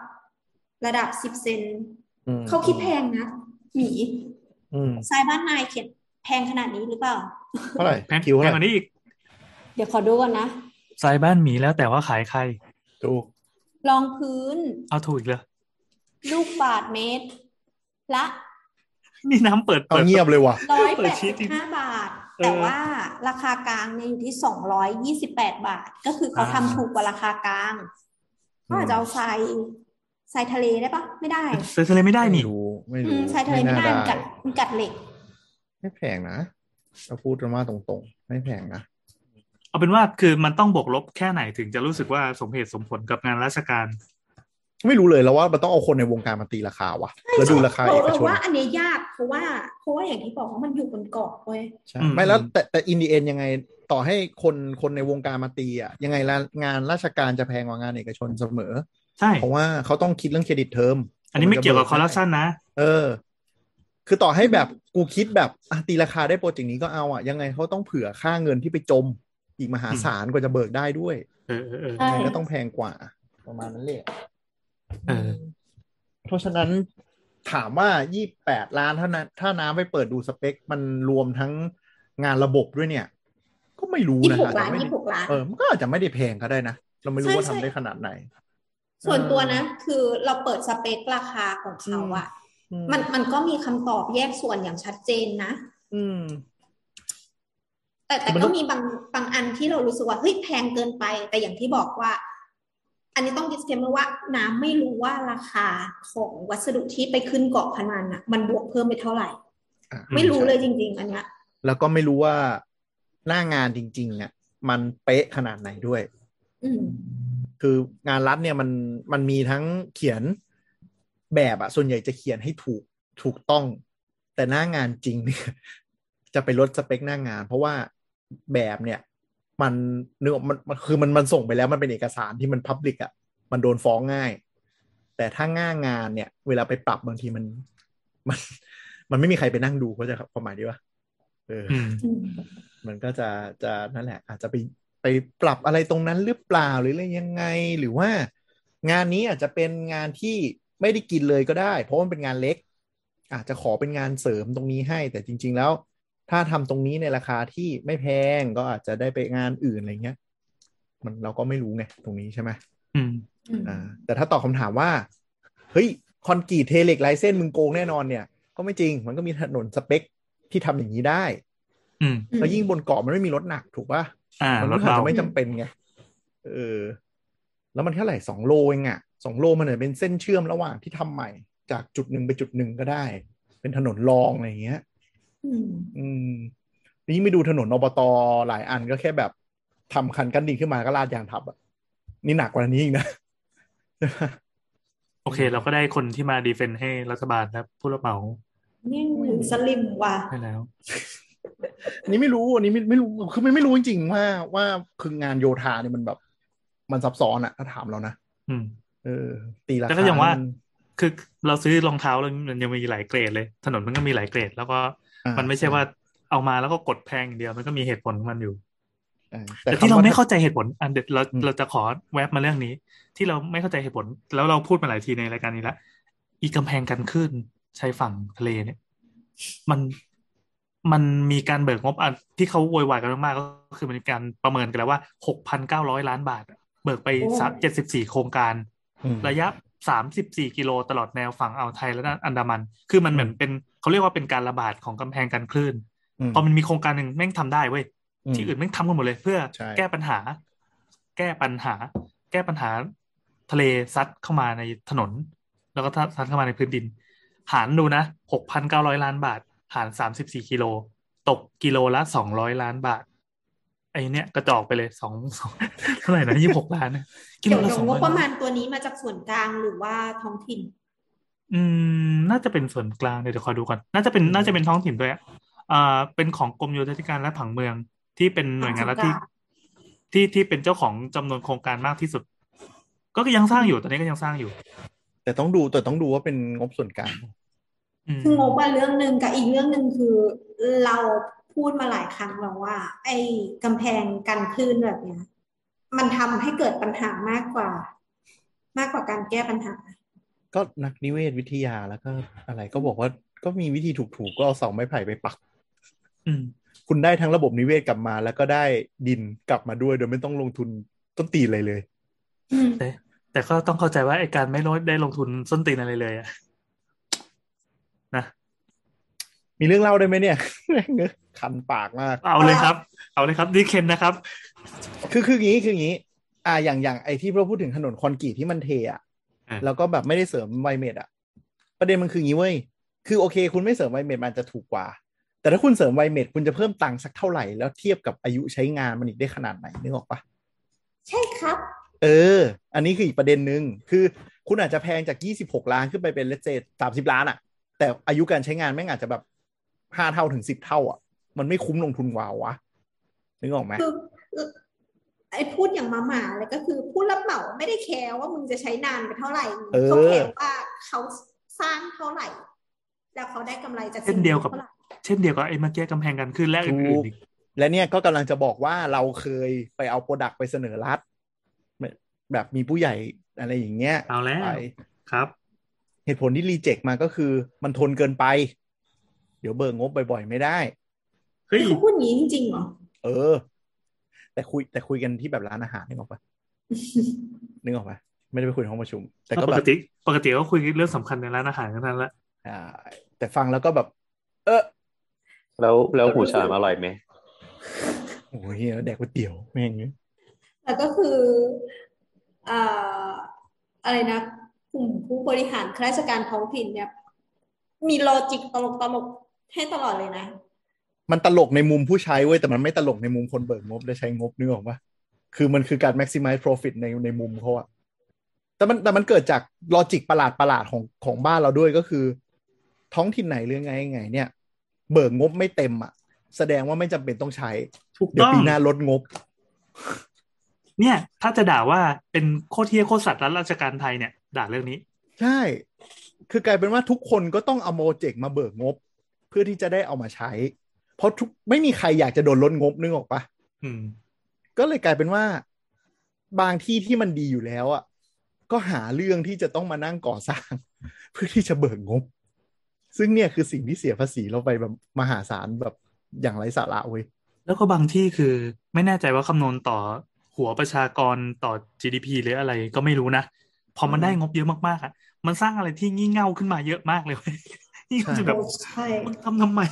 ระดับสิบเซน
อืม
เขาคิดแพงนะ หมี
อืม
ทรายบ้านนายเขียนแพงขนาดนี้หรือเปล่า
เท่าไหร่
แพง
คิว
แพ
เท่าง
ก
ไหร่
ว่านี้อีก
เดี๋ยวขอดูก่อนนะ
ไซส์บ้านหมีแล้วแต่ว่าขายใคร
ถูก
รองพื้น
เอาถูกอีกเลย
ลูกบาทเมตร ละ
นี่น้ำเปิด
เอา
เปิด
เงียบเลยว่ะ
ร้อย
เปิ
แป
ด
ด
ชี
สิ
ท
บ
ดิ
ห้าบาท
เออ
แต่ว่าราคากลางเนี่ยอยู่ที่สองร้อยยี่สิบแปดบาท ก็คือเขาทำถูกกว่าราคากลางเขาอาจจะเอาทรายทรายทะเลได้ปะไม่ได้
ซื้อทะเลไม่ได้นี่
รู้ไม่
อื
รู้
มทรายทะเลไม่
น่า
ได้มันกัดมันกัดเหล็ก
ไม่แพงนะเราพูดกันว่าตรงๆ ไม่แพงนะ
เอาเป็นว่าคือมันต้องบวกลบแค่ไหนถึงจะรู้สึกว่าสมเหตุสมผลกับงานราชการ
ไม่รู้เลยแล้วว่ามันต้องเอาคนในวงการมาตีราคาว่ะแล้วดูราคา
เรา
เอก
เรา
ชน
ว่าอันเนี้ยยากเพราะว่าเพราะว่าอย่างที่บอกว่ามันอยู่บนเกาะเว้ย
ใช่
อืม
ไม่แล้ว
อืม
แต่แต่อินดีเอนยังไงต่อให้คนคนในวงการมาตีอ่ะยังไงละงานราชการจะแพงกว่างานเอกชนเสมอ
ใช่
เพราะว่าเขาต้องคิดเรื่องเครดิตเทอม
อันนี้ไม่เกี่ยวกับคอร์รัปชันนะ
เออ คือต่อให้แบบกูคิดแบบอ่ะตีราคาได้โปรเจกต์นี้ก็เอาอ่ะยังไงเขาต้องเผื่อค่าเงินที่ไปจม อีกมหาศาลกว่าจะเบิกได้ด้วย
เออเออเออ
ยังไงก็ต้องแพงกว่า ประมาณนั้นแหละ
เออ
เพราะฉะนั้นถามว่า 28 ล้านถ้าน้ำถ้าน้ำไปเปิดดูสเปค มันรวมทั้งงานระบบด้วยเนี่ย ก็ไม่รู้
ยี่
นะ
หก
อาจ
ล้าน
จะไม่
ยี่หกล้าน
เออมันก็อาจจะไม่ได้แพงก็ได้นะ เราไม่รู้
ใช่
ว่าทำ
ใช่
ได้ขนาดไหน
ส่วนตัวนะ คือเราเปิดสเปคราคาของเขาอะ
อืม
มันมันก็มีคำตอบแยกส่วนอย่างชัดเจนนะ
อืม
แต่แต่
มันต้
ก็
อง
มีบางบางอันที่เรารู้สึกว่าเฮ้ยแพงเกินไป แต่อย่างที่บอกว่า อันนี้ต้อง disclaimer ว่าน้ำไม่รู้ว่าราคาของวัสดุที่ไปขึ้นเกาะพนันอะมันบวกเพิ่มไปเท่าไหร่
อ่ะ
ไม่รู้เลยจริง ๆ อันเนี้ย
แล้วก็ไม่รู้ว่าหน้างานจริงๆอ่ะมันเป๊ะขนาดไหนด้วย
อืม
คืองานรัฐเนี่ยมันมันมีทั้งเขียนแบบอะส่วนใหญ่จะเขียนให้ถูกถูกต้อง แต่หน้างานจริงเนี่ย <laughs> จะไปลดสเปคหน้างาน เพราะว่าแบบเนี่ย มันเนื้ออกมันมันคือมันมันส่งไปแล้วมันเป็นเอกสารที่มันพับลิกอะมันโดนฟ้องง่าย แต่ถ้าง่างานเนี่ย เวลาไปปรับบางทีมัน มัน มันไม่มีใครไปนั่งดูเขาใจะความหมายดีว่าเอออ
อืม
อืม
มันก็จะจะนั่นแหละ อาจจะไปไปปรับอะไรตรงนั้นหรือเปล่าหรืออะไรยังไงหรือว่า งานนี้อาจจะเป็นงานที่ไม่ได้กินเลยก็ได้ เพราะมันเป็นงานเล็ก อาจจะขอเป็นงานเสริมตรงนี้ให้ แต่จริง ๆ แล้ว ถ้าทำตรงนี้ในราคาที่ไม่แพงก็อาจจะได้ไปงานอื่นอะไรเงี้ย มันเราก็ไม่รู้ไงตรงนี้ใช่ไหม
อืม
อืม
อ่าแต่ถ้าตอบคำถามว่า เฮ้ย คอนกรีตเทเล็กไลเส้นมึงโกงแน่นอนเนี่ย ก็ไม่จริง มันก็มีถนนสเปคที่ทำอย่างนี้ได้
อืม
แล้วยิ่งบนเกาะมันไม่มีรถหนักถูกป่ะ
อ่า
มัน
รถ
ก็อาจ
เบา
จะไม่จำเป็นไง เออ แล้วมันเท่าไหร่สองโลเองอะสองโลมันเหมือนเป็นเส้นเชื่อมระหว่างที่ทำใหม่ จากจุดหนึ่งไปจุดหนึ่งก็ได้ เป็นถนนรองอะไรอย่างเงี้ย
อืม
อืมแล้วยิ่งไปดูถนนอบตหลายอันก็แค่แบบทำคันกันดินขึ้นมาก็ลาดยางทับอะนี่หนักกว่านี้อีกนะ
โอเค เราก็ได้คนที่มาดีเฟนต์ให้รัฐบาลและผู้รับเหมา
เนี่ยงหรือสลิมว่ะ
ให้แล้ว
อันนี้ไม่รู้อันนี้ไม่ไม่รู้คือไม่ไม่รู้จริงๆว่าว่าคืองานโยธาเนี่ยมันแบบ มันซับซ้อนอะถ้าถามเรานะ
อืม
เออ ตีราคา
แต่ก็อย่างว่า
มัน
คือเราซื้อรองเท้าแล้วมันยังมีหลายเกรดเลย ถนนมันก็มีหลายเกรด แล้วก็
อ่ะ
มันไม่ใช่ว่าเอามาแล้วก็กดแพงอย่างเดียวมันก็มีเหตุผลของมันอยู่
อ่ะ
แต่
คำ
ที่เรา
ว่
ไม่เข้าใจเหตุผลอันเด็ดเรา
อืม
เราจะขอแวบมาเรื่องนี้ ที่เราไม่เข้าใจเหตุผล แล้วเราพูดมาหลายทีในรายการนี้ละอีกำแพงกันคลื่นชายฝั่งทะเลเนี่ย มันมันมีการเบิกงบอันที่เขาโวยวายกันมากๆก็คือมันมีการประเมินกันแล้วว่าหกพันเก้าร้อยล้านบาท เบิกไป
โอ้
สักเจ็ดสิบสี่โครงการ
อืม
ระยะ 34 กิโลตลอดแนวฝั่งอ่าวไทยและด้านอันดามัน คือมันเหมือนเป็นเขาเรียกว่าเป็นการระบาดของกำแพงกันคลื่น พอมันมีโครงการหนึ่งแม่งทำได้เว้ย
ม
ที่อื่นแม่งทำกันหมดเลย เพื่อ
ใช่
แก้ปัญหา แก้ปัญหา แก้ปัญหา ทะเลซัดเข้ามาในถนน แล้วก็ซัดเข้ามาในพื้นดิน หารดูนะ 6,900 ล้านบาท หาร 34 กิโล ตกกิโลละ 200 ล้านบาท ไอเนี้ยกระจอกไปเลยสองสอง <laughs> เท่าไหร่นะ26 ล้านนะกิโล
เดี๋ยว
ละ
เดี๋ยวง
200
บ
ล้น
ประมาณตัวนี้มาจากส่วนกลางหรือว่าท้องถิ่น
อืมน่าจะเป็นส่วนกลางเดี๋ยวเดี๋ยวขอดูก่อนน่าจะเป็นน่าจะเป็นท้องถิ่นด้วยอะอ่าเป็นของกรมโยธาธิการและผังเมืองที่เป็นหน่วยงานรัฐ
ขอ
ที่
งจังหวั
ที่ที่เป็นเจ้าของจำนวนโครงการมากที่สุด ก็ยังสร้างอยู่ตอนนี้ก็ยังสร้างอยู่
แต่ต้องดูแต่ต้องดูว่าเป็นงบส่วนกลาง
อืม
คืองบมาเรื่องหนึ่งกับอีกเรื่องหนึ่งคือเราพูดมาหลายครั้งแล้วว่า ไอ้กำแพงกันคลื่นแบบเนี้ย มันทำให้เกิดปัญหามากกว่า มากกว่าการแก้ปัญหา
ก็นักนิเวศวิทยาแล้วก็อะไรก็บอกว่าก็มีวิธีถูกๆก็เอาเสาไม้ไผ่ไปปัก
อืม
คุณได้ทั้งระบบนิเวศกลับมา แล้วก็ได้ดินกลับมาด้วย โดยไม่ต้องลงทุนต้นตีนอะไรเลย
อืม
แต่ก็ต้องเข้าใจว่าไอการไม่ลดได้ลงทุนส้นตีนอะไรเลยอะนะ
มีเรื่องเล่าได้ไหมเนี่ย <laughs> คันปากมาก
เอาเลยครับ เอาเลยครับนี่เคนนะครับ
คือคืออย่างนี้คืออย่างนี้ อ่าอย่างอย่างไอที่เราพูดถึงถนนคอนกรีตที่มันเทอะ
อ่ะ
แล้วก็แบบไม่ได้เสริมไวเมดอะประเด็นมันคืออย่างนี้เว้ยคือโอเค คุณไม่เสริมไวเมดมันจะถูกกว่า แต่ถ้าคุณเสริมไวเมดคุณจะเพิ่มตังค์สักเท่าไหร่แล้วเทียบกับอายุใช้งานมันอีกได้ขนาดไหนนึกออกปะ
ใช่ครับ
เออ อันนี้คืออีกประเด็นหนึ่งคือคุณอาจจะแพงจาก 26 ล้านขึ้นไปเป็นเลเซสามสิบล้านอะ่ะ แต่อายุการใช้งานแม่งอาจจะแบบห้าเท่าถึงสิบเท่าอะ่ะ มันไม่คุ้มลงทุนวาววะ นึกออกไหม
คือไอ้พูดอย่างมาหมาเลยก็คือผู้รับเหมาไม่ได้แคร์ว่ามึงจะใช้นานไปเท่าไหร่เขาแคร์ว่าเขาสร้างเท่าไหร่ แล้วเขาได้กำไรจากสิ่ง
เช่นเดียวกับ
ท่าไหร่
เช่นเดียวกับไอเมื่อกี้กำแพงกันขึ้นและอื่นๆอีก
และเนี่ยก็กำลังจะบอกว่าเราเคยไปเอาโปรดักต์ไปเสนอรัฐแบบมีผู้ใหญ่อะไรอย่างเงี้ย
เอาแล้ว
ไป
ครับ
เหตุผลที่รีเจ็คมาก็คือ มันทนเกินไป เดี๋ยวเบิกงบบ่อยๆไม่ได้
เฮ้ย
เขาพูดอย่างนี้จริงๆเหรอ
เออ แต่คุยแต่คุยกันที่แบบร้านอาหารนึกอ
<laughs>
อกปะ นึกออกปะไม่ได้ไปคุยในห้องประชุม แต่ก็
ป
แบ
ก
บ
ติปกติก็คุยเรื่องสำคัญในร้านอาหารกันทั้งนั้นละ
อ่า แต่ฟังแล้วก็แบบ เออ
แล้วแล้วหูฉลามอร่อยไหม
โอ้ยแดกก๋วยเตี๋ยวแม่ง
แล้วก็คือเอ่ออะไรนะกลุ่มผู้บริหารข้าราชการท้องถิ่นเนี่ย มีลอจิกตลกตลกๆให้ตลอดเลยนะ
มันตลกในมุมผู้ใช้เว้ยแต่มันไม่ตลกในมุมคนเบิกงบและใช้งบนึกออกปะคือมันคือการ maximize profit ในในมุมเขาอะแต่มันแต่มันเกิดจากลอจิกประหลาดประหลาดๆของของบ้านเราด้วยก็คือ ท้องถิ่นไหนเรื่องไงไง เนี่ย เบิกงบไม่เต็มอะแสดงว่าไม่จำเป็นต้องใช้
ถูก
เดี๋ยว
ต้อง
ปีหน้าลดงบ
เนี่ย ถ้าจะด่าว่าเป็นโคตรเทียโคตรสัตว์รัฐราชการไทยเนี่ย ด่าเรื่องนี้
ใช่ คือกลายเป็นว่าทุกคนก็ต้องเอาโมเจกต์มาเบิกงบ เพื่อที่จะได้เอามาใช้ เพราะทุกไม่มีใครอยากจะโดนลดงบนึกออกปะ
อืม
ก็เลยกลายเป็นว่า บางที่ที่มันดีอยู่แล้วอ่ะ ก็หาเรื่องที่จะต้องมานั่งก่อสร้าง <laughs> เพื่อที่จะเบิกงบ ซึ่งเนี่ยคือสิ่งที่เสียภาษีเราไปแบบมหาศาลแบบอย่างไร้สาระเว้ย
แล้วก็บางที่คือไม่แน่ใจว่าคำนวณต่อหัวประชากรต่อ GDP หรืออะไรก็ไม่รู้นะ พอมันได้งบเยอะมากๆอ่ะ <laughs> มันสร้างอะไรที่งี่เง่าขึ้นมาเยอะมากเลยเว้ย นี่ก็จะแบบ
โอ้ใช่
มึงทำทำไม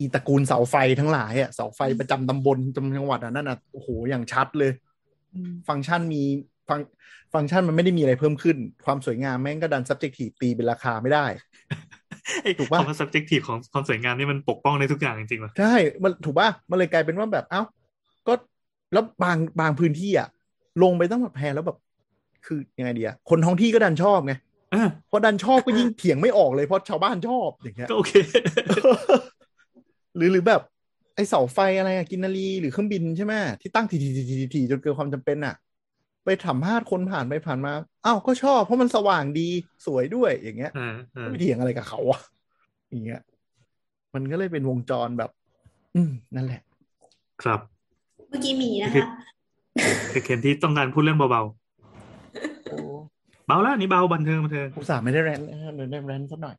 อีตระกูลเสาไฟทั้งหลายอ่ะเสาไฟประจำตำบลจำจังหวัดอ่ะนั่นอ่ะโอ้โหอย่างชัดเลย ฟังก์ชันมีฟังฟังก์ชันมันไม่ได้มีอะไรเพิ่มขึ้น ความสวยงามแม่งก็ดัน subjective ตีเป็นราคาไม่ได้
ไอ้
ถูกปะ
คำว่า subjective ของความสวยงามนี่มันปกป้องในทุกอย่างจริงๆว่ะ
ใช่มันถูกป่ะมันเลยกลายเป็นว่าแบบเอ้า ก็แล้วบางบางพื้นที่อ่ะ ลงไปตั้งแบบแพงแล้วแบบ คือยังไงดีอ่ะคนท้องที่ก็ดันชอบไง
เออ
พอดันชอบก็ยิ่งเถียงไม่ออกเลยเพราะชาวบ้านชอบอย่า
<laughs>
งเงี้ย
ก็โอเค
หรือหรือแบบไอเสาไฟอะไรอะกินนารีหรือเครื่องบินใช่ไหมที่ตั้งทีทีทีทีทีจนเกินความจำเป็นอะไปสัมภาษณ์คนผ่านไปผ่านมาอ้าวก็ชอบเพราะมันสว่างดีสวยด้วยอย่างเงี้ย
อ่าอ่า
ไม่เถียงอะไรกับเขาอะอย่างเงี้ยมันก็เลยเป็นวงจรแบบ อืมนั่นแหละ
ครับ
เมื่อกี้มีนะ
คื
คะ
อ คือเคนที่ต้องการพูดเรื่องเบาๆ เบาแล้วอันนี่เบาบันเทิงบันเทิง
อุตส่าห์ไม่ได้แรนนะครับเดี๋ยวได้แรนสักหน่อย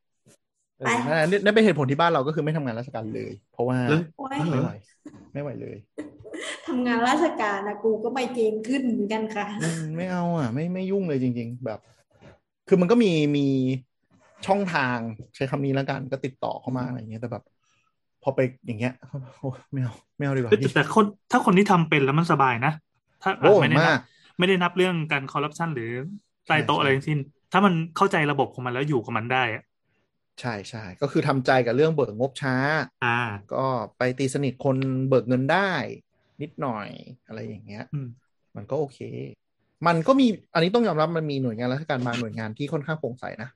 เออนั่นนั่นนั่นเป็นเหตุผลที่บ้านเราก็คือไม่ทำงานราชการเลย เพราะว่า
แล้ว
โอ้ย
เออ
ไม่ไหวไม่ไหวเลย
ทำงานราชการนะกูก็ไมเกรนขึ้นเหมือนกันค่ะ
อืมไม่เอาอ่ะ ไม่ไม่ยุ่งเลยจริง ๆ แบบ คือมันก็มีมีช่องทางใช้คำนี้แล้วกันก็ติดต่อเข้ามาอะไรอย่างเงี้ยแต่แบบ พอไปอย่างเงี้ <laughs> ยโอ้ไม่เอาไม่เอาดีกว่า
แต่แต่คนถ้าคนที่ทำเป็นแล้วมันสบายนะ ถ้า
โอ้
อ่ะไม่ได้นั
มา
บ
ก
ไม่ได้นับเรื่องการคอร์รัปชันหรือใต้โต๊ะ
ใช่
อะไรทั้งสิ้น ถ้ามันเข้าใจระบบของมันแล้วอยู่กับมันได้อะ
ใช่ใช่ก็คือทำใจกับเรื่องเบิกงบช้า
อ่า
ก็ไปตีสนิทคนเบิกเงินได้ นิดหน่อยอะไรอย่างเงี้ย
อืม
มันก็โอเค มันก็มี อันนี้ต้องยอมรับมันมีหน่วยงานราชการบางหน่วยงานที่ค่อนข้างโปร่งใสนะ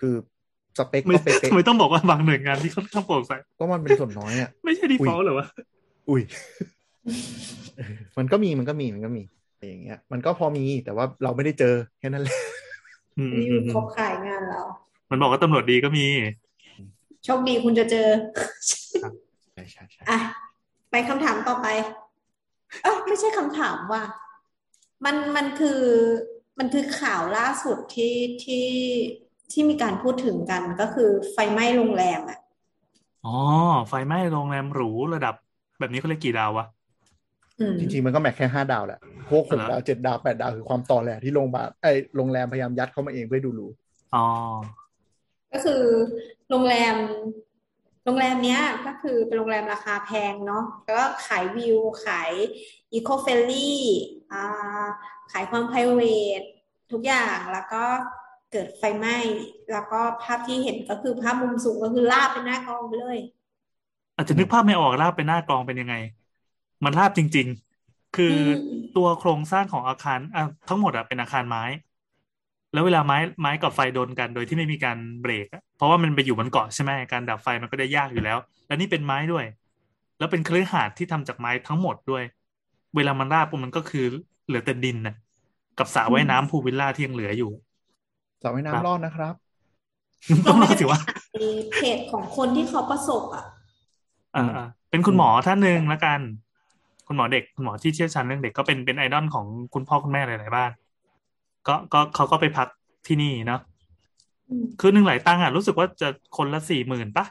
คือสเปค
ไม่ <laughs>
ก็เป๊ะ
ทำไมต้องบอกว่าบางหน่วยงานที่ค่อนข้างโปร่งใส
ๆก็มันเป็นส่วนน้อยอ่ะ
ไม่ใช่ดีฟอลต์หรอวะ
อุ้ย มันก็มีมันก็มีมันก็มีอะไรอย่างเงี้ย มันก็พอมีแต่ว่าเราไม่ได้เจอแค่นั้นแหละ
อืม
นี่
อื
มั
ม
น
อื
คร
ม
บขายงานเรา
มันบอกว่าตำรวจดีก็มี
โชคดีคุณจะเจอ
ใช่ใช่ใช่
อ่ะ ไปคำถามต่อไป เออไม่ใช่คำถามว่ะมันมันคือมันคือข่าวล่าสุดที่ที่ที่มีการพูดถึงกันก็คือไฟไหม้โรงแรมอะ
อ๋อ ไฟไหม้โรงแรมหรูระดับ แบบนี้เขาเรียกกี่ดาววะ
อืม
จริงๆมันก็แม็กแค่ห้าดาวแหละพวกหก
เหรอ
ดาวเจ็ดดาวแปดดาวคือความต่อแหลที่โรงพยาบาลไอยโรงแรมพยายามยัดเข้ามาเองเพื่อให้ดูหรู
อ๋อ
ก็คือโรงแรม โรงแรมเนี้ย ก็คือเป็นโรงแรมราคาแพงเนาะแล้วก็ขายวิว ขายอีโคเฟลลี่อ่าขายความไพรเวททุกอย่างแล้วก็เกิดไฟไหม้ แล้วก็ภาพที่เห็นก็คือภาพมุมสูงก็คือลาบเป็นหน้ากองไปเลย
อาจจะนึกภาพไม่ออกลาบเป็นหน้ากลองเป็นยังไง มันลาบจริง ๆ คืออ
ม
ตัวโครงสร้างของอาคารอ่ะทั้งหมดอะเป็นอาคารไม้ แล้วเวลาไม้ไม้กับไฟโดนกันโดยที่ไม่มีการเบรกอะเพราะว่ามันไปอยู่บนเกาะใช่ไหมการดับไฟมันก็จะยากอยู่แล้ว และนี่เป็นไม้ด้วย แล้วเป็นคฤหาสน์ที่ทำจากไม้ทั้งหมดด้วย เวลามันลาบปุ๊บมันก็คือเหลือแต่ดินนะกับสระว่ายน้ำพูลวิลล่าที่ยังเหลืออยู่ <laughs>
สระว่ายน้ำรอดนะครับ
ต้องรอดสิวะ
ในเพจของคนที่เขาประสบอ่ะ
อ่าอ่าเป็นคุณหมอท่านหนึ่งละกัน คุณหมอเด็กคุณหมอที่เชี่ยวชาญเรื่องเด็กก็เป็นเป็นไอดอลของคุณพ่อคุณแม่หลายๆบ้าน ก็ก็เขาก็ไปพักที่นี่เนาะ
อืม
คือหนึ่งหลายตังค์อ่ะรู้สึกว่าจะคนละสี่หมื่นปะ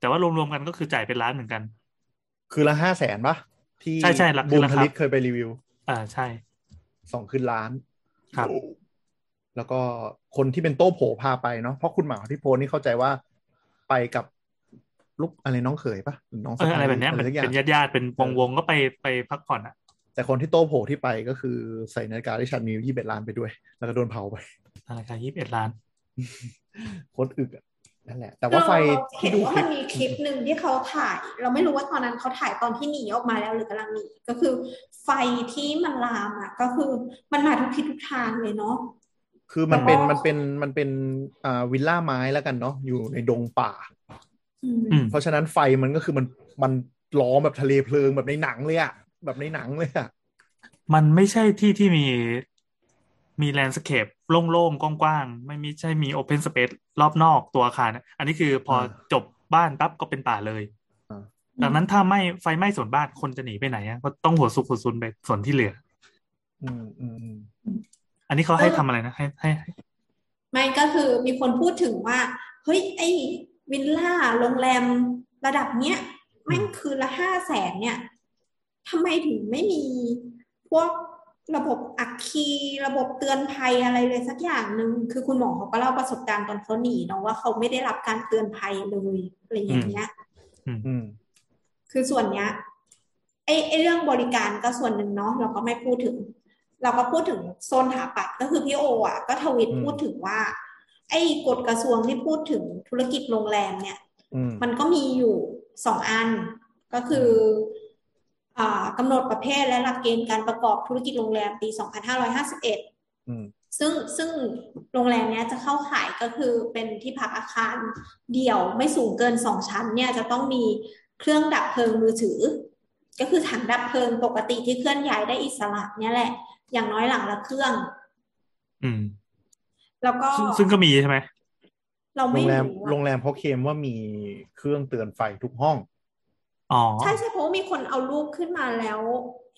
แต่ว่ารวมๆกันก็คือจ่ายเป็นล้านเหมือนกัน
คือละห้าแสนปะที่
ใช่ใช่หลักคือ
บูม
รา
พ
คา
ลิตเคยไปรีวิว
อ่าใช่
สองคืนล้าน
ครับ
แล้วก็คนที่เป็นโต้โผพาไปเนาะ เพราะคุณหมาที่โพสต์นี่เข้าใจว่าไปกับลูกอะไรน้องเขยปะหรือน้อง
เอ
สะ
ออะไรแบ
พ้าย
บเนี้ย
อะ
เป็น
ไรสักอย่า
เป็น
ง
ญาติญาติๆเป็นวงวงๆก็ไปไปพักผ่อนอ่ะ
แต่คนที่โต้โผที่ไปก็คือใส่นาฬิกาที่ชันมียี่สิบล้านไปด้วย แล้วก็โดนเผาไป
ราคายี่สิบเอ็ดล้าน
โคตรอึกอะนั่นแหละ แต่ว่าไฟ
เราเห็
ที่
น
ดู
ว่า
คลิ
มั
ป
นมีคลิปหนึ่งที่เขาถ่าย เราไม่รู้ว่าตอนนั้นเขาถ่ายตอนที่หนีออกมาแล้วหรือกำลังหนีก็คือ ไฟที่มันลามอ่ะก็คือมันมาทุกทิศทุกทางเลยเนาะ
คือมันเป็น
อ๋อ
มันเป็นมันเป็นอ่าวิลล่าไม้แล้วกันเนาะ อยู่ในดงป่า
อืม
อืม
เพราะฉะนั้นไฟมันก็คือมันมันล้อมแบบทะเลเพลิงแบบในหนังเลยอะแบบในหนังเลยอะ
มันไม่ใช่ที่ที่มีมีแลนด์สเคปโล่งๆกว้างๆ ไม่มีใช่มีโอเพนสเปซรอบนอกตัวอาคารอะอันนี้คือพอ
อ่า
จบบ้านปั๊บก็เป็นป่าเลย
อ่า
ดังนั้นถ้าไหม้ไฟไหม้ส่วนบ้านคนจะหนีไปไหนอะก็ต้องหัวซุกหัวซุนไปส่วนที่เหลือ
อืมอืมอืม
อันนี้เขาให้ทำอะไรนะให้ให้ให้
ไม่ก็คือมีคนพูดถึงว่าเฮ้ยไอ้วิลล่าโรงแรมระดับเนี้ยแม่งคืนละห้าแสนเนี่ยทำไมถึงไม่มีพวก ระบบอักคีระบบเตือนภัยอะไรเลยสักอย่างหนึ่งคือคุณหมอเขาก็เล่าประสบการณ์ตอนเขาหนีเนาะว่าเขาไม่ได้รับการเตือนภัยเลยอะไรอย่างเงี้ย
อืม
คือส่วนเนี้ยไอ้ไอ้เรื่องบริการก็ส่วนหนึ่งเนาะเราก็ไม่พูดถึง เราก็พูดถึงโซนถาปัดก็คือพี่โออ่ะก็ทวิต
อืม
พูดถึงว่า ไอ้กฎกระทรวงที่พูดถึงธุรกิจโรงแรมเนี่ย
อืม
มันก็มีอยู่สองอันก็คืออ่ากำหนดประเภทและหลักเกณฑ์การประกอบธุรกิจโรงแรมปี
อืม
2551 ซึ่งซึ่งโรงแรมเนี้ยจะเข้าขายก็คือเป็นที่พักอาคารเดี่ยวไม่สูงเกินสองชั้นเนี่ยจะต้องมีเครื่องดับเพลิงมือถือ ก็คือถังดับเพลิงปกติที่เคลื่อนย้ายได้อิสระเนี่ยแหละ อย่างน้อยหลังละเครื่อง
อืม
แล้วก็
ซึ่งซึ่งก็มีใช่ไหม
เรา
โร
ไม่
งแรม
รู้อะ
โรงแรมเขาเคลมว่ามีเครื่องเตือนไฟทุกห้อง
อ๋อ
ใช่ใช่เพราะว่ามีคนเอารูปขึ้นมาแล้ว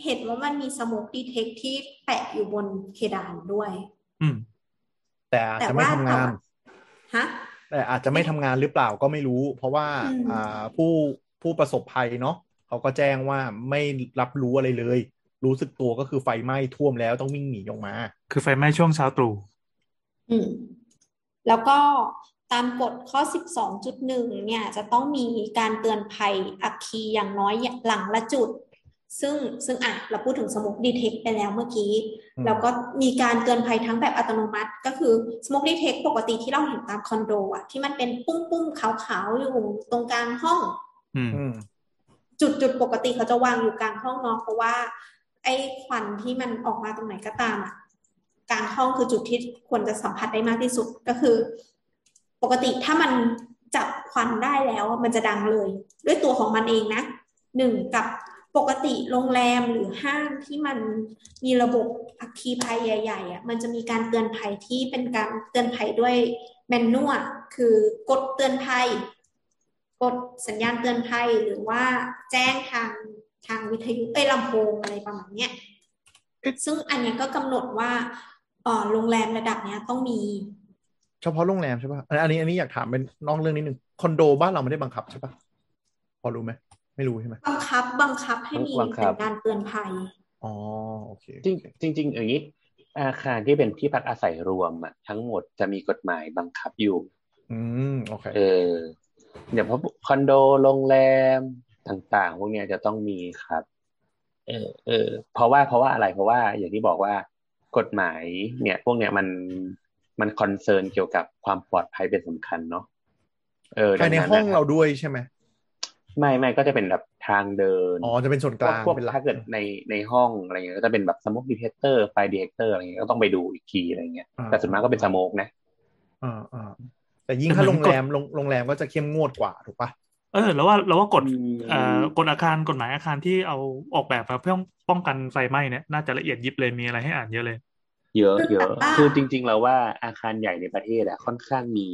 เห็นว่ามันมีสโมกดีเทคที่แปะอยู่บนเพดานด้วย
อืม
แต่อาจ
แต่
จะไม่
ว่า
ทำงาน
ฮะ
แต่อาจจะไม่ทำงานหรือเปล่าก็ไม่รู้ เพราะว่า
อืม
อ่าผู้ผู้ประสบภัยเนาะเขาก็แจ้งว่าไม่รับรู้อะไรเลย รู้สึกตัวก็คือไฟไหม้ท่วมแล้วต้องวิ่งหนีออกมา
คือไฟไหม้ช่วงเช้าตรู่
อืม แล้วก็ตามกฎข้อ 12.1 เนี่ย จะต้องมีการเตือนภัยอัคคีอย่างน้อยหลังละจุด ซึ่งซึ่งอ่ะเราพูดถึงสโมกดีเทคไปแล้วเมื่อกี้
อืม
แล้วก็มีการเตือนภัยทั้งแบบอัตโนมัติ ก็คือสโมกดีเทคปกติที่เราเห็นตามคอนโดอะที่มันเป็นปุ้งๆขาวๆอยู่ตรงกลางห้อง
อืม
อืม
จุดจุดปกติเขาจะวางอยู่กลางห้องเนอนเพราะว่า ไอ้ควันที่มันออกมาตรงไหนก็ตามอ่ะกลางห้องคือจุดที่ควรจะสัมผัสได้มากที่สุดก็คือ ปกติถ้ามันจับควันได้แล้วอะมันจะดังเลย ด้วยตัวของมันเองนะหนึ่งกับปกติโรงแรมหรือห้างที่มันมีระบบอัคคีภัยใหญ่ๆอ่ะมันจะมีการเตือนภัยที่เป็นการเตือนภัยด้วยแมนนวลคือกดเตือนภัย กดสัญญาณเตือนภัยหรือว่าแจ้งทางทางวิทยุเอ้ยลำโพงอะไรประมาณเนี้ยซึ่งอันเนี้ยก็กำหนดว่าเอ่อโรงแรมระดับเนี้ยต้องมี
เฉพาะโรงแรมใช่ปะ่ะ อันนี้อันนี้อยากถามเป็นนอกเรื่องนิดนึงคอนโดบ้านเราไม่ได้บังคับใช่ปะ่ะ พอรู้ไหม ไม่รู้ใช่ไหม
บังคับบังคับให้มี
บังคับ
สัญญาณเตือนภัย
อ๋อโอเคโอ
จริง
เค
จริงจริงอย่างนี้อาคารที่เป็นที่พักอาศัยรวมอะทั้งหมดจะมีกฎหมายบังคับอยู่
อืมโอเค
เอออย่างพวกคอนโดโรงแรมต่างๆ พวกเนี้ยจะต้องมีครับ เออเออเพราะว่าเพราะว่าอะไรเพราะว่าอย่างที่บอกว่ากฎหมายเนี่ย พวกเนี้ยมันมันคอนเซิร์นเกี่ยวกับความปลอดภัยเป็นสำคัญเนาะเออดั
ภายใน
นั้
ห้อง
นะ
เราด้วยใช่ไหม
ไม่ไม่ก็จะเป็นแบบทางเดิน
อ๋อจะเป็นส่วนกลาง
พวก
เป็นหลัก
ถ้าเกิดในในห้องอะไรเงี้ยก็จะเป็นแบบสโมกดีเทคเตอร์ไฟดีเทคเตอร์อะไรเงี้ยก็ต้องไปดูอีกทีอะไรเงี้ยแต่ส่วนมากก็เป็นสโมกนะ
อ่าอ่าแต่ยิ่งถ้าโรงแรมโรงโรงแรมก็จะเข้มงวดกว่าถูกปะ่ะ
เออแล้วว่าแล้วว่ากฎ
อืม
เอ่อกฎอาคารกฎหมายอาคารที่เอาออกแบบมาเพื่อป้องกันไฟไหม้เนี่ยน่าจะละเอียดยิบเลยมีอะไรให้อ่านเยอะเลย
เยอะ
คือ
เย
แบบ
อะ
ว่า
คือจริง ๆ แล้วว่าอาคารใหญ่ในประเทศอะค่อนข้างมี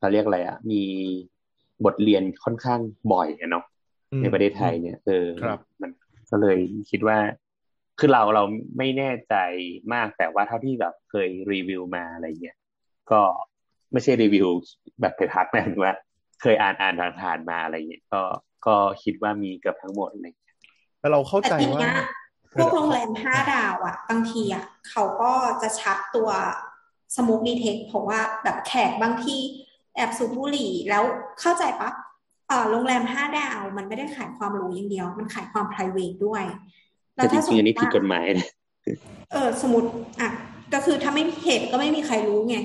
เราเรียกอะไรอะมีบทเรียนค่อนข้างบ่อยอะเนาะ
อืม
ในประเทศไทยเนี่ยเออ
ครับ
มันก็เลยคิดว่าคือเราเราไม่แน่ใจมากแต่ว่าเท่าที่แบบเคยรีวิวมาอะไรเงี้ยก็ไม่ใช่รีวิวแบบไปพักนะห <laughs> รือว่า เคยอ่านอ่านผ่านๆมาอะไรเงี้ยก็ก็คิดว่ามีเกือบทั้งหมดเลย
แต่เราเข้า
แต่
ใจ
ที
ว่า
เนี้ยพวกโรงแรมห้าดาวอ่ะ บางทีอ่ะเขาก็จะชัดตัวสโมกดีเทคเพราะว่าแบบแขกบางทีแอบสูบบุหรี่แล้วเข้าใจปะเอ่อโรงแรมห้าดาวมันไม่ได้ขายความหรู้อย่างเดียว มันขายความ p r i v a t ด้วย
แต่จริงๆอันนี้ผิด
ว่า
กฎหมายนะ
เออสมมติอ่ะก็คือถ้าไม่มีเหตุก็ไม่มีใครรู้ไง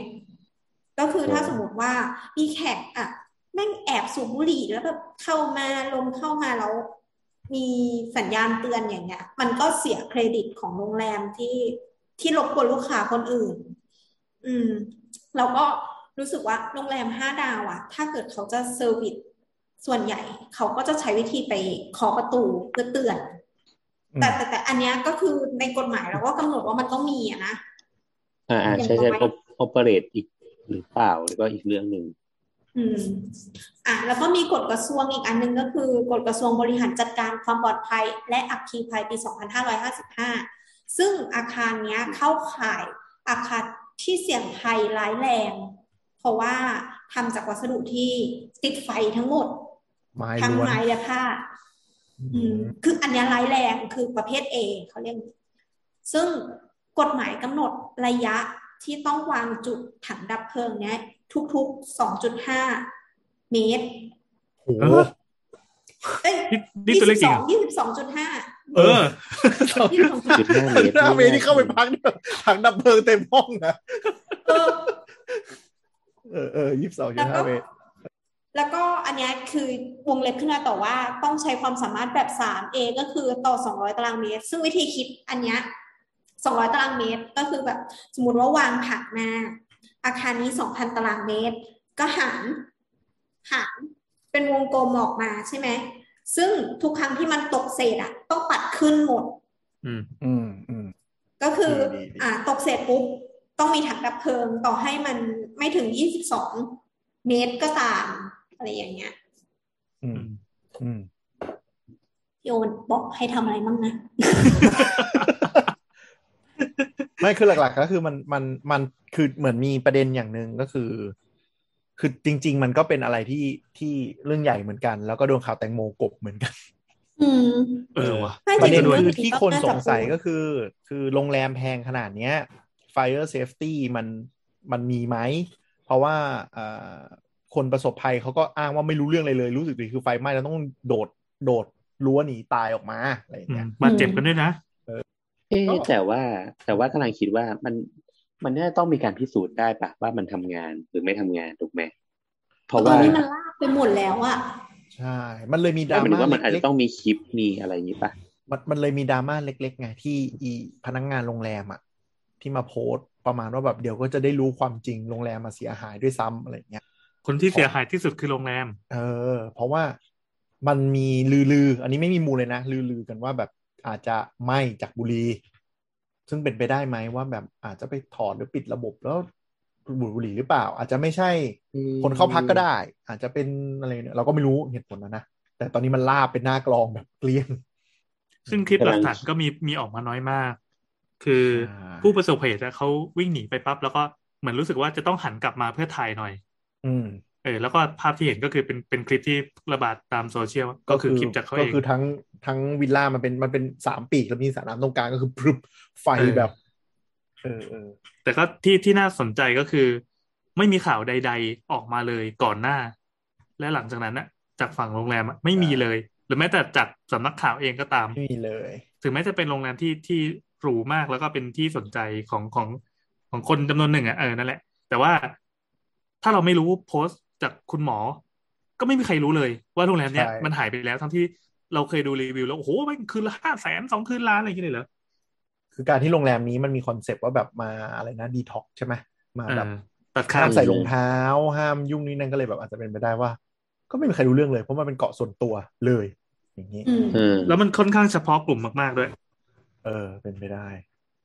ก็คือถ้าสมมติว่ามีแขกอ่ะแม่งแอบสูบบุหรี่แล้วแบบเข้ามาลมเข้ามาแล้วมีสัญญาณเตือนอย่างเงี้ย มันก็เสียเครดิตของโรงแรมที่ที่รบกวนลูกค้าคนอื่น อืมแล้วก็รู้สึกว่าโรงแรมห้าดาวอ่ะ ถ้าเกิดเขาจะเซอร์วิสส่วนใหญ่ เขาก็จะใช้วิธีไปเคาะประตูเพื่อเตือน
อืม
แต่แต่แต่อันเนี้ยก็คือในกฎหมายเราก็กำหนดว่ามันต้องมีอะนะ
อ่าอ่าใช่ใช่โอเปเรตอีกหรือเปล่าหรือก็อีกเรื่องหนึ่ง
อืม อ่ะแล้วก็มีกฎกระทรวงอีกอันหนึงก็คือกฎกระทรวงบริหารจัดการความปลอดภัย และอัคคีภัยปี 2555 ซึ่งอาคารเนี้ยเข้าข่ายอาคารที่เสี่ยงภัยร้ายแรง เพราะว่าทำจากวัสดุที่ติดไฟทั้งหมด
ไม้
ทั้ง
ล้วน
ไม้และผ้า
อื
อืม
ม
คืออันเนี้ยร้ายแรงคือประเภทเอเขาเรียก ซึ่งกฎหมายกำหนดระยะที่ต้องวางจุดถังดับเพลิงเนี้ยทุกๆ 2.5 เมตร
โอ้โห
เออ
เอ้ย
นี่นี่ตัวเลขจริงเหรอ
ยี่สิบสองจุดห้า
เออ
ยี่สิบสองจุด
จุดห้าเมตร
หน้าเมย์ที่เข้าไปพักเนี่ยถังดับเพลิงเต็มห้องนะ
เออ
เออเออยี่สิบสองจุ
แล้วก็
ดห้าเมตร
แล้วก็อันเนี้ยคือวงเล็บขึ้นมาต่อว่าต้องใช้ความสามารถแบบ 3A ก็คือต่อ 200 ตารางเมตร ซึ่งวิธีคิดอันเนี้ย200 ตารางเมตรก็คือแบบสมมติว่าวางผักมาอาคารนี้ 2,000 ตารางเมตร ก็หารหารเป็นวงกลมออกมาใช่ไหม ซึ่งทุกครั้งที่มันตกเศษอะต้องปัดขึ้นหมด
อืม
อืมอืม
ก็คือ
ดีดีดี
อ่า ตกเสร็จปุ๊บ ต้องมีถังดับเพลิง ต่อให้มันไม่ถึง 22 เมตรก็ตาม อะไรอย่างเงี้ย
อืมอืม
โยนบอกให้ทำอะไรบ้างนะ
ไม่คือหลักๆก็คือมันมันมันคือเหมือนมีประเด็นอย่างหนึ่งก็คือ คือจริง ๆ มันก็เป็นอะไรที่ที่เรื่องใหญ่เหมือนกัน แล้วก็โดนข่าวแตงโมกบเหมือนกัน
อืม
เออว่ะ
ไม่
ประเด็น
จริงๆ
คือ
มัน
ที่
ก็
คน
น่าจะ
สงสัย
พูด
ก็คือ คือโรงแรมแพงขนาดเนี้ย fire safety มันมันมีไหม เพราะว่าเอ่อคนประสบภัยเขาก็อ้างว่าไม่รู้เรื่องอะไรเลย รู้สึกดีคือไฟไหม้แล้วต้องโดดโดดรั้วหนีตายออกมาอะไรอย่าง
อื
เงี้
ม
ย
บาดเจ็บกันด้วยนะ
เอ๊ะ
ก็
แต่ว่าแต่ว่ากำลังคิดว่ามันมันน่าจะต้องมีการพิสูจน์ได้ปะว่ามันทำงานหรือไม่ทำงานถูกไหมเพราะ
ตอ
ว่า
นนี้มันลากไปหมดแล้วอะ
ใช่ มันเลยมีด
แต่
รา
หมายถึงว่ามัน
ม่า
อาจ
เล็
จะ
ก
ต้องมีคลิปมีอะไรอย่างนี้ป่ะ
ๆมันมันเลยมีดราม่าเล็ก ๆ ไงที่อีพนักงานโรงแรมอ่ะที่มาโพสต์ประมาณว่าแบบเดี๋ยวก็จะได้รู้ความจริงโรงแรมมาเสียหายด้วยซ้ำอะไรอย่างเงี้ย
คนที่เสียหายที่สุดคือโรงแรม
เออ เพราะว่ามันมีลือๆอันนี้ไม่มีมูลเลยนะ ลือๆกันว่าแบบอาจจะไหม้จากบุหรี่ซึ่งเป็นไปได้ไหมว่าแบบอาจจะไปถอดหรือปิดระบบแล้วบุหรี่หรือเปล่า อาจจะไม่ใช่ คนเข้าพักก็ได้ อาจจะเป็นอะไรเนี่ยเราก็ไม่รู้เหตุผลนะนะแต่ตอนนี้มันลาบเป็นหน้ากลองแบบเกลี้ยง
ซึ่งคลิปห
กำลั
ลั
ง
กฐานก็มีมีออกมาน้อยมาก คือ
ใช่
ผู้ประสบเหตุอะเขาวิ่งหนีไปปั๊บแล้วก็เหมือนรู้สึกว่าจะต้องหันกลับมาเพื่อถ่ายหน่อย
อืม
เออแล้วก็ภาพที่เห็นก็คือเป็นเป็นคลิปที่ระบาดตามโซเชียลก็คือคลิปจากเขา
ก็
เอง
คือทั้งทั้งวิลล่ามันเป็นมันเป็นสามปีกแล้วมีสระน้ำตรงกลางก็คือพรึบไฟ
เออ
แบบ เออเออ
แต่ก็ที่ที่น่าสนใจก็คือ ไม่มีข่าวใด ๆออกมาเลยก่อนหน้า และหลังจากนั้นอะจากฝั่งโรงแรมอะไม่มีเลย หรือแม้แต่จากสำนักข่าวเองก็ตาม
ไม่มีเลย
ถึงแม้จะเป็นโรงแรมที่ที่หรูมากแล้วก็เป็นที่สนใจของของของคนจำนวนหนึ่งอ่ะเออนั่นแหละ แต่ว่าถ้าเราไม่รู้โพสต์จากคุณหมอ ก็ไม่มีใครรู้เลย ว่าโรงแรมเนี้ย
ใช่
มันหายไปแล้วทั้งที่เราเคยดูรีวิวแล้ว โอ้โหมันคืนละห้าแสนสองคืนล้านอะไรอย่างเงี้ยเลยเหรอ
คือการที่โรงแรมนี้มันมีคอนเซปต์ว่าแบบมาอะไรนะดีท็อกใช่ไหมมา
เอ
แบบ
อตัดขา
ห้าม
ด
ใส่รองเท้า ห้ามยุ่งนี่นั่นก็เลยแบบอาจจะเป็นไปได้ว่า ก็ไม่มีใครรู้เรื่องเลยเพราะมันเป็นเกาะส่วนตัวเลย อย่างนี้
อืม
เออ
แล้วมันค่อนข้างเฉพาะกลุ่มมากๆด้วย
เออ เป็นไปได้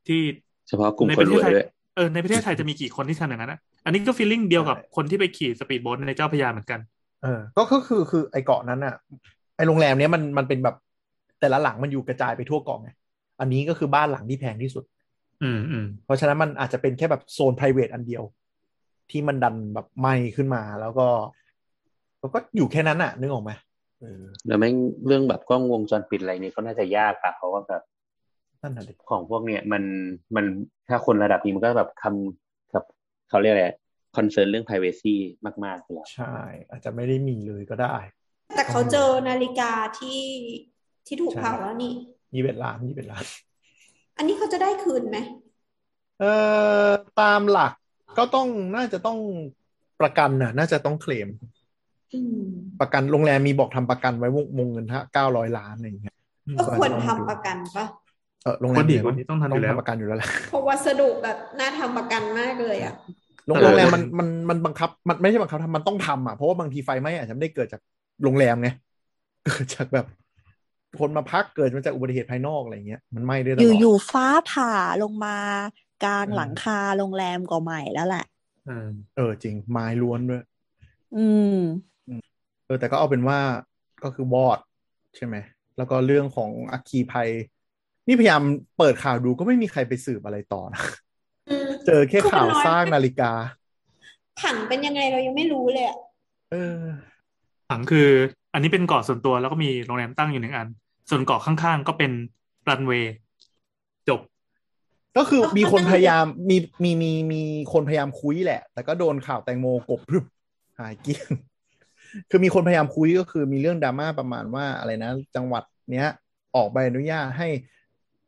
ที่
เฉพาะกลุ่ม
ใน
ค
ป
น
ระเทศ
รวย
ไทย
ด้วย
เออในประเทศไทยจะมีกี่คนที่ทำอย่างนั้นอะอันนี้ก็ฟีลลิ่งเดียวกับ
ใช่
คนที่ไปขี่สปีดโบ๊ทในเจ้าพระยาเหมือนกัน
เออก็ก็คือคือไอเกาะนั้นอ่ะ ไอโรงแรมเนี้ยมันมันเป็นแบบแต่ละหลังมันอยู่กระจายไปทั่วเกาะไงอันนี้ก็คือบ้านหลังที่แพงที่สุด
อืมอืม
เพราะฉะนั้นมันอาจจะเป็นแค่แบบโซน p r i v a t อันเดียว ที่มันดันแบบไหม้ขึ้นมาแล้วก็แล้วก็อยู่แค่นั้นอ่ะ นึกออกไหมเออ
แล้วแม่งเรื่องแบบกล้องวงจรปิดอะไรเนี่ยก็น่าจะยากปะเพราะว่าแบบ
นั่นน่ะดิ
ของพวกเนี่ยมันมันถ้าคนระดับนี้มันก็แบบคำกับเขาเรียกอะไรคอนเซิร์นเรื่อง privacy มากๆเลยอะ
ใช่ อาจจะไม่ได้มีเลยก็ได้
แต่เขาเจอนาฬิกาที่ที่ถูก
ใช่
เผาแล้วนี่
ยี่สิบล้านยี่สิบล้าน
อันนี้เขาจะได้คืนไหม
เอ่อตามหลักก็ต้องน่าจะต้องประกันน่ะ น่าจะต้องเคลม
อืม
ประกันโรงแรมมีบอกทำประกันไว้วงวงเงินฮะเก้าร้อยล้านอะไรอย่างเงี้ย
ก็ควรทำประกันปะ
เออโรงแรม
คนดี
เนี่ย
คนนี้ต้องทำอยู่แล้ว
ทำประกันอยู่แล้วแหละ
เพราะวัสดุแบบน่าทำประกันมากเลยอะ
โรง
แต่
โรงแรม
โรงแรม
มันมันมันบังคับมันไม่ใช่บังคับทำมันต้องทำอ่ะเพราะว่าบางทีไฟไหม้อาจจะไม่ได้เกิดจากโรงแรมไง <laughs> เกิดจากแบบ คนมาพักเกิดมาจากอุบัติเหตุภายนอกอะไรเงี้ยมันไหม้ด้วยตล
อยู่
อ
อ
ด
ยู่ฟ้าผ่าลงมากลาง
เออ
หลังคาโรงแรมก็ใหม่แล้วแหละ
เออ
เออจริงไม้ล้วนด้วย
อืม
เออแต่ก็เอาเป็นว่าก็คือบอดใช่ไหมแล้วก็เรื่องของอัคคีภัย นี่พยายามเปิดข่าวดูก็ไม่มีใครไปสืบอะไรต่อนะ
อืม
เจอแค่ข่าว
คือมันน้อย
สร้างนาฬิกา
ถังเป็นยังไงเรายังไม่รู้เลยอะ
เออ
ผังคืออันนี้เป็นเกาะส่วนตัวแล้วก็มีโรงแรมตั้งอยู่หนึ่งอัน ส่วนเกาะข้างๆก็เป็นรันเวย์จบ
ก็คือมีคนพยายามมีมีมีมีคนพยายามคุยแหละ แต่ก็โดนข่าวแตงโมกบพรึบหายเกลี้ยง <laughs> คือมีคนพยายามคุยก็คือมีเรื่องดราม่าประมาณว่าอะไรนะ จังหวัดเนี้ย ออกใบอนุญาตให้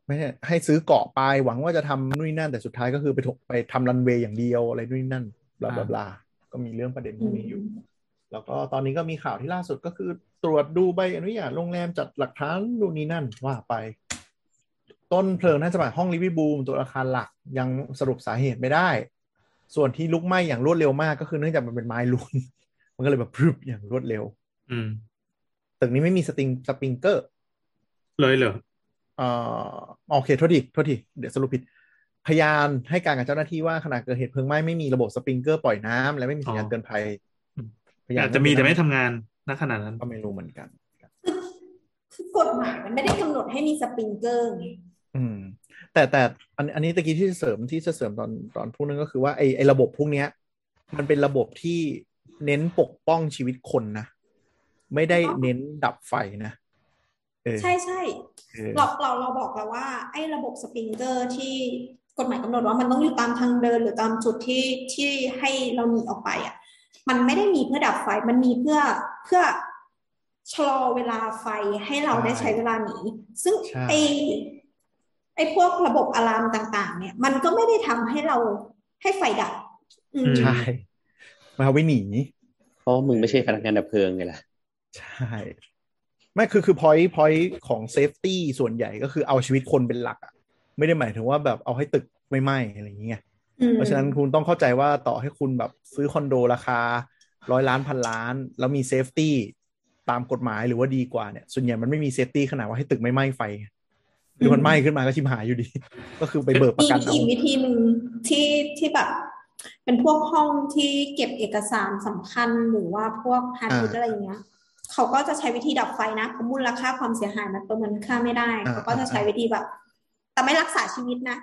ไม่ใช่ให้ซื้อเกาะไปหวังว่าจะทำนู่นนนั่นแต่สุดท้ายก็คือไปถกไปทำรันเวย์อย่างเดียวอะไรนู่นนนั่นบลาบลาบลาก็มีเรื่องประเด็นพวกนี้อยู่ แล้วก็ตอนนี้ก็มีข่าวที่ล่าสุดก็คือตรวจดูใบอนุญาตโรงแรมจัดหลักฐานดูนนี่นั่นว่าไป ต้นเพลิงน่าจะมาจากห้องลิวิบูมตัวอาคารหลักยังสรุปสาเหตุไม่ได้ ส่วนที่ลุกไหม้อย่างรวดเร็วมากก็คือเนื่องจาก <laughs> มันเป็นไม้ล้วน มันก็เลยแบบพรึบอย่างรวดเร็ว
อืม
ตึกนี้ไม่มีสติงสปริงเกอร์
เลยเหรอ
เอ่อโอเคโทษทีโทษทีเดี๋ยวสรุปผิด พยานให้การกับเจ้าหน้าที่ว่าขณะเกิดเหตุเพลิงไหม้ไม่มีระบบสปริงเกอร์ปล่อยน้ำและไม่มีสัญญาณเตือนภัยพยาน
อาจจะมีแต่ไม่ทำงานณขนาดนั้น
ก็ไม่รู้เหมือนกัน
คือกฎหมายมันไม่ได้กำหนดให้มีสปริงเกอร์ไง
อืม แต่แต่อันอันนี้ตะกี้ที่จะเสริมที่จะเสริมตอนตอนพูดนึงก็คือว่าไอไอระบบพวกเนี้ย มันเป็นระบบที่เน้นปกป้องชีวิตคนนะ ไม่ได้เน้นดับไฟนะเออ
ใช่ใช่
เออ
เราเราเราบอกแล้วว่า ไอ้ระบบสปริงเกอร์ที่กฎหมายกำหนดว่ามันต้องอยู่ตามทางเดินหรือตามจุดที่ที่ให้เราหนีออกไปอ่ะ มันไม่ได้มีเพื่อดับไฟ มันมีเพื่อเพื่อชะลอเวลาไฟให้เราได้ใช้เวลาหนี ซึ่ง
ใช่
ไอไอพวกระบบอะลามต่าง ๆ เนี่ย มันก็ไม่ได้ทำให้เราให้ไฟดับ อืม
ใช่มาไว้หนี
เพราะมึงไม่ใช่พนักงานดับเพลิงไงล่ะ
ใช่ไม่คือคือ point point ของ safety ส่วนใหญ่ก็คือเอาชีวิตคนเป็นหลักอะไม่ได้หมายถึงว่าแบบเอาให้ตึกไม่ไหม้อะไรอย่างเงี้ย
อืม
เพราะฉะนั้นคุณต้องเข้าใจว่าต่อให้คุณแบบซื้อคอนโดราคาร้อยล้านพันล้าน แล้วมี safety ตามกฎหมายหรือว่าดีกว่าเนี่ย ส่วนใหญ่มันไม่มี safety ขนาดว่าให้ตึกไม่ไหม้ไฟไงหรือมันไหม้ขึ้นมาก็ชิมหายอยู่ดี ก็คือไปเบิกประ
มี
กัน
อี
เอา
กวิธีหนึ่งที่ที่แบบ เป็นพวกห้องที่เก็บเอกสารสำคัญหรือว่าพวกฮาร์ดดิสก์อะไรอย่างเงี้ยเขาก็จะใช้วิธีดับไฟนะเพราะมูลค่าความเสียหายมันประเมินค่าไม่ได้เขาก็จะใช้วิธีแบบ แต่ไม่รักษาชีวิตนะ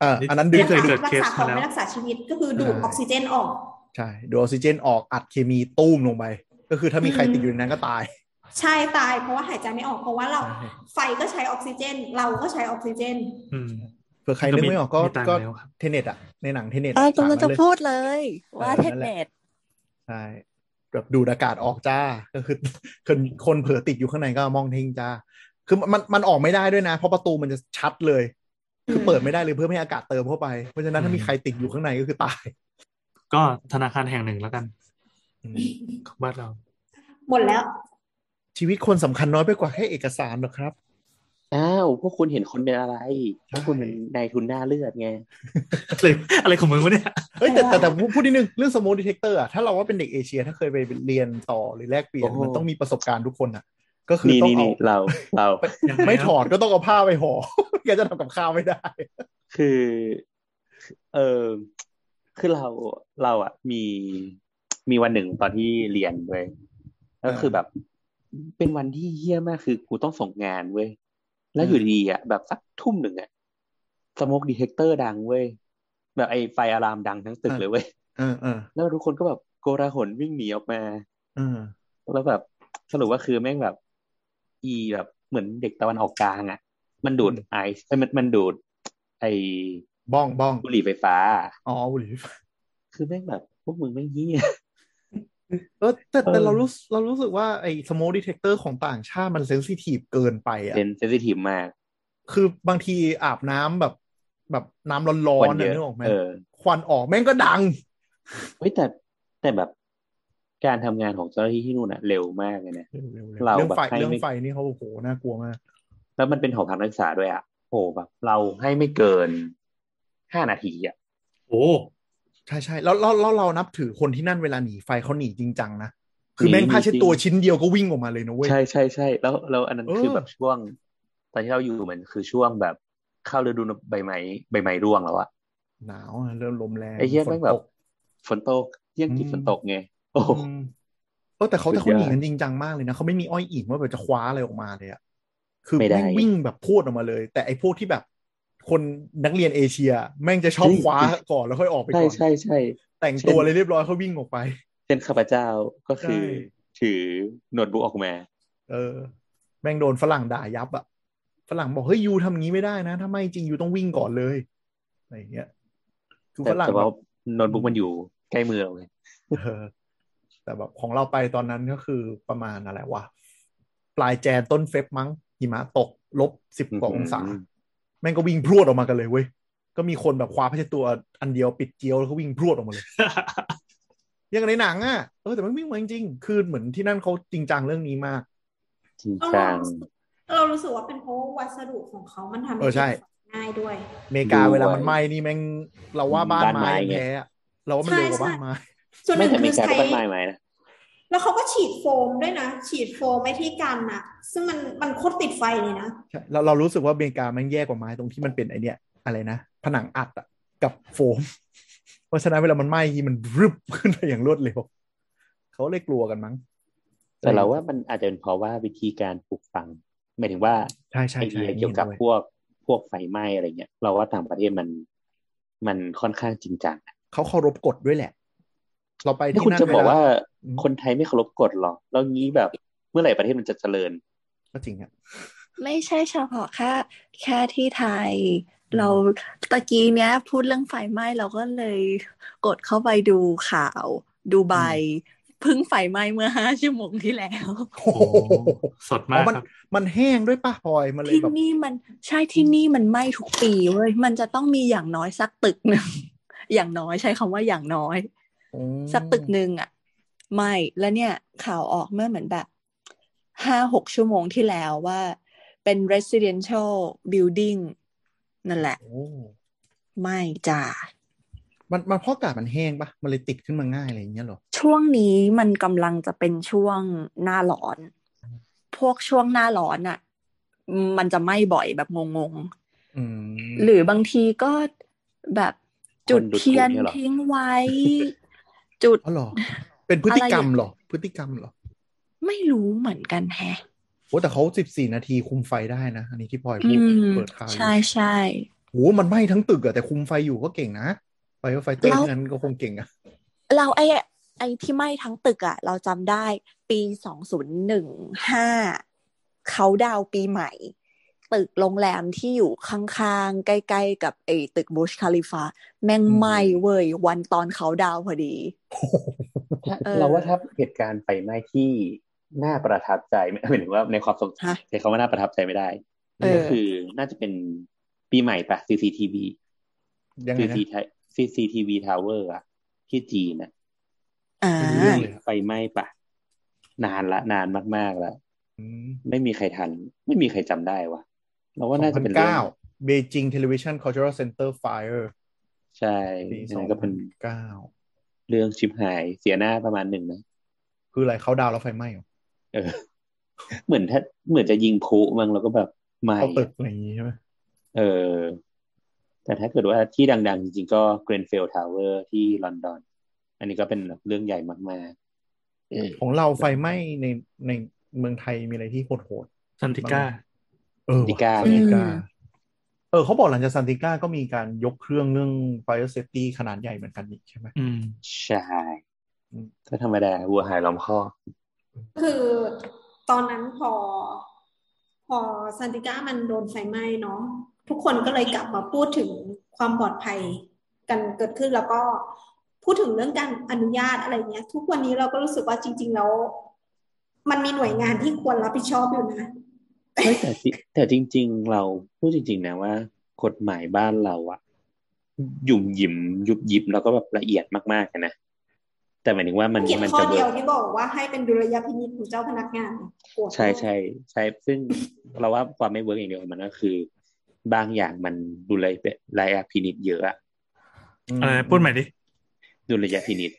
เอออันนั้นดื้อ
รั
เค
ษาย
เกิด
รั
เค
ษา
ส
ของ
มาแล้ว
ไม่รักษาชีวิตก็คือดูดออกซิเจนออก
ใช่ดูดออกซิเจนออกอัดเคมีตู้มลงไป ก็คือถ้ามีใครติดอยู่ในนั้นก็ตาย
ใช่ตายเพราะว่าหายใจไม่ออกเพราะว่าเรา ไฟก็ใช้ออกซิเจน เราก็ใช้ออกซิเจน
อืม
เผื่อใครนึกไม่ออกก็
ตาม
ก็
แล้วครับ
เทเน็ตอะในหนังเทเน็ต
เออกำลังจะ
ฉากนั้นเลย
พูดเลย ว่า
เออ
เท
นั่
คน
แหละ
เน็ต
ใช่แบบดูดอากาศออกจ้าก็คือ <laughs> คนคนเผลอติดอยู่ข้างในก็มองทิ้งจ้า คือมันมันออกไม่ได้ด้วยนะ เพราะประตูมันจะชัดเลย คือเปิดไม่ได้เลยเพื่อไม่ให้อากาศเติมเข้าไป เพราะฉะนั้นถ้ามีใครติดอยู่ข้างในก็คือตาย
ก็ธนาคารแห่งหนึ่งแล้วกัน
อืม
ของบ้านเรา
หมดแล้ว
ชีวิตคนสำคัญน้อยไปกว่าแค่เอกสารหรอกครับ
อ้าว พวกคุณเห็นคนเป็นอะไร พวกคุณเป็นนายทุนหน้าเลือดไง
อะไรอะไรของมึงวะเนี่ย
เอ้ <laughs> ยแต่แต่แต่แต่พูดนิดนึงเรื่องสโมดิเทคเตอร์อะถ้าเราว่าเป็นเด็กเอเชียถ้าเคยไปเรียนต่อหรือแลกเปลี่ยน
โอ้โห
มันต้องมีประสบการณ์ทุกคนอะก็คือ
นี่
ต้องเอา
นี่นี่เราเรา
ยังไง
ไม่
ครับ
ถอดก็ต้องเอาผ้าไปห่อ <laughs> แกจะทำกับข้าวไม่ได้
คือ เออคือเราเราอ่ะ มีมีวันหนึ่งตอนที่เรียนเว้ยก็คือแบบ เป็นวันที่เฮี้ยมากคือกูต้องส่งงานเว้ยแล้วอยู่ดีๆอ่ะแบบสักทุ่มหนึ่งอ่ะสโมกดีเทคเตอร์ดังเว้ยแบบไอ้ไฟอะลามดังทั้งตึก
อ่ะ
เลยเว้ย
เออเออ
แล้วทุกคนก็แบบโกลาหลวิ่งหนีออกมา
เออ
แล้วแบบสรุปว่าคือแม่งแบบ อีแบบเหมือนเด็กตะวันออกกลางอ่ะ มันดูดไอซ์เอ้ยมันมันดูด ไอ
บ้องบ้อง
บุหรี่ไฟฟ้า
อ๋อบุหรี่ไฟฟ้า
คือแม่งแบบ พวกมึงแม่งเหี้
<laughs>
ย
เออแต่แต่
เออ
เรารู้สึกเรารู้สึกว่าไอ้สโมดิเทคเตอร์ของต่างชาติมันเซนซิทีฟเกินไปอ่ะ
เป็นเซนซิทีฟมาก
คือบางทีอาบน้ำแบบ แบบน้ำร้อ
ควัน
ๆ
น
น่ะ
เยอะ
นึกออกไหม
เออ
ควันออกแม่งก็ดัง
เฮ้ยแต่แต่แบบการทำงานของเจ้าหน้าที่ที่นู่นอะเร็วมากเลยนะ
เร็วๆเร็ว
เรา
ๆเรื่องไฟ
แบบให้
เรื่อง
ไม่
ไฟนี่เขาโอ้โหน่ากลัวมาก
แล้วมันเป็นหอพักนักศึกษาด้วยอะโหแบบ เราให้ไม่เกินห้านาทีอะ
โอ้
ใช่ใช่แล้วแล้วแล้วเรานับถือคนที่นั่นเวลาหนีไฟเขาหนีจริงจังนะคือแม่งผ้าเช็ดตัวชิ้นเดียวก็วิ่งออกมาเลยนะเว้ย
ใช่ใช่ใช่แล้วแล้วอันนั้น
เออ
คือแบบช่วง ตอนที่เราอยู่เหมือนคือช่วงแบบเข้าฤดูใบไม้ใบไม้ร่วงแล้วอะ
หนาวอะเริ่มลมแรง
ไอ้เหี้ย
ฝ
แม่
น
งแบ
ต
บ
ก
ฝนตกเที่ยงกิจ
อืม
ฝนตกไงโอ้โห
อืมเออแต่เขา
สุด
แต่เขาหนี
ยอด
กันจริงจังมากเลยนะเขาไม่มีอ้อยอิงว่าแบบจะคว้าอะไรออกมาเลยอะคือ
ไม่ได้
แม่งวิ่งแบบพูดออกมาเลย แต่ไอ้พวกที่แบบ คนนักเรียนเอเชีย แม่งจะชอบ
จริง
คว้าก่อนแล้วค่อยออกไป
ใช่
ก่อน
ใช่ใช่
แต่งตัวเลยเรียบร้อยเขาวิ่งออกไป
เช่นข้าพเจ้าก็คือ
ใช่
ถือโน้ตบุ๊กออกมา
เออ แม่งโดนฝรั่งด่ายับอะ ฝรั่งบอกเฮ้ยยูทำงี้ไม่ได้นะ ถ้าไม่จริงยูต้องวิ่งก่อนเลยอะไรอย่างเงี้ยคือ
แต่
ฝรั่ง
แต่
แบ
ว่า
บ
โน้ตบุ๊กมันอยู่ใกล้มือเราไง
เออแต่แบบของเราไปตอนนั้นก็คือประมาณอะไรวะปลายแจนต้นเฟบมั้งหิมะตกลบสิบกว่าองศา แม่งก็วิ่งพรวดออกมากันเลยเว้ย ก็มีคนแบบคว้าผ้าเช็ดตัวอันเดียวปิดเจียวแล้วก็วิ่งพรวดออกมาเลย ยังในหนังอ่ะเออแต่มันวิ่งมาจริงๆคือเหมือนที่นั่นเขาจริงจังเรื่องนี้มาก
จริง
เรา
จัง
รู้สึกเรารู้สึกว่าเป็นเพราะวัสดุของเขามันทำ
เออใช่
ง่ายด้วย
อเมริกา
ดู
เวลามันไหม้นี่แม่งเราว่าบ้านไม้
บ้านไม้ไง
แพ้อะเราว่ามันเร็วกว่าบ้านไม้
ส่วนห
ไม่
นึ่ง
แต่อ
คื
เม
อก
ริา
ใช้
ก็ต้นไม้ไหมนะ
แล้วเขาก็ฉีดโฟมด้วยนะ ฉีดโฟมไว้ที่กันอะซึ่งมันมันโคตรติดไฟเลยนะ
ใช่เราเรารู้สึกว่าอเมริกามันแย่กว่าไม้ตรงที่มันเป็นไอเนี้ยอะไรนะ ผนังอัดอะกับโฟม <laughs> เพราะฉะนั้นเวลามันไหม้ทีมันรึบขึ้นไปอย่างรวดเร็ว เขาเลยกลัวกันมั้ง
แต่เราว่ามันอาจจะเป็นเพราะว่าวิธีการปลูกฝังหมายถึงว่า
ใช่ใช่
ไอ
ใช่
เดียเกี่ยวกับพวกพวกไฟไหม้อะไรเงี้ย เราว่าต่างประเทศมัน มันค่อนข้างจริงจังอะ
เขาเคารพกฎด้วยแหละ เราไป
นี่
ที่
คุณ
นั่น
จะบอก
เ
ว่า
อืม
คนไทยไม่เคารพกฎหรอกแล้วงี้แบบเมื่อไหร่ประเทศมันจะเจริญ
ก็จริงอะ
ไม่ใช่เฉพาะแค่แค่ที่ไทย
อืม
เราตะกี้เนี้ย พูดเรื่องไฟไหม้เราก็เลยกดเข้าไปดูข่าวดูไบเพึ่งไฟไหม้เมื่อ <laughs> ห้าชั่วโมงที่แล้ว
โอ้โห
สดมาก
อ๋อมัน
ครับ
มันแห้งด้วยป่ะพลอยมันเลย
ที่
แบบ
นี่มันใช่ที่นี่มันไหม้ทุกปีเว้ยมันจะต้องมีอย่างน้อยสักตึกหนึ่ง <laughs> อย่างน้อยใช้คำว่าอย่างน้อย
อืม
สักตึกหนึ่งอ่ะไม่แล้วเนี่ยข่าวออกเมื่อเหมือนแบบห้าหกชั่วโมงที่แล้วว่าเป็น residential building นั่นแหละ
โอ้
ไม่จ้า
มันมันเพราะอากาศมันแห้งป่ะมันเลยติดขึ้นมาง่ายอะไรอย่างเงี้ยเหรอ
ช่วงนี้มันกำลังจะเป็นช่วงหน้าร้อน พวกช่วงหน้าร้อนอ่ะ มันจะไหม้บ่อยแบบงงๆ
อืม
หรือบางทีก็แบบจุดเทียน
คนดูดฝุ่นเนี่ยเหรอ
ทิ้งไว้ จุด
อ๋อเหรอ เป็นพฤติกรรม
อะไรอย่าง
เหรอพฤติกรรมเหรอ
ไม่รู้เหมือนกันแฮะ
โอ้แต่เขาสิบสี่นาทีคุมไฟได้นะ อันนี้ที่พลอย
อืม
เปิดข่าวอยู่
ใช่ใช่
โอ้มันไหม้ทั้งตึกอะแต่คุมไฟอยู่ก็เก่งนะไฟไฟเตอร์
แล้ว
นั้นก็คงเก่งอะ
เราไอ้ไอ้ที่ไหม้ทั้งตึกอะเราจำได้ปีสองศูนย์หนึ่งห้าเขาดาวน์ปีใหม่ ตึกโรงแรมที่อยู่ข้างๆ ใกล้ๆ กับไอ้ตึกบูชคาลิฟาแม่งไหม้เว้ย วันตอนเขาดาวน์พอดี
ถ้า
เออ
เราว่าถ้าเหตุการณ์ไฟไหม้ที่น่าประทับใจไม่หมายถึงว่าในความทรง
ฮะ
ใช้คำว่าน่าประทับใจไม่ได้
เออ
ก็คือน่าจะเป็นปีใหม่ปะ CCTV
ยังไงนะ
CCTV CCTV Tower อะที่จีนอะ
อ่า
ไม่รู้เรื่องเลย
ไฟไหม้ปะ นานละ นานมาก ๆ แล้ว
อืม
ไม่มีใครทัน ไม่มีใครจำได้วะเราว่าน่าจะเป็นเรื่อง
2009 Beijing Television Cultural Center Fire
ใช่
ปี
อันนั้นก็เป็น
2009
เรื่องชิบหายเสียหน้าประมาณหนึ่งนะ
คืออะไรเขาดาวน์แล้วไฟไหม้เหรอ
เออ เหมือนถ้าเหมือนจะยิงพลุมั้งแล้วก็แบบไม่
เขาตึก
อะ
อะไรอย่างงี้ใช่ไหม
เออ แต่ถ้าเกิดว่าที่ดัง ๆ จริง ๆ ก็เกรนเฟลทาวเวอร์ที่ลอนดอน อันนี้ก็เป็นแบบเรื่องใหญ่มากๆเออ
ของเราไฟไหม้ในในเมืองไทยมีอะไรที่โหด
สันติก้า
ๆเออ
ติ
ว่ะ
ก้า
อืม
เนี่ย
เออเขาบอกหลังจากซันติก้าก็มีการยกเครื่องเรื่อง fire safety ขนาดใหญ่เหมือนกันนี่ใช่ไหม
อืม
ใช่ก็ธรรมดาวัวหายล้อมคอก
คือตอนนั้นพอ พอซันติก้ามันโดนไฟไหม้เนาะทุกคนก็เลยกลับมาพูดถึงความปลอดภัยกันเกิดขึ้นแล้วก็พูดถึงเรื่องการอนุญาตอะไรเงี้ย ทุกวันนี้เราก็รู้สึกว่าจริง ๆ แล้ว มันมีหน่วยงานที่ควรรับผิดชอบอยู่นะ
เฮ้ยแต่จริแต่จริง ๆ เราพูดจริง ๆ นะว่า กฎหมายบ้านเราอะหยุ่มหยิมยุบยิบแล้วก็แบบละเอียดมากๆอะนะแต่หมายถึงว่ามัน
เขียน
มัน
ข้อ
จะ
เดี
เวิ
ยว
ร์ก
ที่บอกว่าให้เป็นดุลยพินิจของเจ้าพนักงานโกรธมาก
ใช่ใช่ใช่ซึ่งเราว่าความไม่เวิร์กอย่างเดียวของมันก็คือ บางอย่างมันดูเลยเป็นลายอาพินิจเยอะอะ
อะไรพูดใหม่ดิ
ดูระยะพินิจ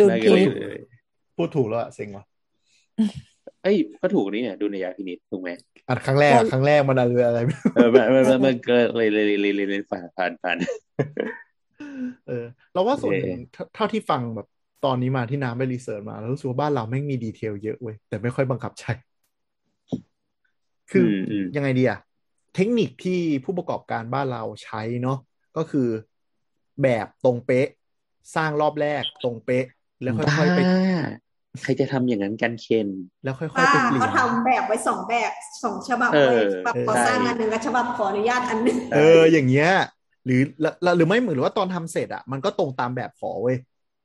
ดุล
แล้วก็
พินิ
เลย
จ
เออ
พูดถูกแล้วอะเซ็งว่ะ
เอ้ยก็ถูกนี่เนี่ยดูระยะพินิจถูกไหม
อัดครั้งแรกอะ
เรา
ครั้งแรกมันอะไรอะไร <laughs>
เออมันมันมันมันเกิดเลยเลยเลยเลยเลยผ่านผ่านผ่าน
เออ เราว่าส่วนหนึ่ง
เออ
เท่าเท่าที่ฟังแบบตอนนี้มาที่น้ำไปรีเสิร์ชมา แล้วรู้สึกว่าบ้านเราแม่งมีดีเทลเยอะเว้ย แต่ไม่ค่อยบังคับใช้ คือ
มอืม
ยังไงดีอะเทคนิคที่ผู้ประกอบการบ้านเราใช้เนาะก็คือแบบตรงเป๊ะ สร้างรอบแรกตรงเป๊ะ แล้วค่อยๆไป
บ้า ใครจะทำอย่างนั้นกันเคน
แล้วค่อย
ป้า
ๆไปเปลี่ย
เขา
น
ทำแบบไว้สองแบบสองฉบับ
เออ
เลยฉบับขอ
ใช่
สร้างอันหนึ่งและฉบับขออนุญาตอันหนึ่ง
เอออย่างเงี้ย หรือละหรือไม่เหมือนหรือว่าตอนทำเสร็จอะมันก็ตรงตามแบบขอเว้ย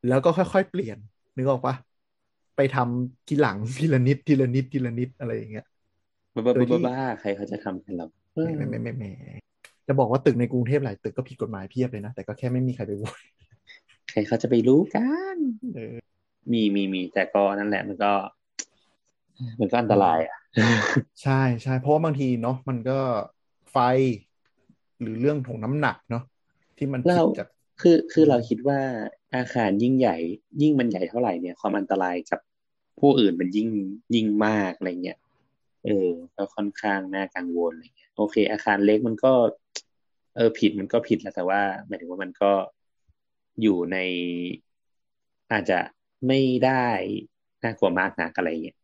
แล้วก็ค่อยๆเปลี่ยนนึกออกปะไปทำทีหลัง <laughs> ทีละนิดทีละนิดทีละนิดอะไรอย่างเงี้ย
บ้าบ้า
โดยที่
บ้าบ้าใครเขาจะทำกันเราเออ
แหมแหมแหมแหมจะบอกว่าตึกในกรุงเทพหลายตึกก็ผิดกฎหมายเพียบเลยนะ แต่ก็แค่ไม่มีใครไปโวย
ใครเขาจะไปรู้กัน
เออ
มีมีมี แต่ก็นั่นแหละมันก็ มันก็อันตรายอ่ะ
<laughs> ใช่ใช่เพราะว่าบางทีเนาะมันก็ไฟ หรือเรื่องของน้ำหนักเนาะที่มันผิด
แล้ว
จาก
คือคือ
อืม
เราคิดว่าอาคารยิ่งใหญ่ ยิ่งมันใหญ่เท่าไหร่เนี่ย ความอันตรายกับผู้อื่นมันยิ่งยิ่งมากอะไรเงี้ยเออก็ค่อนข้างน่ากังวลอะไรเงี้ยโอเค อาคารเล็กมันก็ เออผิดมันก็ผิดแหล้วแต่ว่าหมายถึงว่ามันก็อยู่ใน อาจจะไม่ได้น่ากลัวมากนักอะไรเงี้ย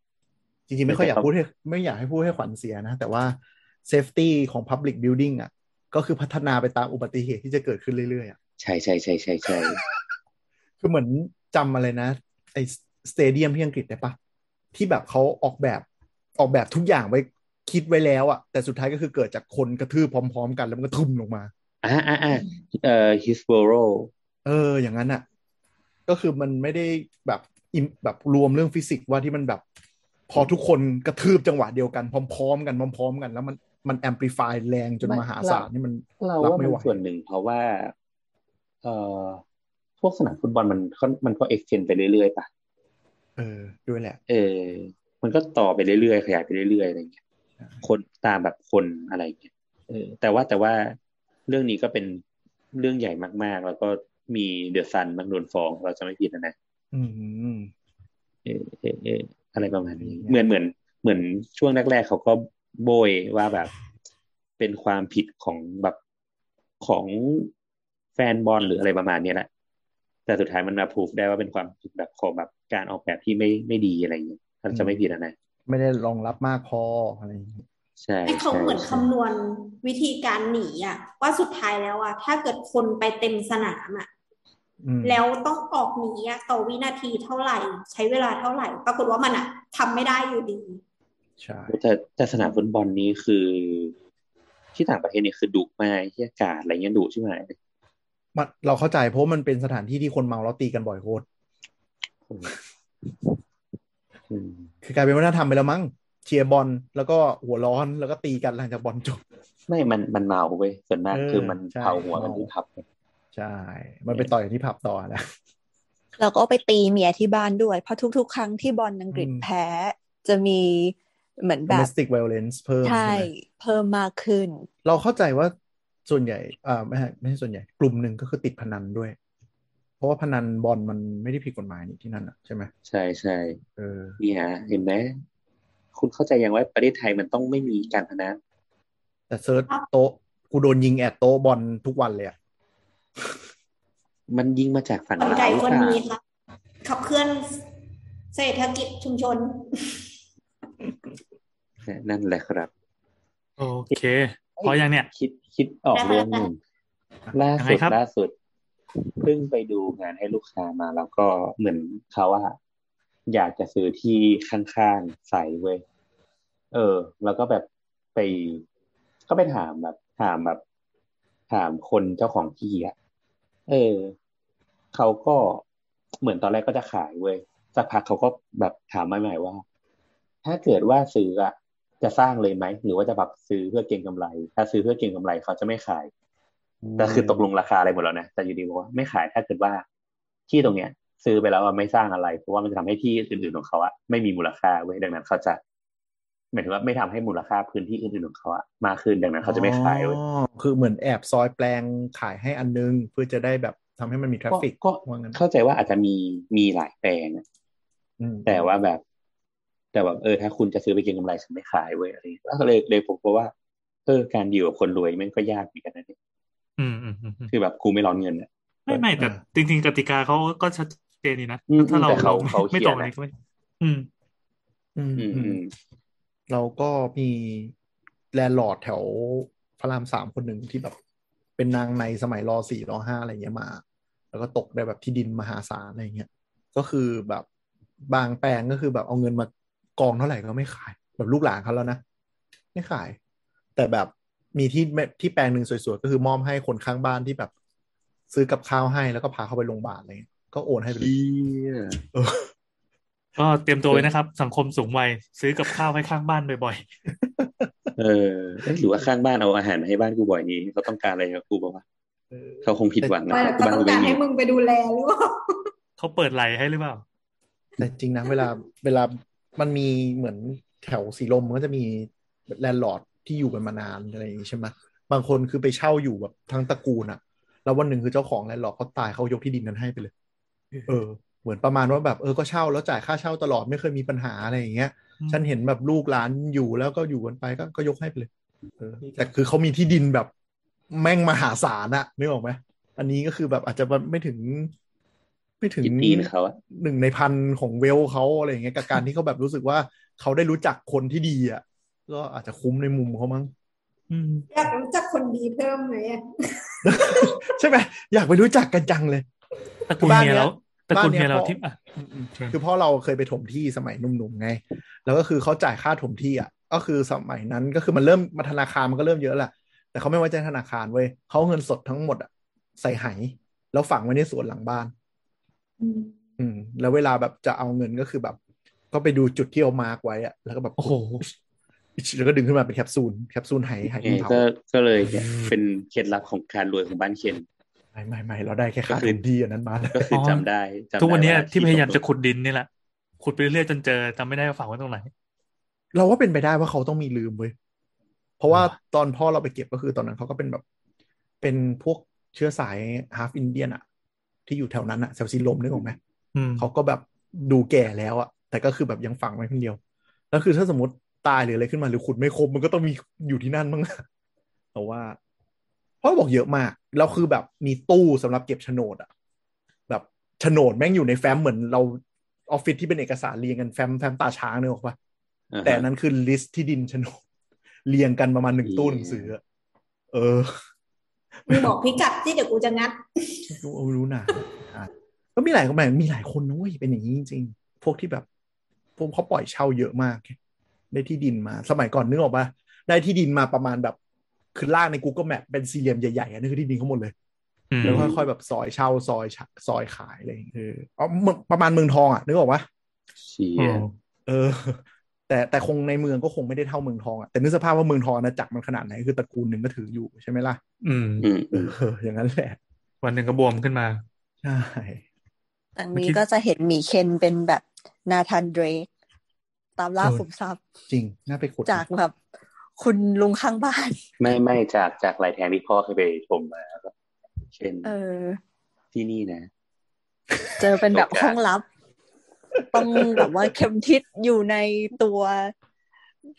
จริงๆ ไม่ค่อยอยากพูดให้ไม่อยากให้พูดให้ขวัญเสียนะ แต่ว่าเซฟตี้ของ Public Building อ่ะ ก็คือพัฒนาไปตามอุบัติเหตุที่จะเกิดขึ้นเรื่อยๆอะ
ใช่ใช่ใช่ใช่ใช่
คือเหมือนจำอะไรนะ ไอสเตเดียมที่อังกฤษได้ปะที่แบบเขาออกแบบออกแบบทุกอย่างไว้คิดไว้แล้วอ่ะ แต่สุดท้ายก็คือเกิดจากคนกระทืบพร้อม ๆ กันแล้วมันก็ทุ่มลงมา
อ่าอ่าอ่าเอ่อฮิสโบโร
เออ อย่างนั้นอ่ะ ก็คือมันไม่ได้แบบอิมแบบรวมเรื่องฟิสิกส์ว่าที่มันแบบ พอทุกคนกระทืบจังหวะเดียวกันพร้อมๆ กันพร้อมๆ กัน แล้วมันมันแอมพลิฟายแรงจนมหาศาลนี่มัน
เรา
รับ
ว่า
ไม่
มัน
ไหว
ส่วนหนึ่งเพราะว่า เอ่อพวกสนามฟุตบอลมันก็มันก็เอ็กเซนไปเรื่อยๆป่ะ
เออด้วยแหละ
เออ มันก็ต่อไปเรื่อยๆขยายไปเรื่อยๆอะไรอย่างเงี้ย คนตามแบบคนอะไรอย่างเงี้ย เออ แต่ว่าแต่ว่าเรื่องนี้ก็เป็นเรื่องใหญ่มากๆ แล้วก็มีเดอะซันมันโดนฟ้องเราจะไม่ผิดนะนะ
อืม
เออเออเอออะไรประมาณนี้
อะไรอย่างเงี้ย
เหมือนเหมือนเหมือนช่วงแรกๆเขาก็โบยว่าแบบ เป็นความผิดของแบบของแฟนบอลหรืออะไรประมาณเนี้ยแหละ แต่สุดท้ายมันมาพูฟได้ว่าเป็นความผิดแบบของแบบการออกแบบที่ไม่ไม่ดีอะไรอย่างเงี้ยเราจะไม่ผิดอะนะ
ไม่ได้รองรับมากพออะไรอย่างงี้
ใช่
ไอ้เขา
ใช่
เหมือน
ใช่
คำนวณวิธีการหนีอ่ะ ว่าสุดท้ายแล้วอ่ะถ้าเกิดคนไปเต็มสนามอ่ะ
อืม
แล้วต้องออกหนีอะต่อวินาทีเท่าไหร่ ใช้เวลาเท่าไหร่ ปรากฏว่ามันอะทำไม่ได้อยู่ดี
ใช่
แต่แต่สนามฟุตบอลนี้คือ ที่ต่างประเทศเนี่ยคือดุมากที่อากาศอะไรเงี้ยดุใช่ไหม
มันเราเข้าใจเพราะมันเป็นสถานที่ที่คนเมาแล้วตีกันบ่อยโคตร
อืม
คือกลายเป็นวัฒนธรรมไปแล้วมั้งเชียร์บอลแล้วก็หัวร้อนแล้วก็ตีกันหลังจากบอลจบ
ไม่มันมันเมาเว้ยส่วนมาก
เออ
คือมัน
ใช่
เผาหัวกัน
เมา
ที่พับเนี่ย
ใช่ มันไปต่อยกันที่ผับต่อนะ
แล้วก็ไปตีเมียที่บ้านด้วย เพราะทุกๆ ครั้งที่บอลอังกฤษ
อืม
แพ้ จะมีเหมือนแบบ
domestic violence เพิ่ม
ใช่
ใช่ไหม
เพิ่มมากขึ้น
เราเข้าใจว่าส่วนใหญ่อ่าไม่ใช่ไม่ใช่ส่วนใหญ่กลุ่มหนึ่งก็คือติดพนันด้วย เพราะว่าพนันบอลมันไม่ได้ผิดกฎหมายนี่ที่นั่นอ่ะใช่ไหม
ใช่ใช่
เออ
เนี่ยเห็นไหมคุณเข้าใจยังว่าประเทศไทยมันต้องไม่มีการพนัน
แต่เซิร์ชโต๊ะกูโดนยิงแอดโต๊ะบอลทุกวันเลยอ่ะ
มันยิงมาจากฝั่ง
คน
ลาว
ไก่คน
ค่ะ
นี้ค่ะขับเคลื่อนเศรษฐกิจชุม
<laughs>
ชน
นั่นแหละครับ
โอเค พอยังเนี่ย
คิดคิดออกเรื่องหนึ่งล่า
ยัง
สุด
ไงครับ
ล่าสุดเพิ่งไปดูงานให้ลูกค้ามา แล้วก็เหมือนเขาว่า อยากจะซื้อที่ข้างๆใส่เว้ยเออ แล้วก็แบบไป ก็ไปถามแบบ ถามแบบ ถามคนเจ้าของที่อ่ะเออเขาก็เหมือนตอนแรกก็จะขายเว้ยสักพักเขาก็แบบถามมาใหม่ว่า ถ้าเกิดว่าซื้ออะจะสร้างเลยไหมหรือว่าจะแบบซื้อเพื่อเก็งกำไร ถ้าซื้อเพื่อเก็งกำไรเขาจะไม่ขาย แต่คือตกลงราคาอะไรหมดแล้วนะแต่อยู่ดีบอกว่าไม่ขายถ้าเกิดว่าที่ตรงเนี้ย ซื้อไปแล้วอะไม่สร้างอะไร เพราะว่ามันจะทำให้ที่อื่นๆของเขาอะไม่มีมูลค่าเว้ยดังนั้นเขาจะหมายถึงว่าไม่ทำให้มูลค่าพื้นที่อื่นๆของเขาอะมากขึ้นดังนั้นเขาจะไม่ขายเว้ย
อ๋อคือเหมือนแอบซอยแปลงขายให้อันนึง เพื่อจะได้แบบทำให้มันมีทราฟิก
ก็
ว่างั้น
เข้าใจว่าอาจจะมีมีหลายแปลงอะ
อืม
แต่ว่าแบบ แต่แบบเออ ถ้าคุณจะซื้อไปเก็งกำไรฉันไม่ขายเว้ยอะไรอย่างเงี้ยก็เลยเลยผมก็ว่าเออการดีลกับคนรวยมันก็ยากเหมือนกันนะเนี่ย
อืมอืมอืมอืม
คือแบบกูไม่ร้อนเงินอะ
ไม่ไม่แต่จริง ๆ กติกาเขาก็ชัดเจนนี่นะ
อืม
ถ้าเรา
แต่เขา
ไม่
เขาเขียน
ไม่ตรงอัน
นะ
นี้ก็ไม่อืม
อืม
อืม
อื
อื
ม
ม
เราก็มีแลนด์ลอร์ดแถวพระรามสามคนหนึ่งที่แบบเป็นนางในสมัยรอสี่รอห้าอะไรเงี้ยมา แล้วก็ตกได้แบบที่ดินมหาศาลอะไรเงี้ย ก็คือแบบ บางแปลงก็คือแบบเอาเงินมากองเท่าไหร่ก็ไม่ขาย แบบลูกหลานเขาแล้วนะ ไม่ขาย แต่แบบมีที่แม่ที่แปลงหนึ่งสวยๆ ก็คือมอบให้คนข้างบ้านที่แบบ ซื้อกับข้าวให้แล้วก็พาเขาไปโรงพยาบาลอะไรเงี้ยก็โอนให้ไปเลย
เหี้ย
เออ
ก็เตรียมตัวไว้นะครับ สังคมสูงวัยซื้อกับข้าวให้ข้างบ้านบ่อย
เออเอ๊ะหรือว่าข้างบ้านเอาอาหารมาให้บ้านกูบ่อยนี้เขาต้องการอะไรจากกูบอกว่าวะเขาคงผิดหวังนะ
ว่าก็
ที่
ต้อ
บ้าน
ง
กูไม่
การ
มี
ให้มึงไปดูแลหรือว่า
ๆเขาเปิดไหลให้หรือเปล่า
แต่จริงนะ เวลาเวลามันมีเหมือนแถวสีลมมันก็จะมีแลนด์ลอร์ดที่อยู่กันมานานอะไรอย่างนี้ใช่ไหมบางคนคือไปเช่าอยู่แบบทั้งตระกูลอะแล้ววันหนึ่งคือเจ้าของแลนด์ลอร์ดเขาตายเขายกที่ดินนั้นให้ไปเลย เออ เหมือนประมาณว่าแบบเออก็เช่าแล้วจ่ายค่าเช่าตลอดไม่เคยมีปัญหาอะไรอย่างเงี้ย
อืม
ฉันเห็นแบบลูกหลานอยู่แล้วก็อยู่กันไปก็ก็ยกให้ไปเลยเออแต่คือเขามีที่ดินแบบแม่งมหาศาลอะนึกออกไหมอันนี้ก็คือแบบอาจจะไม่ถึง ไม่ถึง
กินตีนเขาอะ
หนึ่งในพันของเวลเขาอะไรอย่างเงี้ยกับการที่เขาแบบรู้สึกว่าเขาได้รู้จักคนที่ดีอ่ะก็อาจจะคุ้มในมุมเขามั้ง
อืม
อยากรู้จักคนดีเพิ่มไหมอะ
<laughs> ใช่ไหมอยากไปรู้จักกันจังเลย
ตระกูลเมียเราตระกูลเมียเราที่อ่ะ อืม
คือพ่อเราเคยไปถมที่สมัยหนุ่มๆไง แล้วก็คือเขาจ่ายค่าถมที่อ่ะ ก็คือสมัยนั้นก็คือมันเริ่มมาธนาคารมันก็เริ่มเยอะแหละแต่เขาไม่ไว้ใจธนาคารเว้ยเขาเอาเงินสดทั้งหมดอ่ะใส่ไหายแล้วฝังไว้ในสวนหลังบ้าน อืม แล้วเวลาแบบจะเอาเงินก็คือแบบ ก็ไปดูจุดที่เอามาร์กไว้อะแล้วก็แบบ
โอ้โห
<laughs> แล้วก็ดึงขึ้นมาเป็นแคปซูลแคปซูลไหไห
เออ
เผา
ก็ก็เลยเนี่ยเป็นเคล็ดลับของการรวยของบ้านเคน
ไม่ไม่ไม่เราได้แค่ค่า
ก็คื
ถ
อ
มที่อันนั้นมาแล้ว
ก็คืออ
อ
จำได้จำได้
ทุกวันเนี้ยที่พยายาม
ตก
จะขุดดินนี่แหละ ขุดไปเรื่อยๆจนเจอจำไม่ได้ว่าฝังไว้ตรงไหน
เราว่าเป็นไปได้ว่าเขาต้องมีลืมเว้ยเพราะว่า
อ่า
ตอนพ่อเราไปเก็บก็คือตอนนั้นเขาก็เป็นแบบ เป็นพวกเชื้อสายฮาฟอินเดียนอะที่อยู่แถวนั้นอะแถวซีลมนึกออกไหม
อืม
เขาก็แบบดูแก่แล้วอะแต่ก็คือแบบยังฝังไว้คนเดียว แล้วคือถ้าสมมติตายหรืออะไรขึ้นมาหรือขุดไม่ครบมันก็ต้องมีอยู่ที่นั่นมั้ง <laughs> แต่ว่าพ่อบอกเยอะมากแล้วคือแบบมีตู้สำหรับเก็บโฉนดอะแบบโฉนดแม่งอยู่ในแฟ้มเหมือนเราออฟฟิศที่เป็นเอกสารเรียงกันแฟ้มแฟ้มตาช้างเนี่ยหรอกปะ
อ่าฮะ
แต่อันนั้นคือลิสต์ที่ดินโฉนด <laughs> เรียงกันประมาณหนึ่ง
เหี้ย
ตู้หนังสืออะเออ
มึงบอกพิกัดที่เดี๋ยวกูจะงัด
รู้รู้นะอ่ะก็มีหลายคนแบบมีหลายคนนะเว้ยเป็นอย่างนี้จริงๆ พวกที่แบบ พวกเขาปล่อยเช่าเยอะมาก ได้ที่ดินมา สมัยก่อนนึกออกปะได้ที่ดินมาประมาณแบบ คือล่างใน Google Map เป็นสี่เหลี่ยมใหญ่ๆอันนี้คือที่ดินเขาหมดเลย
อืม
แล้วค่อยๆแบบซอยเช่าซอยชะซอยขายอะไรอย่างเงี้ยเออเอาเมืองประมาณเมืองทองอ่ะนึกออกปะ
เชี
โอ้
ย
เออ แต่แต่คงในเมืองก็คงไม่ได้เท่าเมืองทองอะแต่นึกสภาพว่าเมืองทองอาณาจักรมันขนาดไหนคือตระกูลหนึ่งก็ถืออยู่ใช่ไหมล่ะ
อืม
อืม
เอออย่างนั้นแหละ
วันหนึ่งก็บวมขึ้นมา
ใช่
หลัง
เมื่อ
นี้
กี้
ก็จะเห็นหมีเคนเป็นแบบนาธานเดรกตามล่าขุมทรัพย์
จริงน่าไปขุด
จากแบบคุณลุงข้างบ้าน <laughs>
ไม่ไม่จากจากลายแทงที่พ่อเคยไปชมมาครับเช่น
เออ
ที่นี่นะ
เจอเป็นแบบ
โอกาส
ห้องลับ ต้องแบบว่าเข็มทิศอยู่ในตัว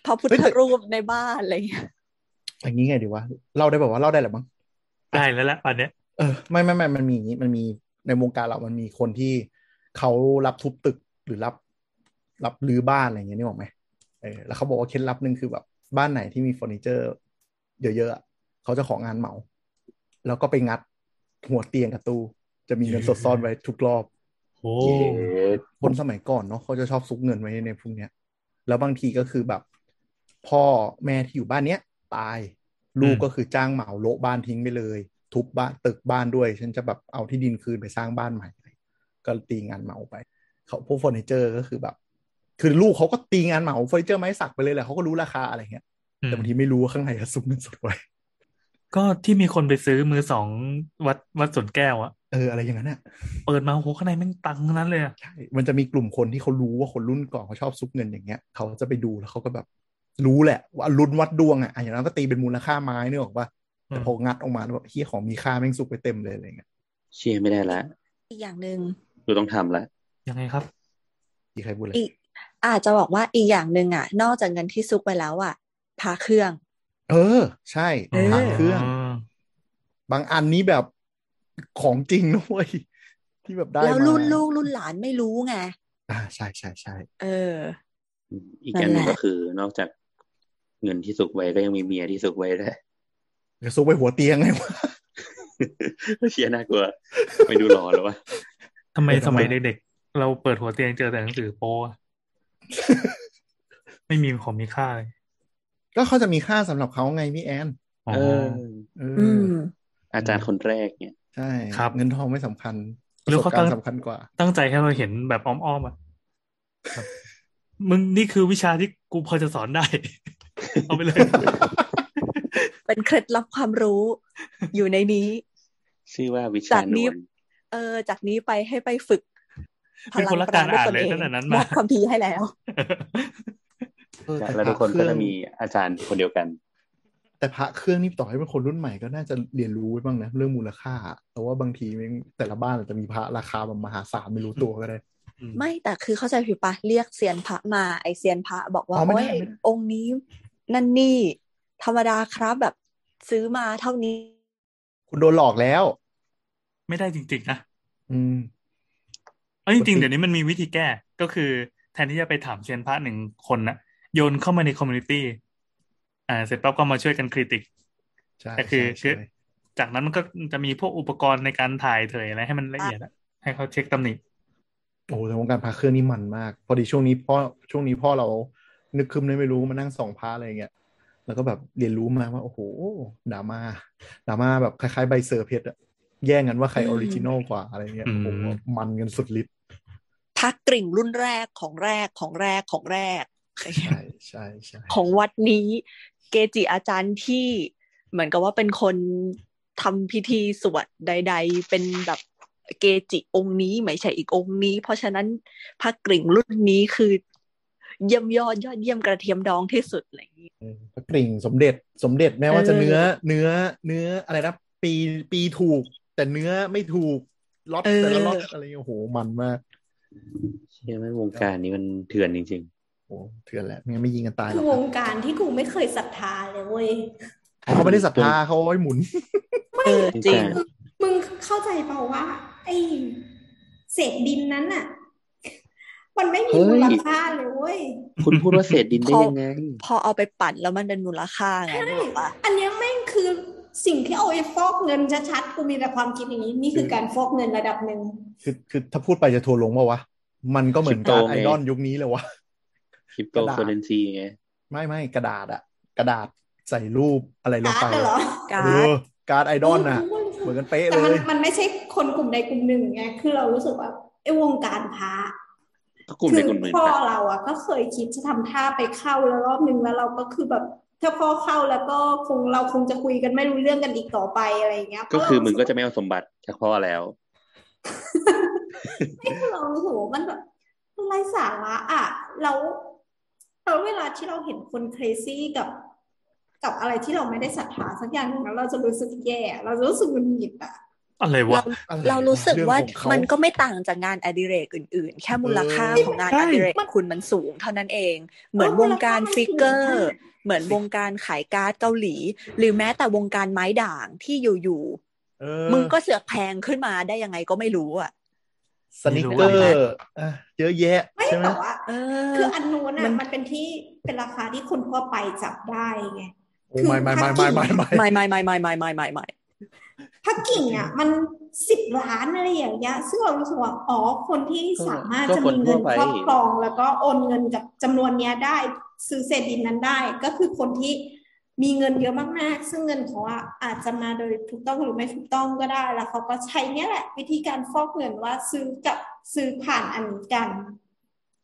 พระพุทธรูปในบ้านอะไรอย่างเงี้ย
อย่างนี้ไงดีวะเล่าได้แบบว่าเล่าได้หรือมั้ง
ได้แล้วละป่านเนี้ย
เออไม่ไม่ไม่มันมีอย่างนี้มันมีในวงการเรามันมีคนที่เขารับทุบตึกหรือรับ รับรื้อบ้านอะไรอย่างเงี้ยนี่บอกไหมเออแล้วเขาบอกว่าเคล็ดลับหนึ่งคือแบบบ้านไหนที่มีเฟอร์นิเจอร์ เยอะๆอะเขาจะของานเหมา แล้วก็ไปงัดหัวเตียงกับตู้จะมีเงินสดซ่อนไว้ทุกรอบ
โอ้
เย้
คนสมัยก่อนเนาะเขาจะชอบซุกเงินไว้ในพวกเนี้ย แล้วบางทีก็คือแบบ พ่อแม่ที่อยู่บ้านเนี้ย ตาย ลูกก็คือจ้างเหมาโละบ้านทิ้งไปเลย ทุบบ้านตึกบ้านด้วย ฉันจะแบบเอาที่ดินคืนไปสร้างบ้านใหม่ ก็ตีงานเหมาไปเขาพวกเฟอร์นิเจอร์ก็คือแบบ คือลูกเขาก็ตีงานเหมาเฟอร์นิเจอร์ไม้สักไปเลยแหละเขาก็รู้ราคาอะไรเงี้ย
อืม
แต่บางทีไม่รู้ว่าข้างในอะซุกเงินสดไว้
ก็ที่มีคนไปซื้อมือสองวัดวัดสวนแก้วอะ
เอออะไรอย่างนั้นอะ
เปิดมาโอ้โหข้างในแม่งตังค์ทั้งนั้นเลยอะ
ใช่ มันจะมีกลุ่มคนที่เขารู้ว่าคนรุ่นก่อนเขาชอบซุกเงินอย่างเงี้ย เขาจะไปดูแล้วเขาก็แบบ รู้แหละ ว่าลุ้นวัดดวงอ่ะอ่ะอย่างนั้นก็ตีเป็นมูลค่าไม้เนี่ยบอกว่าแต่พองัดออกมาแล้วแบบเฮียของมีค่าแม่งซุกไปเต็มเลยอะไรเงี้ย
เชียไม่ได้ละ
อีกอย่างหนึ่ง
กูต้องทำละ
ยังไงครับ
อีใครพูดเลย
อีกอาจจะบอกว่าอีกอย่างหนึ่งอ่ะ นอกจากเงินที่ซุกไว้แล้วอ่ะพาเครื่อง
เออ ใช่
เออ
พระเครื่อง บางอันนี้แบบของจริงนะเว้ยที่แบบได้
แล้วรุ่น
มา
ลูกรุ่นหลานไม่รู้ไง
อ่าใช่ใช่ใช่
เออ
อีกอันหนึ่ง
นั่นแหละ
ก็คือนอกจากเงินที่สุกไว้ก็ยังมีเมียที่สุกไว้ได้วย
จะซุกไว้หัวเตียงไงวะ
<laughs> เชียน่ากลัว ไปดูหลอนแล้ววะ
ทำไม
เออ
สมัย
ทำไม
เด็ก เราเปิดหัวเตียงเจอแต่หนังสือโป้
<laughs>
อะไม่มีของมีค่าเลย
ก็เขาจะมีค่าสำหรับเขาไงพี่แอน
เออ
เออ
อืม
อาจารย์คนแรกเนี่ย
ใช่
ครับ
เงินทองไม่สำคัญป
หรือ
ระส
เขา
บ
ตั้
การ
ง
ณ์สำคัญกว่า
ตั้งใจให้เราเห็นแบบอ้อมๆอ่ะครับมึงนี่คือวิชาที่กูพอจะสอนได้ <laughs> เอาไปเลย
เป็นเคล็ดลับความรู้อยู่ในนี้
ชื่อว่าวิ
จา
ชากน
นี้
วล
เออ จากนี้ไปให้ไปฝึก
เป็นคนละการอ่านเลยตั้งแต่นั้นมาม
อบความทีให้แล้ว
เออแต่
แล้ว
พ
ทุ
ระ
กคน
เค
ก็
รื่อ
จะ
ง
มีอาจารย์คนเดียวกัน
แต่พระเครื่องนี่ต่อให้เป็นคนรุ่นใหม่ก็น่าจะเรียนรู้ไว้บ้างนะ เรื่องมูลค่าแต่ว่าบางทีแม่งแต่ละบ้านอาจจะมีพระราคาแบบมหาศาลไม่รู้ตัวก็ได้
ไม่แต่คือเข้าใจผิดปะเรียกเซียนพระมาไอเซียนพระบอกว่า
อ๋อ
โอ้
ไม่ได้
ย
ไม่ได้
องค์นี้ นั่นนี่ ธรรมดาครับแบบซื้อมาเท่านี้
คุณโดนหลอกแล้ว
ไม่ได้จริงๆนะ
อืม
เอ้ยจริงๆ
ปกติ
เดี๋ยวนี้มันมีวิธีแก้ก็คือ แทนที่จะไปถามเซียนพระหนึ่งคนนะโยนเข้ามาในคอมมูนิตี้อ่า เสร็จปั๊บก็มาช่วยกันคริติก
ใช่
แต่คือคื
ใช่
อ
ใช่
จากนั้นมันก็จะมีพวกอุปกรณ์ในการถ่ายเถยอะไรให้มันละเอียดอะให้เขาเช็คตำหนิ
โอ้แต่วงการพระเครื่องนี่มันมาก พอดีช่วงนี้พ่อช่วงนี้พ่อเรานึกคืมเลยไม่รู้มานั่งส่องพระอะไรอย่างเงี้ยแล้วก็แบบเรียนรู้มาว่าโอ้โหดราม่าดราม่าแบบคล้ายๆใบเซอร์เพชรอะแย่งกันว่าใครอ
อืม
อริจินอลกว่าอะไรเงี้ย
อืม
โอ้โหมันกันสุดฤทธิ์
พระกริ่งรุ่นแรกของแรกของแรกของแรก
ใช่ใช่ใช่
ของวัดนี้เกจิอาจารย์ที่เหมือนกับว่าเป็นคนทำพิธีสวดใด ๆ เป็นแบบเกจิองค์นี้ไม่ใช่อีกองค์นี้ เพราะฉะนั้นพระกริ่งรุ่นนี้คือ เยี่ยมยอดยอดเยี่ยมกระเทียมดองที่สุดอะไรอย่างนี้
เออพระกริ่งสมเด็จสมเด็จแม้ว่าจะ
เออ
เนื้อเนื้อเนื้ออะไรนะปีปีถูก แต่เนื้อไม่ถูกล็อตแต่ละล็อตอะไรเงี้ยโอ้โหมันมาก
เชื่อไหมวงการนี้มันเถื่อนจริง
โอ้โหเถื่อนแหละไม่งั้นไม่ยิงกันตายหร
คืออก ว
ครับ
งการที่กูไม่เคยศรัทธาเลยเว้ย
เขาไม่ได้ศรัทธาเขาเอาไว้หมุน
เออจริง
ใช่
มึงเข้าใจเปล่าว่า ไอ้เศษดินนั้นน่ะ มันไม่มี
เฮ้ย
มูลค่าเลยเว้ย
ๆ คุณพูดว่าเศษดินได้
พอ
ยังไง
พอเอาไปปั่นแล้วมันดันมูลค่าไงนึกออกปะ
อันเนี้ยแม่งคือสิ่งที่เอาไปฟอกเงินชัดๆกูมีแต่ความคิดอย่างนี้ นี่คือการฟอกเงินระดับหนึ่ง
คือคือถ้าพูดไปจะทัวร์ลงเปล่าวะ มันก็เหมือนการ
คริปโตไง
ไอดอลยุคนี้เลยวะ
คริปโตเคอเรนซีไง
ไม่ไม่กระดาษอะกระดาษใส่รูปอะไรลงไป
การ์ดเหรอ
การ์ด
เออการ์ดไอดอลน่ะ
กู
เหมือน
รู้
กันเป๊ะ
แต่
เล
มัน
ย
มันไม่ใช่คนกลุ่มใดกลุ่มหนึ่งไงคือเรารู้สึกว่าไอ้วงการพระ
ก็กลุ่ม
คื
ใน
อก
ลุ่มหนึ่ง
พ่อ
นะ
เราอะก็เคยคิดจะทำท่าไปเข้าแล้วรอบนึงแล้วเราก็คือแบบ ถ้าพ่อเข้าแล้วก็คงเราคงจะคุยกันไม่รู้เรื่องกันอีกต่อไปอะไรอย่างเงี้ย
ก็คือมึงก็
เพรา
จะไม่เอาสมบัติจากพ่อแล้ว
ไม่คือเรารู้สึกว่ามันแบบมันไร้สาระอะแล้วเราเวลาที่เราเห็นคนเครซี่กับ กับอะไรที่เราไม่ได้ศรัทธาสักอย่างหนึ่งแล้วเราจะรู้สึกแย่ เราจะรู้สึกหงุดหงิดอะ
อะไรวะ
เรา
อะไร
เรารู้สึก
เรื่อง
ว่า
ของเขามั
มันก็ไม่ต่างจากงานอดิเรกอื่น ๆ แค่มูลค่าของงาน
ใช่
อดิเรกคุณมันสูงเท่านั้นเอง เหมือนวงการฟิกเกอร์ เหมือนวงการขายการ์ดเกาหลี หรือแม้แต่วงการไม้ด่างที่อยู่
เออ
ๆมึงก็เสือกแพงขึ้นมาได้ยังไงก็ไม่รู้อ่ะ
สนิเกอร์อ่ะเยอะแยะ
ไม่
ใช่ไหม
แต่ว่า
เออ
คืออันนู้น
มั
อ่ะ
น
มันเป็นที่เป็นราคาที่คนทั่วไปจับได้ไง
โอ้ไม่ไม่ไม่ไม่ไม่ไม่
ไม่ไม่ไม่ไม่ไม่ไม่ไม่ไม่
ถ้ากิ่งอ่ะ มันสิบล้านอะไรอย่างเงี้ยซึ่งเรารู้สึกว่าอ๋อคนที่สามารถ
ก็
จะ
คน
มีเงิ
ทั่วน ไป
ครอบครองแล้วก็โอนเงินจากจำนวนเนี้ยได้ ซื้อเศษดินนั้นได้ ก็คือคนที่มีเงินเยอะมากๆ ซึ่งเงินเขาอ่ะอาจจะมาโดยถูกต้องหรือไม่ถูกต้องก็ได้แล้วเขาก็ใช้เนี้ยแหละ วิธีการฟอกเงินว่าซื้อกับซื้อผ่านอันนี้กัน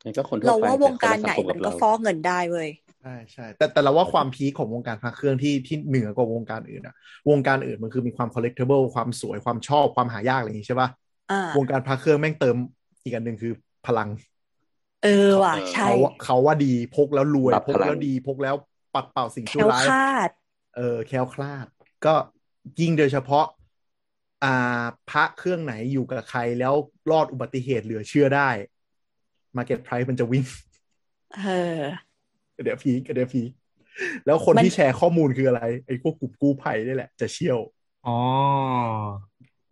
งั้นก็คนทั่ว
เรา
ไป
ว่าวงการไหน
แต่คละสังค
มัน
บ
ก็
เา
ฟอกเงินได้เว้ย
ใช่ใช่แต่แต่เราว่าความพีคของวงการพระเครื่องที่ที่เหนือกว่าวงการอื่นอะวงการอื่นมันคือมีความ collectible ความสวยความชอบความหายากอะไรอย่างงี้ใช่ป่ะ
อ่าว
งการพระเครื่องแม่งเติมอีกอันหนึ่งคือพลัง
เออว่ะใช่
เขาว่าเขาว่าดีพกแล้วรวย
ดับ
พ
พ
ก
ลัง
แล้วดีพกแล้วปัดเป่าสิ่งชั่
แคว ว
ร้าย
คลาด
เออแคล้วคลาด ก็ยิ่งโดยเฉพาะ อ่าพระเครื่องไหนอยู่กับใครแล้วรอดอุบัติเหตุเหลือเชื่อได้ Market Price มันจะวิ่ง
เออ
เดี๋ยวพีกเดี๋ยวพีกแล้วคน
มัน
ที่แชร์ข้อมูลคืออะไร ไอ้พวกกลุ่มกู้ภัยนี่แหละ จะเชี่ยว
อ๋อ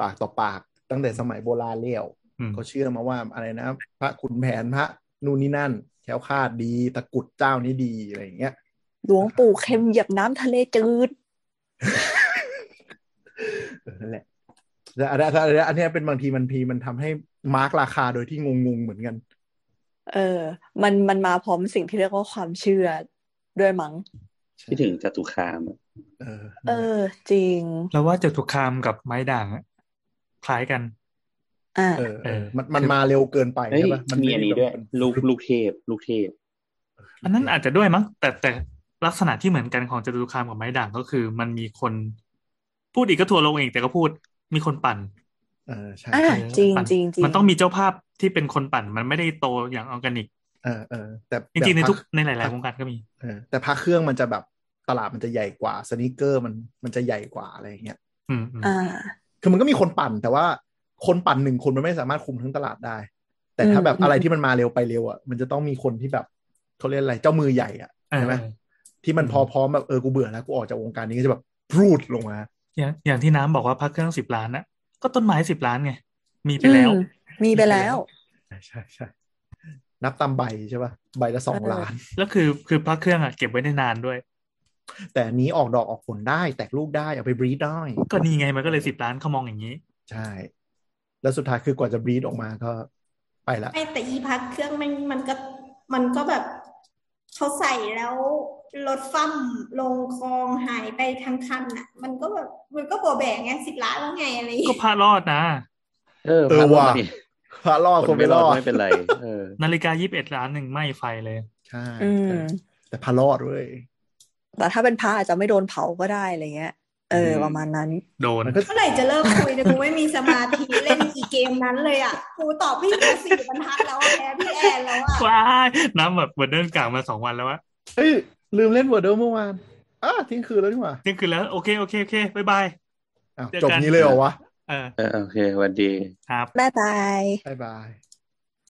ปากต่อปาก ตั้งแต่สมัยโบราณเลี้ยว
อืม
เขาเชื่อมาว่าอะไรนะ พระขุนแผนพระนู่นนี่นั่นแคล้วคลาดดีตะกรุดเจ้านี้ดีอะไรอย่างเงี้ย
หลวงปู่เค็มเหยียบน้ำทะเลจืด
เออนั่นแหละ แต่อันเนี้ยแต่อันเนี้ยอันเนี้ยเป็นบางทีมันพีมันทำให้มาร์กราคาโดยที่งงๆเหมือนกัน
เออ มันมันมาพร้อมสิ่งที่เรียกว่าความเชื่อด้วยมั้ง
ที่ถึงจตุคามอะ
เออ
เออ จริง
เราว่าจตุคามกับไม้ด่างอะคล้ายกัน
อ่า
เออเออมันมันมาเร็วเกินไป
เฮ้ย
ใช่ปะ
มีอันนี้ด้วย
มัน
ลูกลูกเทพ ลูกเทพ
อันนั้นอาจจะด้วยมั้งแต่แต่ลักษณะที่เหมือนกันของจตุคามกับไม้ด่างก็คือ มันมีคน พูดอีกก็ทัวร์ลงเองแต่ก็พูดมีคนปั่น
เออใช่
อ่ะ
เออ
จริง
ปั่น
จริงจริง
มันต้องมีเจ้าภาพที่เป็นคนปั่น มันไม่ได้โตอย่างออร์แกนิก
เออเออแต่
จริงๆในทุก
แบบ
ในหลายๆวงการก็มี
เออแต่พาเครื่องมันจะแบบตลาดมันจะใหญ่กว่าสนิเกอร์มันมันจะใหญ่กว่าอะไรอย่างเงี้ย
อืมอืม
อ่า
คือมันก็มีคนปั่น แต่ว่าคนปั่นหนึ่งคนมันไม่สามารถคุมทั้งตลาดได้ แต่ถ้าแบบ
อืม
อะไรที่มันมาเร็วไปเร็วอ่ะมันจะต้องมีคนที่แบบเขาเรียกอะไรเจ้ามือใหญ่อ่ะ
เออ
ใช่ไหม
เออ
ที่มันพอพร้อมแบบเออกูเบื่อแล้วกูออกจากวงการนี้ก็จะแบบรูดลงมา
อย่างอย่างที่น้ำบอกว่าพักเครื่องสิบล้านน่ะก็ต้นไม้สิบล้านไงมีไปแล้ว
อืมมีไปแล้ว
ใช่ใช่ใช่นับตามใบใช่ป่ะ ใบละสอง
เออ
ล้าน
แล้วคือคือพักเครื่องอะเก็บไว้ได้นานด้วย
แต่อันนี้ออกดอกออกผลได้ แตกลูกได้เอาไปบรีดได้
ก็นี่ไงมันก็เลยสิบล้านเขามองอย่างนี้
ใช่ แล้วสุดท้ายคือกว่าจะบรีดออกมาก็ไปละ
ไม่แต่อีพักเครื่องมันมันก็มันก็แบบเขาใส่แล้วรถฟั่มลงคลองหายไปทั้งคันอ่ะ มันก็แบบมันก็บอแบกไงสิบล้านแล้วไงอะไรอย่าง
ก็
เงี้ย
พลาดรอดนะ
เออ
เออ
พา
ว่ะ
ดิ
พาล่อดค
คน น
ไป
ไม่ร
ล่
อ
อ
ด
ด
ไม่เป็นไร เออ
นาฬิกายี่สิบเอ็ดล้านหนึ่งไหม้ไฟเลย
ใช่
อืม
เออแต่พาลอดเว้ย
แต่ถ้าเป็นพระอาจจะไม่โดนเผาก็ได้อะไรเงี้ย เออ
อืม
ประมาณนั้น
โดน
มันก็
เมื่อไหร่จะเลิกคุยเนี่ยกูไม่มีสมาธิเล่นอีเกมนั้นเลยอ่ะกูตอบพี่กูสี่บรรทัดแล้วอะแพ้พี่แอนแล้วอ่ะ
ว้ายน้ำแบบเหมือนเดินกลางมาสองวันแล้ววะ
เอ้ย ลืมเล่นวอร์เดอร์เมื่อวานอ้าทิ้งคืนแล้วนี่หว่า
เที่ยงคืนแล้วโอเคโอเคโอเคบายบาย
อ้าว
เจอกัน
จบนี้เลยเหรอวะ
เออ
เออโอเคสวันดี
ครับ
บ๊ายบาย
บายบาย